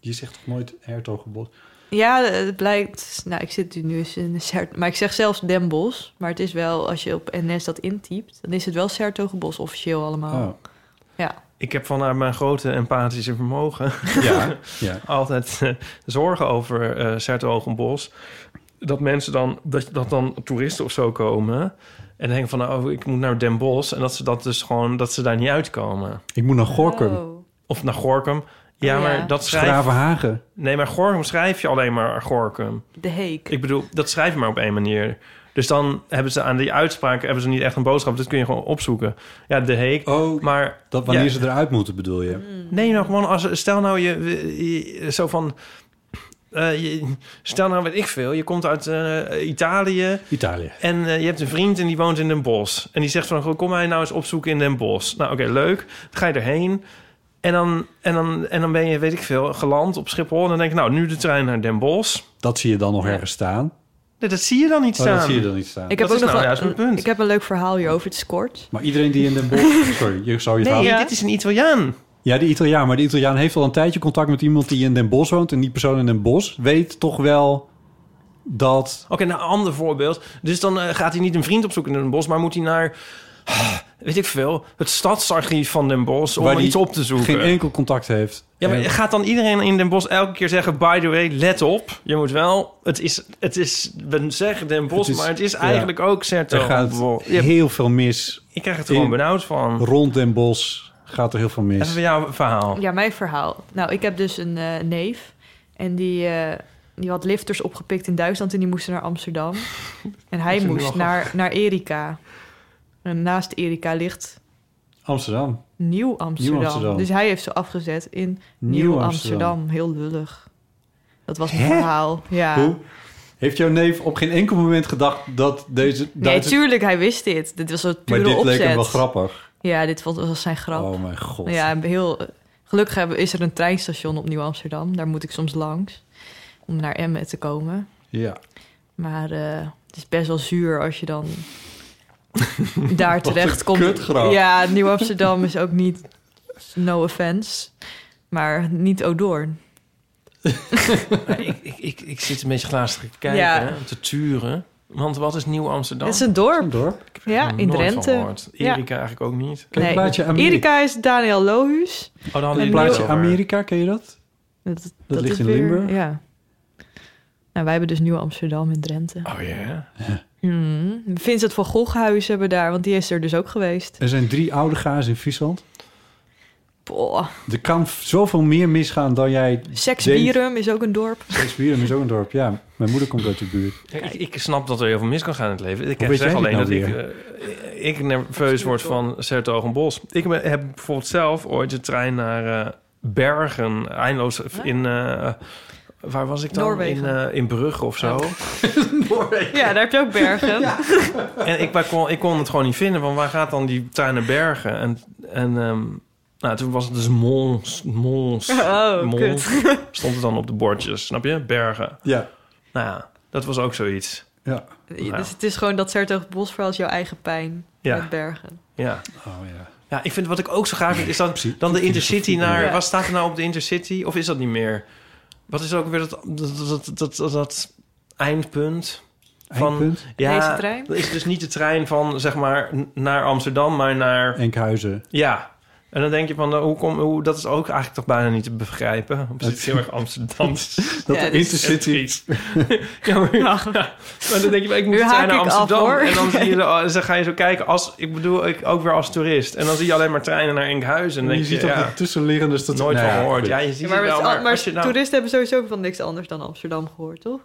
C: Je zegt toch nooit hertogenbos?
E: Ja, het blijkt. Nou, ik zit nu eens in de Sert, maar ik zeg zelfs Den Bosch. Maar het is wel, als je op NS dat intypt, dan is het wel Sertogenbos officieel
C: Oh.
E: allemaal. Ja.
D: Ik heb vanuit mijn grote empathische vermogen
C: Ja, ja.
D: altijd eh, zorgen over eh Sertogenbos. Dat mensen dan, dat, dat dan toeristen of zo komen en denken van, oh, ik moet naar Den Bosch. En dat ze dat dus gewoon, dat ze daar niet uitkomen.
C: Ik moet naar Gorkum.
E: Oh.
D: Of naar Gorkum. Ja,
C: Oh, ja.
D: maar dat schrijf...
C: Schravenhagen.
D: Nee, maar Gorkum schrijf je alleen maar Gorkum.
E: De heek.
D: Ik bedoel, dat schrijf je maar op één manier. Dus dan hebben ze aan die uitspraak hebben ze niet echt een boodschap. Dat kun je gewoon opzoeken. Ja, de heek.
C: Oh,
D: maar,
C: dat wanneer
D: ja.
C: ze eruit moeten, bedoel je?
E: Mm.
D: Nee, nou gewoon als stel nou je, je- zo van eh, je- stel nou weet ik veel. Je komt uit eh, Italië.
C: Italië.
D: En eh, je hebt een vriend en die woont in Den Bosch. En die zegt van goh, kom mij nou eens opzoeken in Den Bosch. Nou oké, leuk. Dan ga je erheen. En dan, en, dan, en dan ben je, weet ik veel, geland op Schiphol. En dan denk ik, nou, nu de trein naar Den Bosch.
C: Dat zie je dan nog ergens staan.
D: Nee, dat zie je dan niet
C: Oh,
D: staan.
C: dat zie je dan niet staan.
E: Ik
D: dat
E: heb ook
D: is
E: nog
D: nou
E: wel-
D: juist mijn punt.
E: Ik heb een leuk verhaal hierover, het is kort.
C: Maar iedereen die in Den Bosch... Sorry, je zou je
E: Nee,
C: verhaal-
E: ja.
D: Dit is een Italiaan.
C: Ja, die Italiaan. Maar die Italiaan heeft al een tijdje contact met iemand die in Den Bosch woont. En die persoon in Den Bosch weet toch wel dat...
D: Oké, nou, een ander voorbeeld. Dus dan eh, gaat hij niet een vriend opzoeken in Den Bosch, maar moet hij naar, ah, weet ik veel, het stadsarchief van Den Bosch om
C: waar die
D: iets op te zoeken.
C: Geen enkel contact heeft.
D: Ja, maar
C: En-
D: gaat dan iedereen in Den Bosch elke keer zeggen, by the way, let op. Je moet wel, het is, het is we zeggen Den Bosch, maar het is
C: ja.
D: eigenlijk ook Serto.
C: Er gaat
D: Je hebt-
C: heel veel mis.
D: Ik krijg het er gewoon benauwd van.
C: Rond Den Bosch gaat er heel veel mis.
D: Even jouw verhaal.
E: Ja, mijn verhaal. Nou, ik heb dus een eh, neef. En die, eh, die had lifters opgepikt in Duitsland en die moesten naar Amsterdam. En
C: Dat
E: hij
C: is nu
E: moest
C: al-
E: naar, naar Erika. En naast Erika ligt
C: Amsterdam.
E: Nieuw Amsterdam.
C: Nieuw Amsterdam.
E: Dus hij heeft ze afgezet in
C: Nieuw
E: Nieuw,
C: Amsterdam.
E: Amsterdam. Heel lullig. Dat was het
C: Hè?
E: verhaal. Ja.
C: Hoe? Heeft jouw neef op geen enkel moment gedacht dat deze...
E: Nee,
C: Duitse-
E: tuurlijk, hij wist dit. Dit was een
C: Maar
E: pure
C: dit
E: opzet.
C: leek hem wel grappig.
E: Ja, dit was, was zijn grap.
C: Oh mijn god.
E: Ja, heel, gelukkig hebben- is er een treinstation op Nieuw Amsterdam. Daar moet ik soms langs om naar Emmen te komen.
C: Ja.
E: Maar eh, het is best wel zuur als je dan daar terecht komt.
C: kutgrap.
E: Ja, Nieuw Amsterdam is ook niet no offense, maar niet Odoorn.
D: Ik, ik, ik zit een beetje glazen te kijken,
E: Ja.
D: hè, om te turen. Want wat is Nieuw Amsterdam?
E: Het is een dorp. Ja,
D: Nog nooit van
E: in Drenthe.
D: gehoord.
E: Ja.
D: Erika eigenlijk ook niet.
E: Nee, Erika is Daniel Lohuus.
D: Oh, dan hadden
E: En
D: we
C: Het
D: het
C: plaatje
D: over.
C: Amerika, ken je dat?
E: Dat,
C: Dat ligt
E: is
C: in
E: weer-
C: Limburg.
E: Ja. Nou, wij hebben dus Nieuw Amsterdam in Drenthe.
D: Oh ja.
E: Mm. Vincent van Goghuis hebben we daar, want die is er dus ook geweest.
C: Er zijn drie oude gazen in Friesland.
E: Boah.
C: Er kan f- zoveel meer misgaan dan jij... denkt.
E: Seksbierum is ook een dorp.
C: Seksbierum is ook een dorp, ja. Mijn moeder komt uit de buurt.
D: Ja, Ik, ik snap dat er heel veel mis kan gaan in het leven. Ik
C: Hoe weet jij
D: zeg
C: dit
D: alleen
C: nou
D: dat ik, eh, ik nerveus word van Sertogenbos. Ik ben- heb bijvoorbeeld zelf ooit de trein naar eh, Bergen, eindeloos in... eh, waar was ik dan?
E: Ah. Noorwegen. Oh.
D: In, eh, in Brugge of zo.
E: Ja, daar heb je ook bergen.
D: En ik, maar kon, ik kon het gewoon niet vinden. Van waar gaat dan die trein naar Bergen? En, en ehm, nou, toen was het dus Mons. Mons.
E: Oh,
D: Mons.
E: kut.
D: Stond het dan op de bordjes, snap je? Bergen.
C: Ja.
D: Nou ja, dat was ook zoiets.
C: Ja.
D: Ja.
E: Dus het is gewoon dat Sertogenbosverhaal is jouw eigen pijn
D: Ja.
E: met bergen.
D: Ja.
C: Oh ja.
D: Ja, ik vind wat ik ook zo graag vind, is dan, dan de Intercity naar...
E: Ja.
D: Wat staat er nou op de Intercity? Of is dat niet meer? Wat is ook weer dat, dat, dat, dat, dat, dat eindpunt?
C: Eindpunt?
D: Ja,
C: Deze trein?
D: dat is dus niet de trein van, zeg maar, n- naar Amsterdam, maar naar...
C: Enkhuizen.
D: Ja. En dan denk je van, nou, hoe kom, hoe, dat is ook eigenlijk toch bijna niet te begrijpen. Omdat het heel erg Amsterdams.
C: Dat de Intercity...
D: Ja, maar, ja. Maar dan denk je, ik moet
E: Nou. Nu
D: de trein
E: haak
D: naar
E: ik af,
D: Amsterdam.
E: hoor.
D: en dan, zie je, de- dan ga je zo kijken, als, ik bedoel, ik, ook weer als toerist. En dan zie je alleen maar treinen naar Enkhuizen. En
C: Je,
D: dan denk
C: ziet
D: je,
C: op
D: ja,
C: de tussenliggende stad...
D: nooit
C: Nou
D: van
C: ja,
D: gehoord.
C: goed.
D: Ja, je ziet
E: maar
D: het wel,
E: met-
D: maar
E: maar
D: als je nou...
E: toeristen hebben sowieso van niks anders dan Amsterdam gehoord, toch?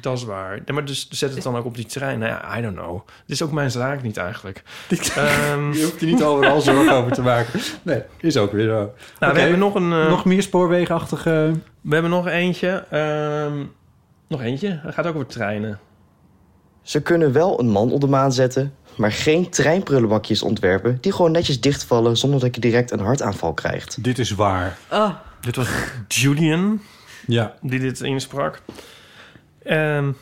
D: Dat is waar. Nee, maar dus zet het dan ook op die trein. Nou ja, I don't know. Het is ook mijn zaak niet eigenlijk. Ehm,
C: Je hoeft je niet overal zorgen over te maken. Nee, is ook weer zo. Nou,
D: Nou, we hebben nog een... eh,
C: nog meer spoorwegenachtige...
D: We hebben nog eentje. Ehm, nog eentje. Het gaat ook over treinen.
I: Ze kunnen wel een man op de maan zetten, maar geen treinprullenbakjes ontwerpen die gewoon netjes dichtvallen zonder dat je direct een hartaanval krijgt.
C: Dit is waar.
E: Oh.
D: Dit was Julian
C: ja.
D: die dit insprak. Ehm,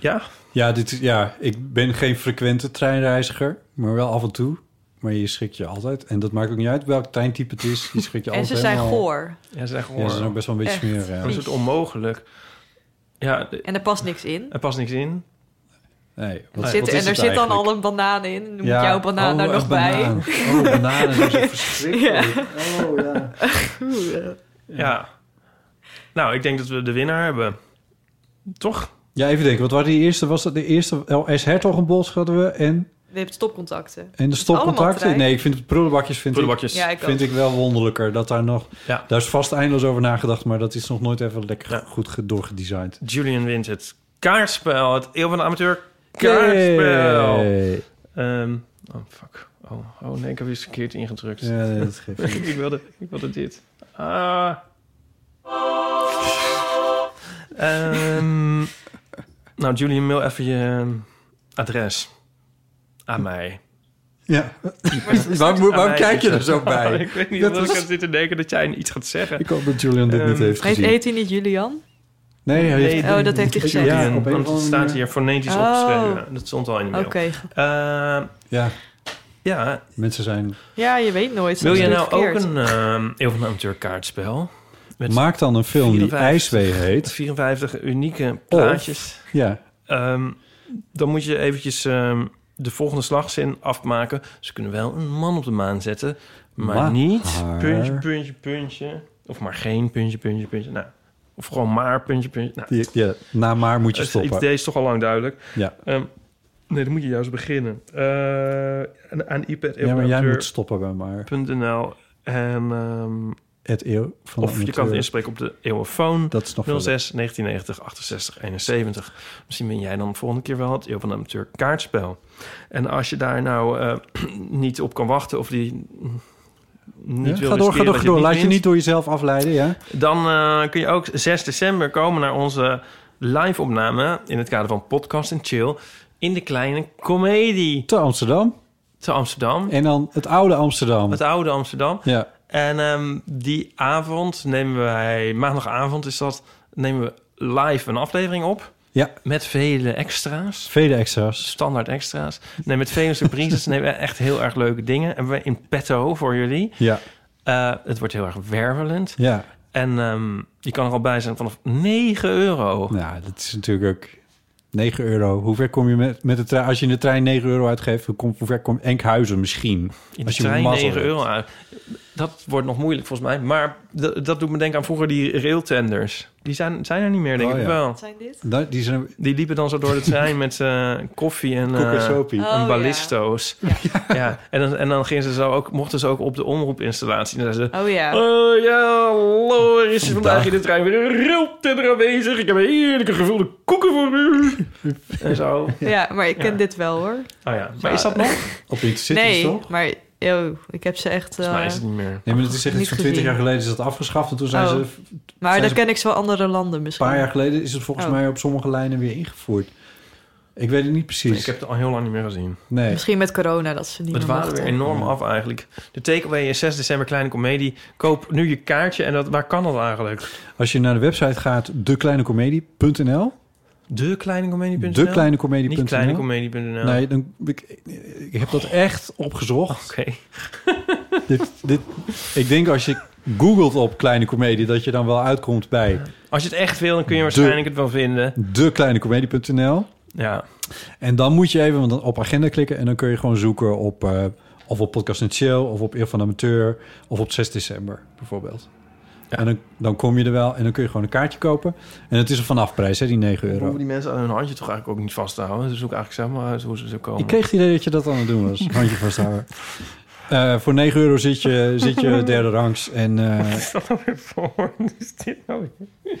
D: ja.
C: Ja, dit, is- ja, ik ben geen frequente treinreiziger, maar wel af en toe. Maar je schrik je altijd. En dat maakt ook niet uit welk treintype het is. Je schrik je
E: En
C: altijd
E: ze zijn
C: helemaal.
E: goor.
D: Ja, ze zijn
C: Ja, ze zijn ook best wel een beetje
E: Echt
C: smerig.
E: vies.
C: Ja.
D: Dat is het onmogelijk. Ja, de-
E: En er past niks in.
D: er past niks in.
C: Nee.
E: Er zit, en er zit dan al een banaan in. Dan moet
D: Ja.
E: jouw banaan
D: Oh,
E: daar
D: een
E: nog
D: banaan.
E: bij.
D: Oh, bananen zijn zo
C: verschrikkelijk.
E: Oh, ja.
D: Ja. Nou, ik denk dat we de winnaar hebben. Toch?
C: Ja, even denken. Wat was die eerste? Was dat de eerste? oh, LS Hertogenbosch hadden we en,
E: Je hebt stopcontacten.
C: en de
E: Allemaal trein.
C: stopcontacten. Nee, ik vind het- prullenbakjes vind,
D: Prullenbakjes.
C: Ik,
E: Ja, ik ook.
C: vind ik wel wonderlijker. Dat daar nog... Daar is vast eindeloos over nagedacht, maar dat is nog nooit even lekker goed ge- doorgedesigned.
D: Julian wint het kaartspel. Het eeuw van de amateur kaartspel.
C: Yay.
D: Ehm, oh, fuck. Oh, oh nee, ik heb iets verkeerd ingedrukt.
C: Ja, nee, dat geeft niet.
D: ik, wilde, ik wilde dit. Ah. Ehm, nou, Julian, mail even je ehm, adres aan mij.
C: Ja. waarom moet-
D: Aan
C: waarom
D: mij
C: Oh, kijk je
D: is
C: er zo
D: het.
C: bij?
D: ik weet niet,
C: Dat
D: omdat
C: was-
D: ik aan zit te denken dat jij iets gaat zeggen.
C: Ik hoop dat Julian dit niet
D: Ehm,
C: heeft
E: Heet,
C: gezien.
E: heet hij niet Julian?
C: Nee, hij heeft-
E: Oh, dat heeft hij gezegd.
D: Ja,
C: op een
D: want
C: of
D: het
C: andere
D: staat
C: manier.
D: hier fonetisch
E: Oh.
D: opgeschreven. Dat stond al in de mail.
E: Oké.
D: Ehm,
C: Ja.
D: ja.
C: Mensen zijn...
E: Ja, je weet nooit.
D: Wil
E: soms
D: je
E: doe
D: nou ook
E: verkeerd.
D: een ehm Eeuw van de Amateur kaartspel? Met
C: Maak dan een film die
D: 54
C: IJswee heet.
D: 54 unieke plaatjes.
C: ja.
D: Ehm, dan moet je eventjes ehm, de volgende slagzin afmaken. Ze kunnen wel een man op de maan zetten, maar,
C: Maar-
D: niet... Puntje, puntje, puntje. Of maar geen puntje, puntje, puntje. Nou, of gewoon maar puntje, puntje. Nou,
C: Die- Ja, na maar moet je
D: Het idee
C: stoppen.
D: is toch al lang duidelijk.
C: Ja.
D: Ehm, nee, dan moet je juist beginnen. Eh, aan- aan iPad
C: Ja, maar jij moet stoppen bij maar.
D: .nl en ehm,
C: Het eeuw van de
D: of je kan het
C: amateur.
D: inspreken op de eeuwenfoon.
C: Dat is nog
D: 06 1990 68 71. Misschien ben jij dan de volgende keer wel het eeuw van de amateur kaartspel. En als je daar nou eh, niet op kan wachten of die mm, niet
C: Ja,
D: wil
C: ga door, ga
D: riskeren
C: door,
D: dat
C: ga door.
D: het
C: Laat je
D: wint,
C: niet door jezelf afleiden, ja?
D: dan eh, kun je ook 6 december komen naar onze live-opname... in het kader van Podcast en Chill... in de kleine comedie
C: Te Amsterdam.
D: te Amsterdam.
C: En dan het oude Amsterdam.
D: Het oude Amsterdam.
C: Ja.
D: En ehm, die avond nemen wij... maandagavond is dat... nemen we live een aflevering op...
C: Ja,
D: met vele extra's.
C: vele extra's.
D: Standaard extra's. Nee, met vele surprises. Nee, echt heel erg leuke dingen. En we in petto voor jullie.
C: Ja,
D: Eh, het wordt heel erg wervelend.
C: ja.
D: En ehm, je kan er al bij zijn vanaf 9 euro.
C: Nou, dat is natuurlijk ook 9 euro. Hoe ver kom je met, met de trein? Als je in de trein 9 euro uitgeeft, hoe, kom, hoe ver komt Enkhuizen misschien?
D: In de
C: als je
D: trein
C: mazzel
D: 9
C: hebt.
D: euro aan. Dat wordt nog moeilijk volgens mij. Maar d- dat doet me denken aan vroeger die railtenders. Die zijn, zijn er niet meer, denk
C: Oh,
D: ik
C: ja.
D: wel.
E: Zijn dit?
C: Nou, die zijn...
D: Die liepen dan zo door de trein met eh, koffie en, eh,
C: Koekesopie.
E: Oh,
D: en
E: ja.
D: ballisto's. Ja. En, dan, en dan gingen ze zo ook, mochten ze ook op de omroepinstallatie. En dan zeiden ze,
E: Oh ja.
D: Oh ja, hallo, er is vandaag in de trein weer een railtender aanwezig. Ik heb heerlijke gevulde koeken voor u. en zo.
E: Ja, maar ik ken
D: Ja.
E: dit wel hoor.
D: Oh ja, maar is dat nog? Volgens
C: Op iets
E: nee, maar yo, ik heb ze echt... eh,
D: mij is het niet meer.
C: Nee, maar het is echt
E: Niet
C: iets van 20
E: gezien.
C: jaar geleden is dat afgeschaft. En toen zijn
E: Oh.
C: ze... Een
E: maar
C: zijn
E: dan
C: ze-
E: ken ik zo andere landen misschien.
C: paar jaar geleden is het volgens
E: Oh.
C: mij op sommige lijnen weer ingevoerd. Ik weet het niet
D: Ik
C: precies.
D: heb het al heel lang niet meer gezien.
C: Nee.
E: Misschien met corona dat ze niet
D: Het
E: meer
D: waren
E: mochten.
D: er enorm af eigenlijk. De takeaway is 6 december Kleine Comedie. Koop nu je kaartje. En dat, waar kan dat eigenlijk?
C: Als je naar de website gaat, dekleinecomedie.nl.
D: Dekleinecomedie.nl?
C: Dekleinecomedie.nl.
D: Niet kleinecomedie.nl.
C: Nee, dan, ik, ik heb dat echt opgezocht.
D: Oké.
C: dit, dit, ik denk als je googelt op kleine comedie... dat je dan wel uitkomt bij
D: Als je het echt wil, dan kun je waarschijnlijk
C: De-
D: het wel vinden.
C: dekleinecomedie.nl.
D: Ja.
C: En dan moet je even want dan op agenda klikken... en dan kun je gewoon zoeken op... eh, of op Podcast en Chill, of op Eer van de Amateur... of op 6 december bijvoorbeeld. En dan, dan kom je er wel en dan kun je gewoon een kaartje kopen. En het is een vanafprijs, hè, die 9
D: We
C: euro.
D: hoeven die mensen aan hun handje toch eigenlijk ook niet vast te houden. Ze zoeken eigenlijk zelf maar uit hoe ze zo komen.
C: Ik kreeg het idee dat je dat aan het doen was. Handje vasthouden. Eh, voor 9 euro zit je, zit je derde rangs. En, eh,
D: Wat is dat nou weer voor? Wat is dit nou weer?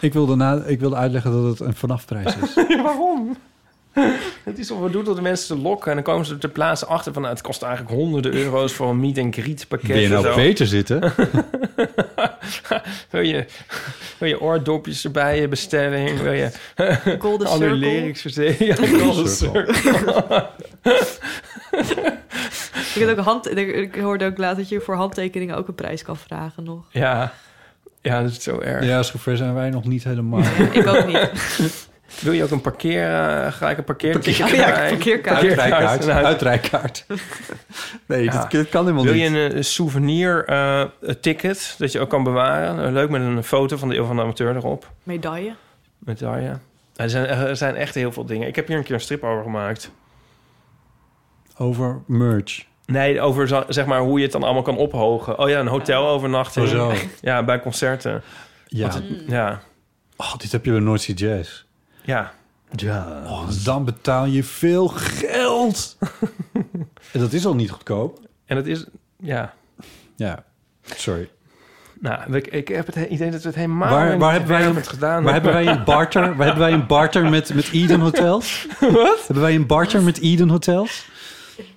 C: Ik wilde, na, ik wilde uitleggen dat het een vanafprijs is.
D: Waarom? Het is wat we doen door de mensen te lokken. En dan komen ze er ter plaatse achter van... nou, het kost eigenlijk honderden euro's voor een meet en greet pakket.
C: Wil je nou
D: en zo.
C: beter zitten?
D: wil, je, wil je oordopjes erbij, je bestelling? Wil je
E: Golden
D: annuleringsverzekering? Ja, Golden
E: Circle.
D: Circle.
E: Ik, had ook hand, ik hoorde ook laat dat je voor handtekeningen ook een prijs kan vragen nog.
D: ja. ja, dat is zo erg.
C: Ja, zover zijn wij nog niet helemaal.
E: Ik ook niet.
D: Wil je ook een parkeer, eh, gelijk een parkeerticket
E: Parkeer- Oh ja,
D: erbij?
E: parkeerkaart.
C: Uitrijkaart.
D: Een uit-
C: Uitrijkaart. Nee, dat kan- kan helemaal
D: Wil
C: niet.
D: Wil je een, eh, souvenir eh, ticket dat je ook kan bewaren? Eh, Leuk met een foto van de Eeuw van de Amateur erop.
E: Medaille.
D: Medaille. Er zijn, er zijn echt heel veel dingen. Ik heb hier een keer een strip over gemaakt.
C: Over merch.
D: Nee, over zo- zeg maar hoe je het dan allemaal kan ophogen. Oh ja, een hotel overnachten.
C: Oh, zo.
D: Ja, bij concerten.
C: Ja.
D: Want het- ja.
C: Oh, dit heb je bij North Sea Jazz.
D: Ja.
C: Ja. Oh, dan betaal je veel geld. en dat is al niet goedkoop.
D: En dat is... Ja.
C: Ja. Sorry.
D: Nou, ik, ik heb het he- idee dat we het helemaal
C: waar,
D: niet
C: waar, hebben wij,
D: hebben het gedaan.
C: waar hebben wij een barter? Waar hebben wij een barter met, met Eden Hotels? Wat? Hebben wij een barter met Eden Hotels?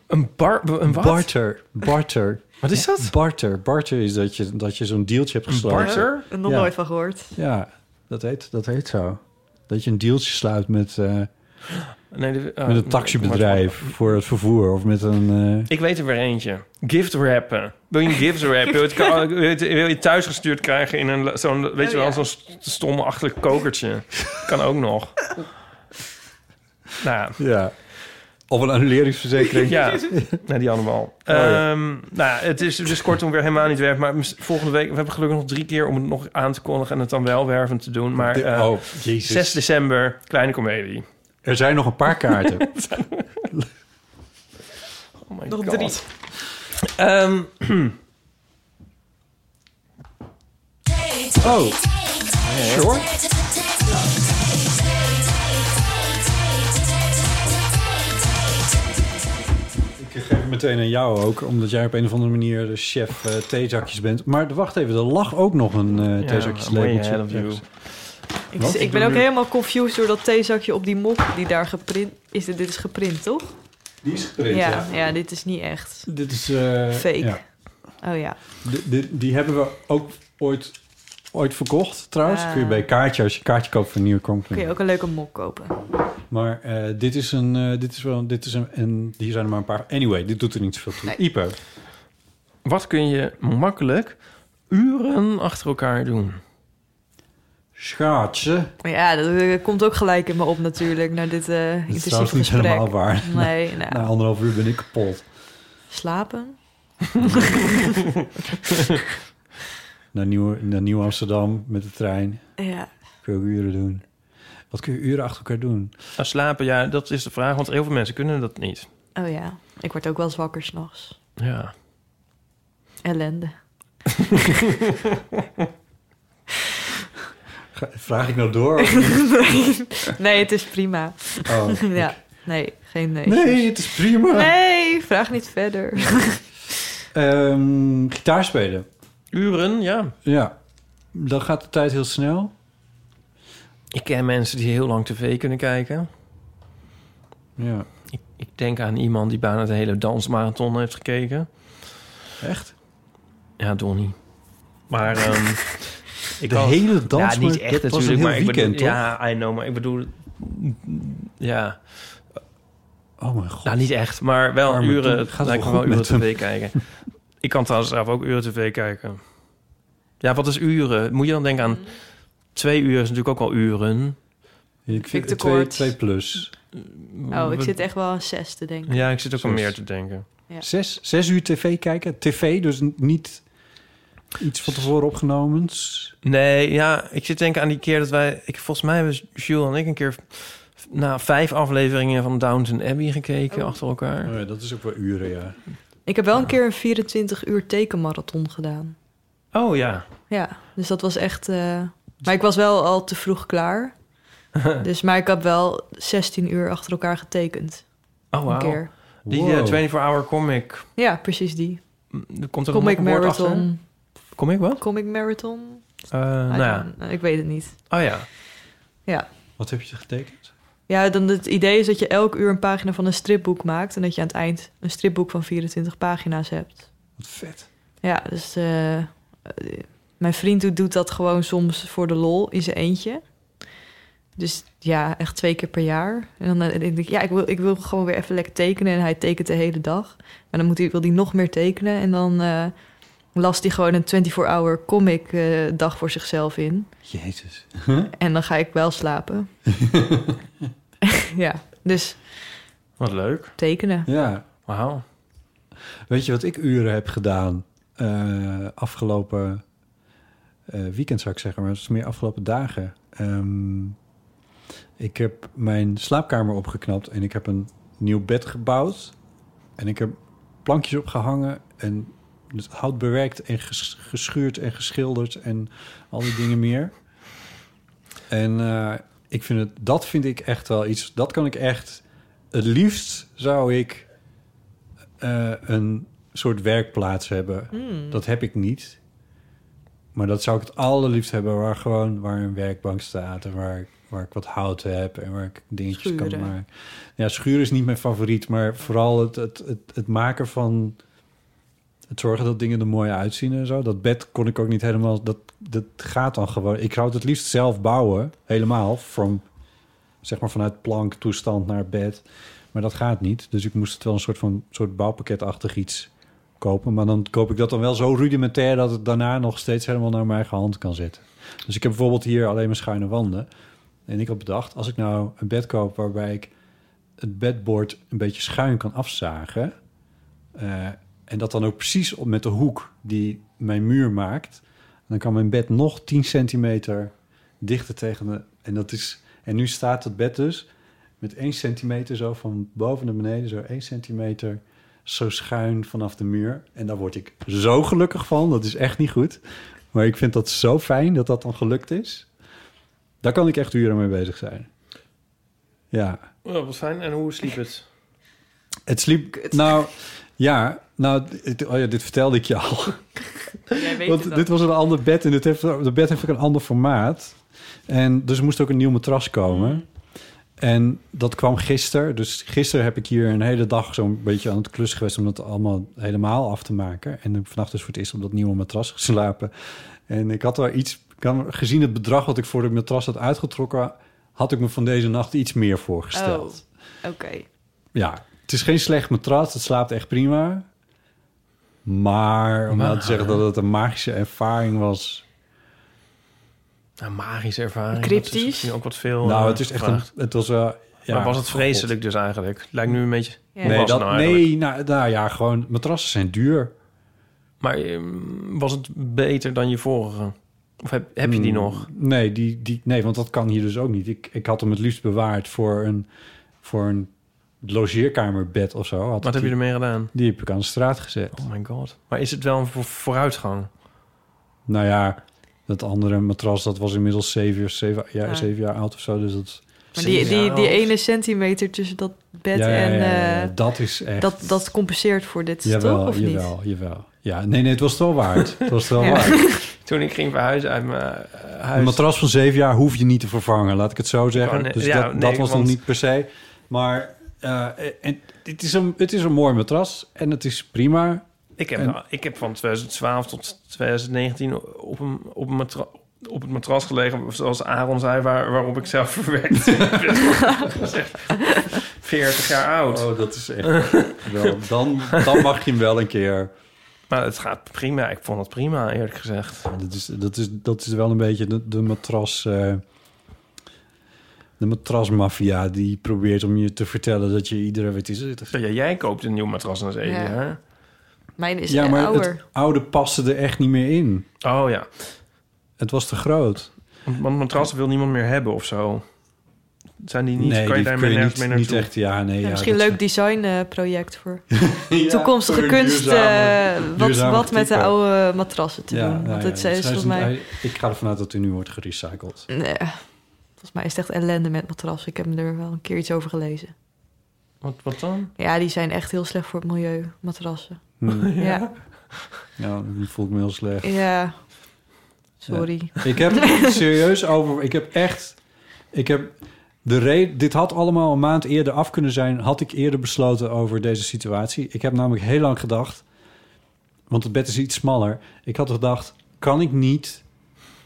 D: Een, bar, een wat?
C: Barter. Barter.
D: Wat is dat?
C: Barter. Barter is dat je, dat je zo'n dealtje hebt gesloten.
E: barter? Huh? Nog
C: Ja.
E: nooit van gehoord.
C: Ja, dat heet, dat heet zo. Dat je een dealtje sluit met, eh,
D: Nee, de-
C: met
D: oh, nee,
C: een taxibedrijf voor het vervoer. Of met een... eh,
D: Ik weet er weer eentje. Gift wrappen. Wil je een gift wrap? Wil je, het ka- wil je het- wil je het thuis gestuurd krijgen in een la- zo'n, weet je
C: Oh,
D: wel, zo'n st- stomme achterlijk kokertje? Kan ook nog. Nou ja.
C: ja. Of een annuleringsverzekering.
D: Ja, nou, die allemaal.
C: Oh, ja.
D: Ehm, nou, het is dus kortom weer helemaal niet werf. Maar mis- volgende week, we hebben gelukkig nog drie keer om het nog aan te kondigen en het dan wel wervend te doen. Maar
C: De-
D: eh,
C: oh, jezus.
D: 6 december, kleine komedie.
C: Er zijn nog een paar kaarten.
D: Oh my
E: Nog
D: God.
E: drie.
D: Ehm,
C: Oh. Sure. Ik geef het meteen aan jou ook, omdat jij op een of andere manier de chef eh, theezakjes bent. Maar wacht even, er lag ook nog een eh
D: Ja,
C: theezakjes
D: mooie
C: labeltje
D: head of
C: op
D: you.
C: tekst.
E: Ik,
C: Wat?
E: ik ben ook helemaal confused door dat theezakje op die mok die daar geprint is. Dit, dit is geprint, toch?
C: Die is geprint, ja.
E: ja, dit is niet echt.
C: Dit is... eh,
E: Fake.
C: ja.
E: Oh ja.
C: De- de- die hebben we ook ooit, ooit verkocht, trouwens.
E: Ah.
C: Kun je bij een kaartje, als je een kaartje koopt van een nieuwe
E: Kun
C: company.
E: je ook een leuke mok kopen.
C: Maar eh, dit is een... eh, dit is wel, dit is een, en hier zijn er maar een paar... Anyway, dit doet er niet zoveel toe.
E: Nee.
C: Ipe.
D: wat kun je makkelijk uren achter elkaar doen?
C: Schaatsen.
E: Maar Ja, dat eh, komt ook gelijk in me op natuurlijk, naar dit eh
C: Dat is
E: intensieve
C: trouwens niet
E: gesprek.
C: helemaal waar.
E: Nee,
C: na,
E: nou,
C: na anderhalf uur ben ik kapot.
E: slapen.
C: naar Nieuw, naar Nieuw Amsterdam met de trein.
E: Ja.
C: Kun je ook uren doen. Wat kun je uren achter elkaar doen?
D: Nou, slapen, ja, dat is de vraag, want heel veel mensen kunnen dat niet.
E: Oh ja, ik word ook wel eens wakker s'nachts.
D: Ja.
E: Ellende.
C: Ga- Vraag ik nou door? of niet?
E: nee, het is prima.
C: Oh,
E: ja, nee, geen nee.
C: Nee, het is prima.
E: Nee, vraag niet verder.
C: Ehm, gitaar spelen.
D: Uren, ja.
C: Ja. Dan gaat de tijd heel snel.
D: Ik ken mensen die heel lang tv kunnen kijken.
C: Ja.
D: Ik, ik denk aan iemand die bijna de hele dansmarathon heeft gekeken.
C: Echt?
D: Ja, Donnie. Maar ehm, ik
C: De hele dansmarathon?
D: Ja, niet
C: Dat
D: echt
C: was
D: natuurlijk,
C: een heel
D: maar ik
C: weekend,
D: bedoel,
C: toch?
D: Ja, I know, maar ik bedoel... Ja.
C: Oh mijn god.
D: Nou, niet echt, maar wel
C: Arme Don.
D: uren.
C: Gaat het
D: Het lijkt me
C: wel
D: wel
C: goed
D: uren
C: met hem?
D: tv kijken. ik kan trouwens zelf ook uren tv kijken. Ja, wat is uren? Moet je dan denken aan... Twee uur is natuurlijk ook al uren.
C: Ik
E: vind
C: Twee,
E: te kort.
C: twee plus.
E: Oh, ik zit echt wel aan zes te denken.
D: Ja, ik zit ook aan
C: Zes.
D: meer te denken.
E: Ja.
C: Zes, zes uur tv kijken. TV, dus n- niet iets van tevoren opgenomen.
D: Nee, ja, ik zit te denken aan die keer dat wij... Ik, volgens mij hebben Jules en ik een keer... Na vijf afleveringen van Downton Abbey gekeken
E: Oh.
D: achter elkaar.
C: Oh ja, dat is ook wel uren, ja.
E: Ik heb wel een keer een 24 uur tekenmarathon gedaan.
D: Oh ja.
E: Ja, dus dat was echt... eh, Maar ik was wel al te vroeg klaar. dus, maar ik heb wel 16 uur achter elkaar getekend.
D: Oh,
E: Een
D: wauw.
E: keer.
D: Die
E: Wow.
D: eh, 24-hour comic.
E: Ja, precies die.
D: m, Komt er nog
E: Comic
D: een woord achter?
E: Marathon.
D: Comic wat?
E: Comic Marathon.
D: Eh, nou ja.
E: Eh, Ik weet het niet.
D: Oh ja.
E: Ja.
C: Wat heb je getekend?
E: Ja, dan het idee is dat je elk uur een pagina van een stripboek maakt... en dat je aan het eind een stripboek van 24 pagina's hebt.
C: Wat vet.
E: Ja, dus eh, eh, mijn vriend doet- doet dat gewoon soms voor de lol in zijn eentje. Dus ja, echt twee keer per jaar. En dan eh, en ik denk ja, ik wil, ik wil gewoon weer even lekker tekenen. En hij tekent de hele dag. Maar dan moet hij, wil hij nog meer tekenen. En dan eh, las hij gewoon een 24-hour comic eh, dag voor zichzelf in.
C: Jezus.
E: En dan ga ik wel slapen. ja, dus
D: Wat leuk.
E: tekenen.
C: Ja.
D: Wauw.
C: Weet je wat ik uren heb gedaan eh, afgelopen eh, weekend, zou ik zeggen, maar het is meer afgelopen dagen. Ehm, ik heb mijn slaapkamer opgeknapt en ik heb een nieuw bed gebouwd. En ik heb plankjes opgehangen en het hout bewerkt en ges- geschuurd en geschilderd en al die dingen meer. En eh, ik vind het, dat vind ik echt wel iets, dat kan ik echt, het liefst zou ik eh, een soort werkplaats hebben.
K: Hmm.
C: Dat heb ik niet. Maar dat zou ik het allerliefst hebben waar gewoon waar een werkbank staat en waar, ik- waar ik wat hout heb en waar ik dingetjes kan
K: Schuren.
C: maken. Ja, schuren is niet mijn favoriet, maar vooral het, het, het, het maken van het zorgen dat dingen er mooi uitzien en zo. Dat bed kon ik ook niet helemaal. Dat, dat gaat dan gewoon. Ik zou het het liefst zelf bouwen, helemaal. From, zeg maar vanuit planktoestand naar bed. Maar dat gaat niet. Dus ik moest het wel een soort van soort bouwpakketachtig iets kopen. Maar dan koop ik dat dan wel zo rudimentair dat het daarna nog steeds helemaal naar mijn eigen hand kan zetten. Dus ik heb bijvoorbeeld hier alleen maar schuine wanden. En ik had bedacht, als ik nou een bed koop waarbij ik het bedbord een beetje schuin kan afzagen. eh, en dat dan ook precies op met de hoek die mijn muur maakt. Dan kan mijn bed nog 10 centimeter dichter tegen de. En, dat is, en nu staat het bed dus met 1 centimeter zo van boven naar beneden, zo 1 centimeter zo schuin vanaf de muur. En daar word ik zo gelukkig van. Dat is echt niet goed. Maar ik vind dat zo fijn dat dat dan gelukt is. Daar kan ik echt uren mee bezig zijn. Ja.
D: Oh, wat fijn. En hoe sliep het?
C: Het sliep. Nou, ja. Nou, dit, oh ja, dit vertelde ik je al. Want dit was een ander bed en dit heeft, de bed heeft ook een ander formaat. En dus er moest ook een nieuw matras komen. En dat kwam gisteren. Dus gisteren heb ik hier een hele dag zo'n beetje aan het klus geweest... om dat allemaal helemaal af te maken. En ik heb vannacht dus voor het eerst op dat nieuwe matras geslapen. En ik had wel iets... ik had Gezien het bedrag wat ik voor het matras had uitgetrokken... had ik me van deze nacht iets meer voorgesteld.
E: Oh, oké.
C: Ja, het is geen slecht matras. Het slaapt echt prima. Maar om nou
D: Maar.
C: te zeggen dat het een magische ervaring was...
D: Nou, magische ervaring.
E: Cryptisch?
D: Dat is misschien ook wat veel.
C: nou,
D: eh,
C: het is echt een...
D: gevraagd.
C: Het was, eh, ja,
D: maar was het vreselijk dus eigenlijk? Lijkt nu een beetje... Hoe
C: Nee,
D: was
C: dat,
D: het nou eigenlijk?
C: nee nou, nou ja, gewoon matrassen zijn duur.
D: Maar ehm, was het beter dan je vorige? Of heb, heb je die
C: Hmm,
D: nog?
C: Nee, die, die, nee, want dat kan hier dus ook niet. Ik, ik had hem het liefst bewaard voor een, voor een logeerkamerbed of zo. Had ik
D: Wat heb je
C: die-
D: ermee gedaan?
C: Die heb ik aan de straat gezet.
D: Oh my god. Maar is het wel een voor- vooruitgang?
C: Nou ja, dat andere matras, dat was inmiddels zeven, uur- zeven, jaar,
E: Ja.
C: zeven jaar oud of zo. Dus dat...
E: Maar die, die, die ene centimeter tussen dat bed
C: Ja, ja,
E: en...
C: ja, ja,
E: eh,
C: ja, dat is echt-
E: Dat, dat compenseert voor dit, toch?
C: Jawel,
E: Of
C: jawel, jawel. Ja, nee, nee, het was het wel waard. Het was het wel
E: Ja.
C: waard.
D: Toen ik ging verhuizen uit mijn eh, huis...
C: Een matras van zeven jaar hoef je niet te vervangen, laat ik het zo zeggen.
D: Oh, nee,
C: dus
D: ja,
C: dat,
D: nee,
C: dat was
D: want-
C: dan niet per se. Maar eh, en, het, is een, het is een mooi matras en het is prima.
D: Ik heb,
C: En-
D: nou- ik heb van 2012 tot 2019 op, een, op, een matra- op het matras gelegen, zoals Aaron zei, waar, waarop ik zelf verwerkt ben. Dat is echt 40 jaar oud.
C: Oh, dat is echt... wel, dan, dan mag je hem wel een keer...
D: Maar het gaat prima. Ik vond het prima, eerlijk gezegd.
C: Dat is, dat is, dat is wel een beetje de, de matras... eh, de matrasmafia die probeert om je te vertellen dat je iedere... Weet is het,
D: Ja, jij koopt een nieuw matras na zeven
E: Ja.
D: jaar.
E: niet? Mijn is
C: ja, maar
E: ouder.
C: het oude paste er echt niet meer in.
D: Oh ja.
C: Het was te groot.
D: Want want matrassen wil niemand meer hebben of zo. Zijn die niet?
C: nee,
D: kan je
C: die
D: daar
C: kun je
D: nergens
C: niet,
D: mee
C: niet
D: naartoe?
C: echt... Ja, nee,
E: Ja,
C: ja,
E: misschien
C: dat-
E: een leuk designproject voor
C: Ja,
E: toekomstige
C: voor een
E: kunst.
C: duurzame-
E: eh, wat
C: duurzame
E: wat met de
C: type.
E: oude matrassen te
C: Ja,
E: doen.
C: nou
E: Want
C: ja,
E: het is
C: dus hij
E: volgens mij,
C: hij- Ik ga ervan uit dat hij nu wordt gerecycled.
E: nee, volgens mij is het echt ellende met matrassen. Ik heb er wel een keer iets over gelezen.
D: Wat, wat dan?
E: Ja, die zijn echt heel slecht voor het milieu, matrassen.
C: Hmm.
E: Ja.
C: Ja, dat voel ik me heel slecht.
E: Ja. Sorry.
C: Ik heb serieus over... Ik heb echt... Ik heb de reden... Dit had allemaal een maand eerder af kunnen zijn... had ik eerder besloten over deze situatie. Ik heb namelijk heel lang gedacht... want het bed is iets smaller. Ik had gedacht, kan ik niet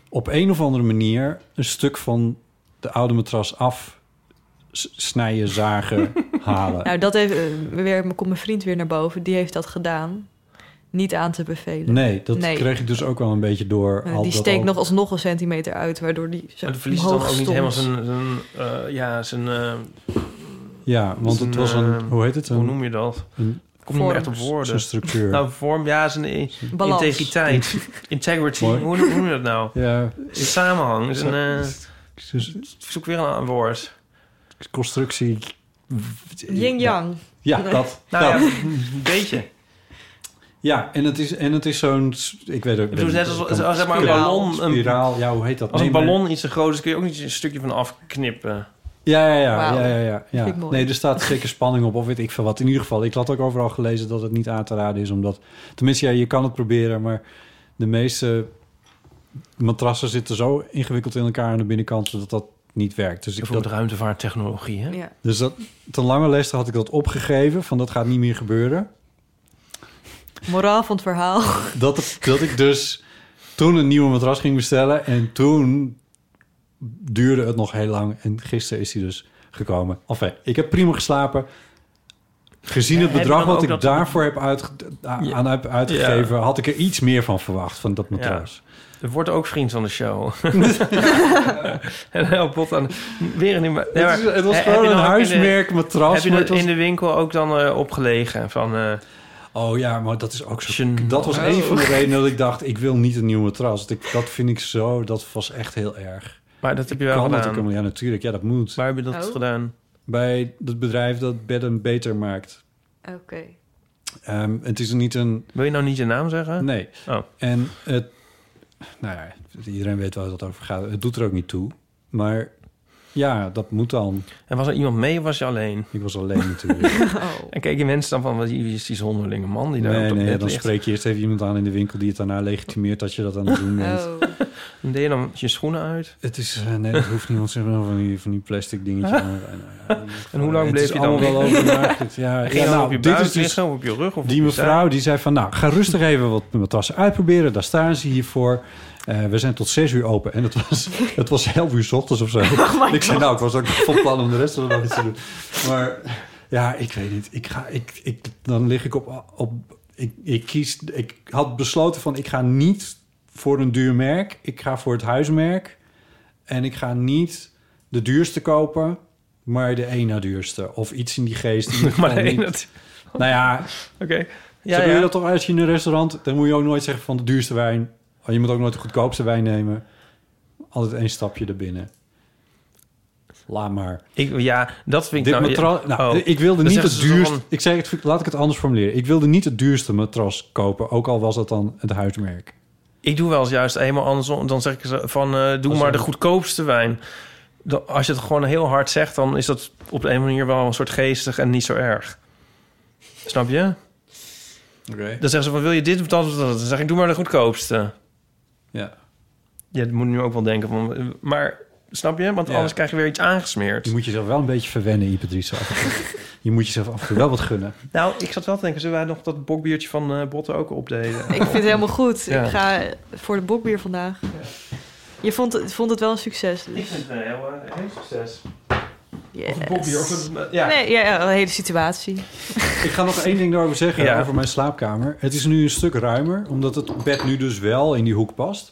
C: op een of andere manier... een stuk van de oude matras af s- snijden, zagen, halen.
E: Nou, dat heeft, eh, weer, komt mijn vriend weer naar boven. Die heeft dat gedaan. Niet aan te bevelen.
C: Nee, dat
E: Nee.
C: kreeg ik dus ook wel een beetje door.
E: Eh,
C: al
E: die
C: dat
E: steekt
C: al-
E: nog alsnog een centimeter uit, waardoor die zo
D: Maar dan verliest het dan ook
E: omhoog
D: niet
E: stond.
D: helemaal zijn... zijn eh, ja, zijn... eh,
C: Ja, want
D: zijn,
C: het was een...
D: eh,
C: hoe heet het? Een-
D: Hoe noem je dat?
C: een-
D: Ik kom niet meer echt op
C: Vorm.
D: woorden.
C: Zijn structuur.
D: Nou, vorm, ja, zijn i-
C: Balans.
D: integriteit. Integrity.
C: Mooi.
D: Hoe, hoe noem je dat nou?
C: Ja.
D: Samenhang. Is een, eh,
C: Dus-
D: zoek weer een woord.
C: constructie.
E: Yin-yang.
C: Ja, dat.
D: Nou
C: dat.
D: ja, een beetje.
C: Ja, en het is, en het is zo'n... Ik weet ook
D: Ik bedoel, net als, als, zeg maar een
C: Spiraal,
D: ballon. Een,
C: Spiraal, ja, hoe heet dat?
D: Als een
C: Nee, maar-
D: ballon iets te groot is, kun je ook niet een stukje van afknippen.
C: Ja, ja, ja.
D: Wauw.
C: ja, ja, ja, ja.
D: Vind ik mooi.
C: Nee, er staat zeker spanning op, of weet ik veel wat. In ieder geval, ik had ook overal gelezen dat het niet aan te raden is, omdat... Tenminste, ja, je kan het proberen, maar de meeste matrassen zitten zo ingewikkeld in elkaar aan de binnenkant, dat dat niet werkt. Dus ik
D: Bijvoorbeeld
C: dat-
D: ruimtevaarttechnologie, hè?
E: Ja.
C: Dus dat, ten lange leste had ik dat opgegeven, van dat gaat niet meer gebeuren.
E: Moraal van het verhaal.
C: dat, het- dat ik dus toen een nieuwe matras ging bestellen. En toen duurde het nog heel lang. En gisteren is hij dus gekomen. Enfin, ik heb prima geslapen. Gezien het
D: Heb je
C: bedrag
D: dan
C: wat
D: ook
C: ik
D: dat-
C: daarvoor heb uitge- a- aan heb uitgegeven... had ik er iets meer van verwacht, van dat matras.
D: Er wordt ook vriend van de show. en heel pot aan. Weer een nieuwe.
C: Het is- het was gewoon een huismerk matras,
D: Heb je
C: maar
D: dat
C: het was-
D: in de winkel ook dan eh, opgelegen? Van, eh,
C: oh ja, maar dat is ook zo. Dat
D: Oh.
C: was een van de redenen dat ik dacht... ik wil niet een nieuw matras. Dat, ik- dat vind ik zo, dat was echt heel erg.
D: Maar dat heb je
C: Ik
D: wel
C: kan dat
D: gedaan.
C: ook helemaal- ja, natuurlijk. Ja, dat moet.
D: Waar heb je dat Oh. gedaan?
C: Bij het bedrijf dat bedden beter maakt.
E: Oké.
C: Ehm, het is niet een...
D: Wil je nou niet je naam zeggen?
C: Nee.
D: Oh.
C: En het... Nou ja, iedereen weet waar het over gaat. Het doet er ook niet toe. Maar ja, dat moet dan.
D: En was er iemand mee of was je alleen?
C: Ik was alleen natuurlijk.
E: Oh.
D: En kijk je mensen dan van, wat wie is die zonderlinge man die daar op
C: nee,
D: dat
C: nee,
D: bed
C: dan
D: ligt?
C: spreek je eerst even iemand aan in de winkel... die het daarna legitimeert dat je dat aan het doen bent.
D: Oh.
E: Oh.
D: En deed je dan je schoenen uit?
C: Het is, eh, nee, dat hoeft niemand zeg maar, van, die, van die plastic dingetje. Maar, nou ja,
D: En hoe lang
C: het
D: bleef
C: is
D: je dan
C: allemaal wel
D: liggen?
C: over nagedacht. Ja,
D: Ging je dan
C: nou,
D: op je
C: dit
D: buik
C: is dus-
D: liggen of op je rug?
C: die
D: Of op je
C: mevrouw die zei van, nou, ga rustig even wat matrassen uitproberen. Daar staan ze hiervoor. Eh, we zijn tot zes uur open. En het was, het was elf uur 's ochtends of zo.
D: Oh my
C: ik zei,
D: God.
C: nou, ik was ook van plan om de rest van de dag iets te doen. Maar ja, ik weet niet. Ik ga, ik, ik, dan lig ik op... op ik, ik, kies, ik had besloten van, ik ga niet voor een duur merk. Ik ga voor het huismerk. En ik ga niet de duurste kopen, maar de één na duurste. Of iets in die geest. In ieder
D: Maar
C: geval
D: de één
C: niet-
D: na du-
C: Nou ja.
D: Oké.
C: Ja,
D: Ja,
C: Zo doe
D: ja.
C: je dat toch als je in een restaurant... dan moet je ook nooit zeggen van de duurste wijn. Oh, je moet ook nooit de goedkoopste wijn nemen. Altijd één stapje erbinnen. Laat maar.
D: Ik, ja, dat vind ik
C: Dit
D: nou...
C: matras...
D: ja,
C: nou,
D: oh.
C: ik wilde
D: Dan
C: niet
D: zeggen
C: het
D: ze zo
C: duurste...
D: van,
C: Ik zeg het, laat ik het anders formuleren. Ik wilde niet het duurste matras kopen... ook al was dat dan het huismerk.
D: Ik doe wel eens juist eenmaal andersom. Dan zeg ik ze van, eh, doe
C: Als
D: maar
C: een-
D: de goedkoopste wijn. Dan- als je het gewoon heel hard zegt, dan is dat op de een manier wel een soort geestig en niet zo erg. Snap je? Dan zeggen ze van, wil je dit of dat of dat? Dan zeg ik, doe maar de goedkoopste.
C: Ja.
D: Je moet nu ook wel denken van, eh, maar snap je? Want
C: Ja.
D: anders krijg je weer iets aangesmeerd.
C: Je moet jezelf wel een beetje verwennen, Ipe Driessen, af en toe. je moet jezelf af en toe wel wat gunnen.
D: Nou, ik zat wel te denken, zullen wij nog dat bokbiertje van eh, Botten ook opdelen?
E: Ik vind het helemaal goed.
D: Ja.
E: Ik ga voor de bokbier vandaag. Je vond het, vond het wel een succes.
D: Ik
E: Dus.
D: vind het een heel, eh, heel succes.
E: Yes.
D: Of een bokbier, of een- ja.
E: Eh, Nee, ja, ja, een hele situatie.
C: Ik ga nog één ding daarover zeggen,
D: Ja.
C: over mijn slaapkamer. Het is nu een stuk ruimer, omdat het bed nu dus wel in die hoek past.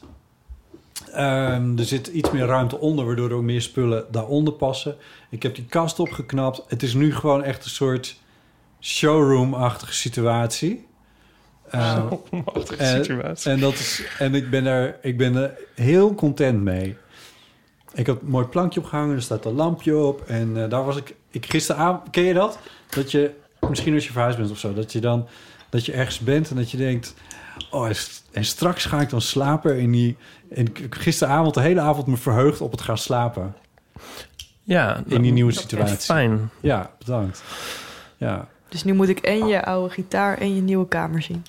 C: Ehm, er zit iets meer ruimte onder, waardoor er ook meer spullen daaronder passen. Ik heb die kast opgeknapt. Het is nu gewoon echt een soort showroom-achtige situatie. Ehm,
D: Showroom-achtige
C: en-
D: situatie.
C: En, dat is, en ik, ben er, ik ben er heel content mee. Ik heb een mooi plankje opgehangen, er staat een lampje op. En eh, daar was ik, ik gisteravond... Ken je dat? Dat je, misschien als je verhuisd bent of zo... dat je dan dat je ergens bent en dat je denkt... Oh, en st- en straks ga ik dan slapen in die... En ik heb gisteravond de hele avond me verheugd op het gaan slapen.
D: Ja,
C: eh, In die nieuwe
D: dat is
C: situatie.
D: Fijn.
C: Ja, bedankt. Ja.
E: Dus nu moet ik en je oude gitaar en je nieuwe kamer zien.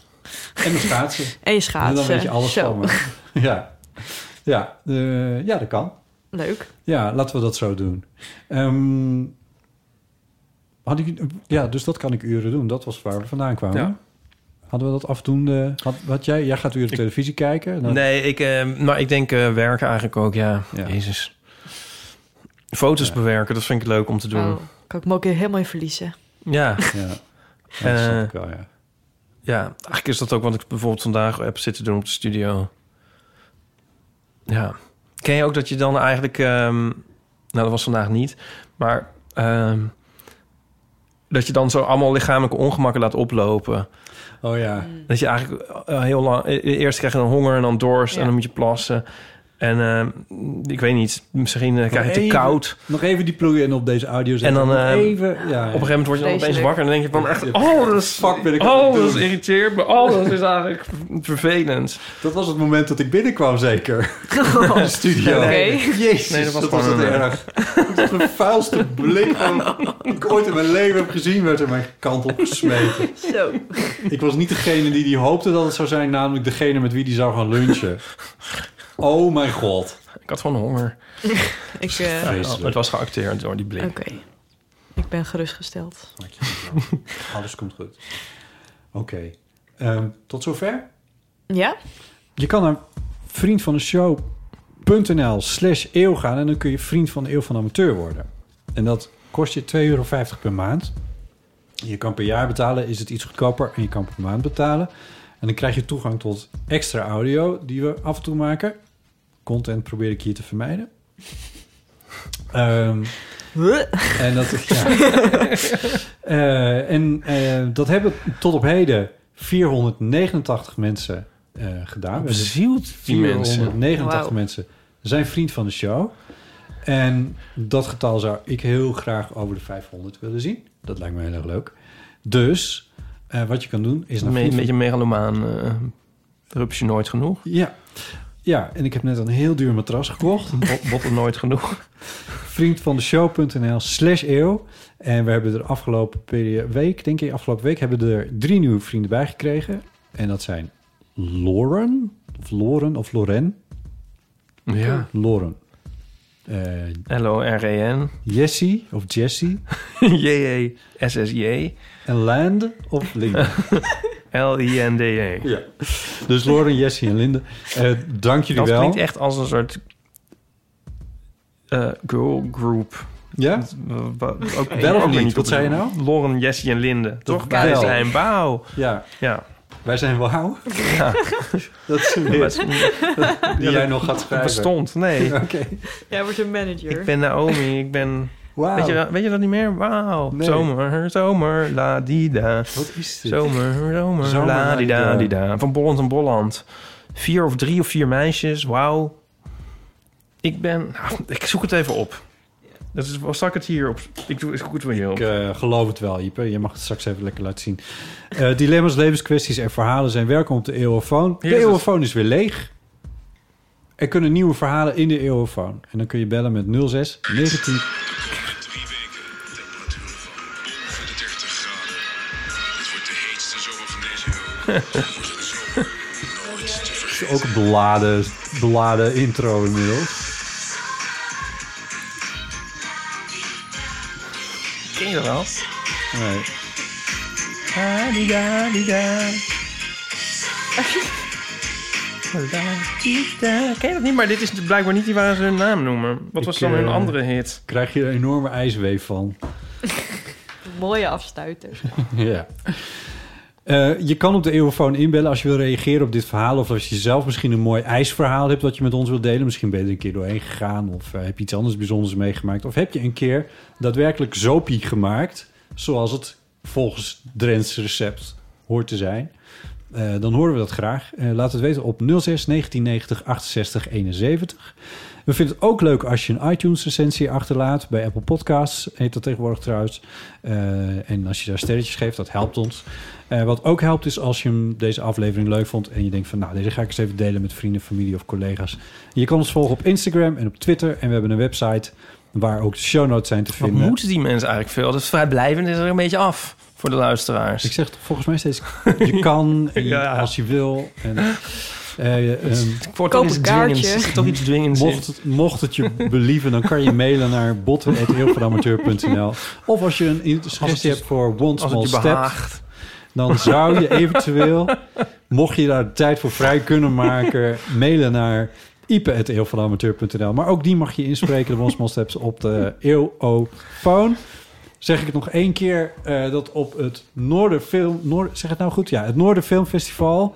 C: En je schaatsen.
E: En je schaatsen.
C: En dan weet je alles
E: Zo.
C: van me. Ja. Ja, eh, ja, dat kan.
E: Leuk.
C: Ja, laten we dat zo doen. Ehm, had ik, ja, dus dat kan ik uren doen. Dat was waar we vandaan kwamen.
D: Ja.
C: Hadden we dat afdoende? Had, had jij, jij gaat uren televisie kijken. Dan-
D: Nee, ik, eh, maar ik denk eh, werken eigenlijk ook, ja. Jezus. Foto's bewerken, dat vind ik leuk om te doen.
E: Oh, kan ik me ook helemaal in verliezen.
D: Ja.
C: Ja.
E: Ja, dat snap
D: Eh,
E: ik wel,
C: ja.
D: eigenlijk is dat ook wat ik bijvoorbeeld vandaag heb zitten doen op de studio. Ja. Ken je ook dat je dan eigenlijk... ehm, nou, dat was vandaag niet. Maar ehm, dat je dan zo allemaal lichamelijke ongemakken laat oplopen.
C: Oh ja.
D: Dat je eigenlijk eh, heel lang... e- e- Eerst krijg je dan honger en dan dorst en dan moet je plassen. En ehm, ik weet niet, misschien eh, krijg je het te
C: Even-
D: koud.
C: Nog even die plooien op deze audio zetten.
D: En dan,
C: Nog
D: eh,
C: even, ja, ja.
D: op een gegeven moment word je dan opeens wakker en dan denk je van echt... Oh, dat is,
C: Fuck, ben ik aan het
D: oh,
C: doen.
D: dat is irriteert me. Oh, dat is eigenlijk vervelend.
C: Dat was het moment dat ik binnenkwam, zeker. In de studio.
D: Oké.
C: Jezus,
D: Oh. Nee,
C: dat was, dat
D: dat was
C: was het
D: gewoon een- eh,
C: erg. Dat was de vuilste blik van- die ik ooit in mijn leven heb gezien... werd er mijn kant op gesmeten.
E: Zo.
C: Ik was niet degene die die hoopte dat het zou zijn... namelijk degene met wie die zou gaan lunchen. Oh mijn god.
D: Ik had gewoon honger.
E: Ik, eh,
C: Dus,
D: Oh, het was geacteerd door die blik.
E: Oké. Ik ben gerustgesteld.
C: Alles komt goed. Oké, ehm, tot zover.
E: Ja?
C: Je kan naar vriend van de show.nl slash eeuw gaan en dan kun je vriend van de eeuw van amateur worden. En dat kost je 2,50 euro per maand. Je kan per jaar betalen, is het iets goedkoper en je kan per maand betalen. En dan krijg je toegang tot extra audio die we af en toe maken. Content probeer ik hier te vermijden. Ehm, en dat, ja. Eh, en eh, dat hebben tot op heden 489 mensen eh, gedaan.
D: Bezield, die mensen.
C: 489
D: Wauw.
C: mensen zijn vriend van de show. En dat getal zou ik heel graag over de 500 willen zien. Dat lijkt me heel erg leuk. Dus eh, wat je kan doen is... naar
D: Me-
C: vriend
D: een
C: van-
D: beetje megalomaan. eh rupsje nooit genoeg.
C: ja. ja, en ik heb net een heel duur matras gekocht.
D: Bot- Bottel nooit genoeg.
C: Vriendvandeshow.nl slash eeuw. En we hebben er afgelopen perio- week, denk ik, afgelopen week hebben we er drie nieuwe vrienden bij gekregen. En dat zijn Lauren, of Loren, of Loren.
D: Ja.
C: Loren. Eh,
D: L-O-R-E-N.
C: Jessie, of Jessie.
D: E J-E-S-S-J.
C: En Land, of Linde.
D: L-I-N-D-E.
C: Ja. Dus Loren, Jessie en Linde, eh, dank jullie
D: Dat
C: wel.
D: klinkt echt als een soort eh, girl group.
C: Ja?
D: Ook,
C: Wel of
D: ook weer
C: niet? Wat zei je nou?
D: Lauren, Jessie en Linde. Toch? Wij
C: wel.
D: zijn wauw.
C: Ja.
D: Ja.
C: Wij zijn wauw.
D: Ja.
C: Dat is een
D: Maar
C: hit.
D: het is-
C: Die jij nog gaat schrijven.
D: Bestond, nee.
C: Oké.
E: Jij wordt een manager.
D: Ik ben Naomi, ik ben...
C: Wauw.
D: Weet, je, dat- weet je dat niet meer? Wauw.
C: Oh. Nee.
D: Zomer, zomer, la di da. Wat
C: is dit?
D: Zomer, zomer,
C: Zomer, la
D: la di da,
C: di
D: di da. Van Bolland en Bolland. Vier of drie of vier meisjes, wauw. Ik ben... nou, ik zoek het even op. Dat is, was ik het hier op? Ik doe, ik zoek het wel hier op.
C: Ik eh, geloof het wel, Ipe. Je mag het straks even lekker laten zien. Eh, dilemma's, levenskwesties en verhalen zijn welkom op de Eeuwofoon.
D: Hier
C: De
D: is het.
C: Eeuwofoon is weer leeg. Er kunnen nieuwe verhalen in de Eeuwofoon. En dan kun je bellen met 06 19... Het is Ook een beladen, beladen intro inmiddels.
D: Ken je dat wel?
C: Nee.
D: La di da, di da. Ken je dat niet? Maar dit is blijkbaar niet die waar ze hun naam noemen. Wat was
C: Ik,
D: dan hun
C: eh,
D: andere hit?
C: Krijg je een enorme ijsweef van.
E: Mooie afstuiter.
C: Ja. Eh, je kan op de Eeuwfoon inbellen als je wil reageren op dit verhaal. Of als je zelf misschien een mooi ijsverhaal hebt dat je met ons wilt delen. Misschien ben je er een keer doorheen gegaan. Of eh, heb je iets anders bijzonders meegemaakt. Of heb je een keer daadwerkelijk zopie gemaakt. Zoals het volgens Drents recept hoort te zijn. Eh, dan horen we dat graag. Eh, laat het weten op 06 1990 68 71. We vinden het ook leuk als je een iTunes-recensie achterlaat. Bij Apple Podcasts heet dat tegenwoordig trouwens. Eh, en als je daar sterretjes geeft, dat helpt ons. Eh, wat ook helpt is als je hem, deze aflevering leuk vond... en je denkt van, nou, deze ga ik eens even delen met vrienden, familie of collega's. Je kan ons volgen op Instagram en op Twitter. En we hebben een website waar ook de show notes zijn te
D: Wat
C: vinden.
D: moeten die mensen eigenlijk veel? Dat vrijblijvend is er een beetje af voor de luisteraars.
C: Ik zeg het volgens mij steeds, je kan, en je-
D: Ja.
C: als je ehm, wil. En,
D: Voortaan is het dwingend. Er zit toch iets dwingends in?
C: mocht het, mocht het je believen, dan kan je mailen naar botten.eeuwvanamateur.nl. Of als je een in- suggestie hebt voor One
D: als het
C: Small
D: je
C: Step...
D: behaagt.
C: dan zou je eventueel, mocht je daar tijd voor vrij kunnen maken... mailen naar ipe.eeuwvanamateur.nl. Maar ook die mag je inspreken, de One Small Steps, op de eeuwofoon. Zeg ik het nog één keer, eh, dat op het Noorderfilm... Noord, zeg het nou goed? Ja, het Noorderfilmfestival...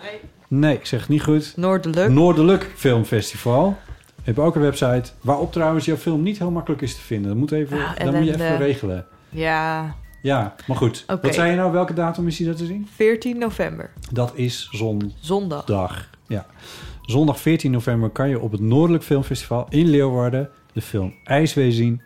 C: Nee, ik zeg het niet goed.
E: Noordelijk.
C: Noordelijk Filmfestival. We hebben ook een website waarop trouwens jouw film niet heel makkelijk is te vinden. Dat moet, even,
E: Ah,
C: dat moet je
E: ellende.
C: even regelen.
E: Ja,
C: Ja, maar goed.
E: Oké.
C: Wat zei je nou? Welke datum is die dat te zien?
E: 14 november.
C: Dat is zondag.
E: Zondag.
C: Ja. Zondag 14 november kan je op het Noordelijk Filmfestival in Leeuwarden de film IJswee zien.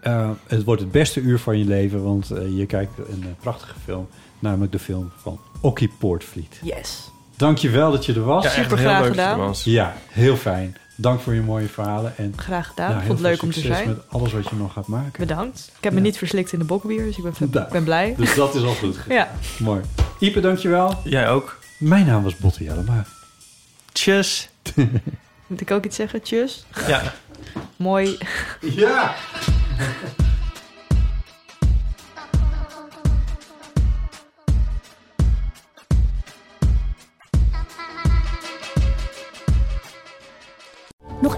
C: Eh, het wordt het beste uur van je leven, want eh, je kijkt een eh, prachtige film. Namelijk de film van Okkie Poortvliet.
E: Yes.
C: Dankjewel dat je er was.
E: Ja, echt Super heel graag leuk dat je er gedaan. was.
C: Ja, heel fijn. Dank voor je mooie verhalen. En
E: Graag gedaan.
C: nou, heel
E: Vond het leuk
C: veel
E: om te
C: succes
E: zijn.
C: met alles wat je nog gaat maken.
E: Bedankt. Ik heb me niet verslikt in de bokbier, dus ik ben,
C: Nou,
E: ik ben blij.
C: Dus dat is al goed.
E: Ja.
C: Mooi. Ipe, dankjewel.
D: Jij ook.
C: Mijn naam was Botte Jellema.
D: Tjus.
E: Moet ik ook iets zeggen? Tjus.
D: Ja.
E: Mooi.
C: Ja.
A: Nog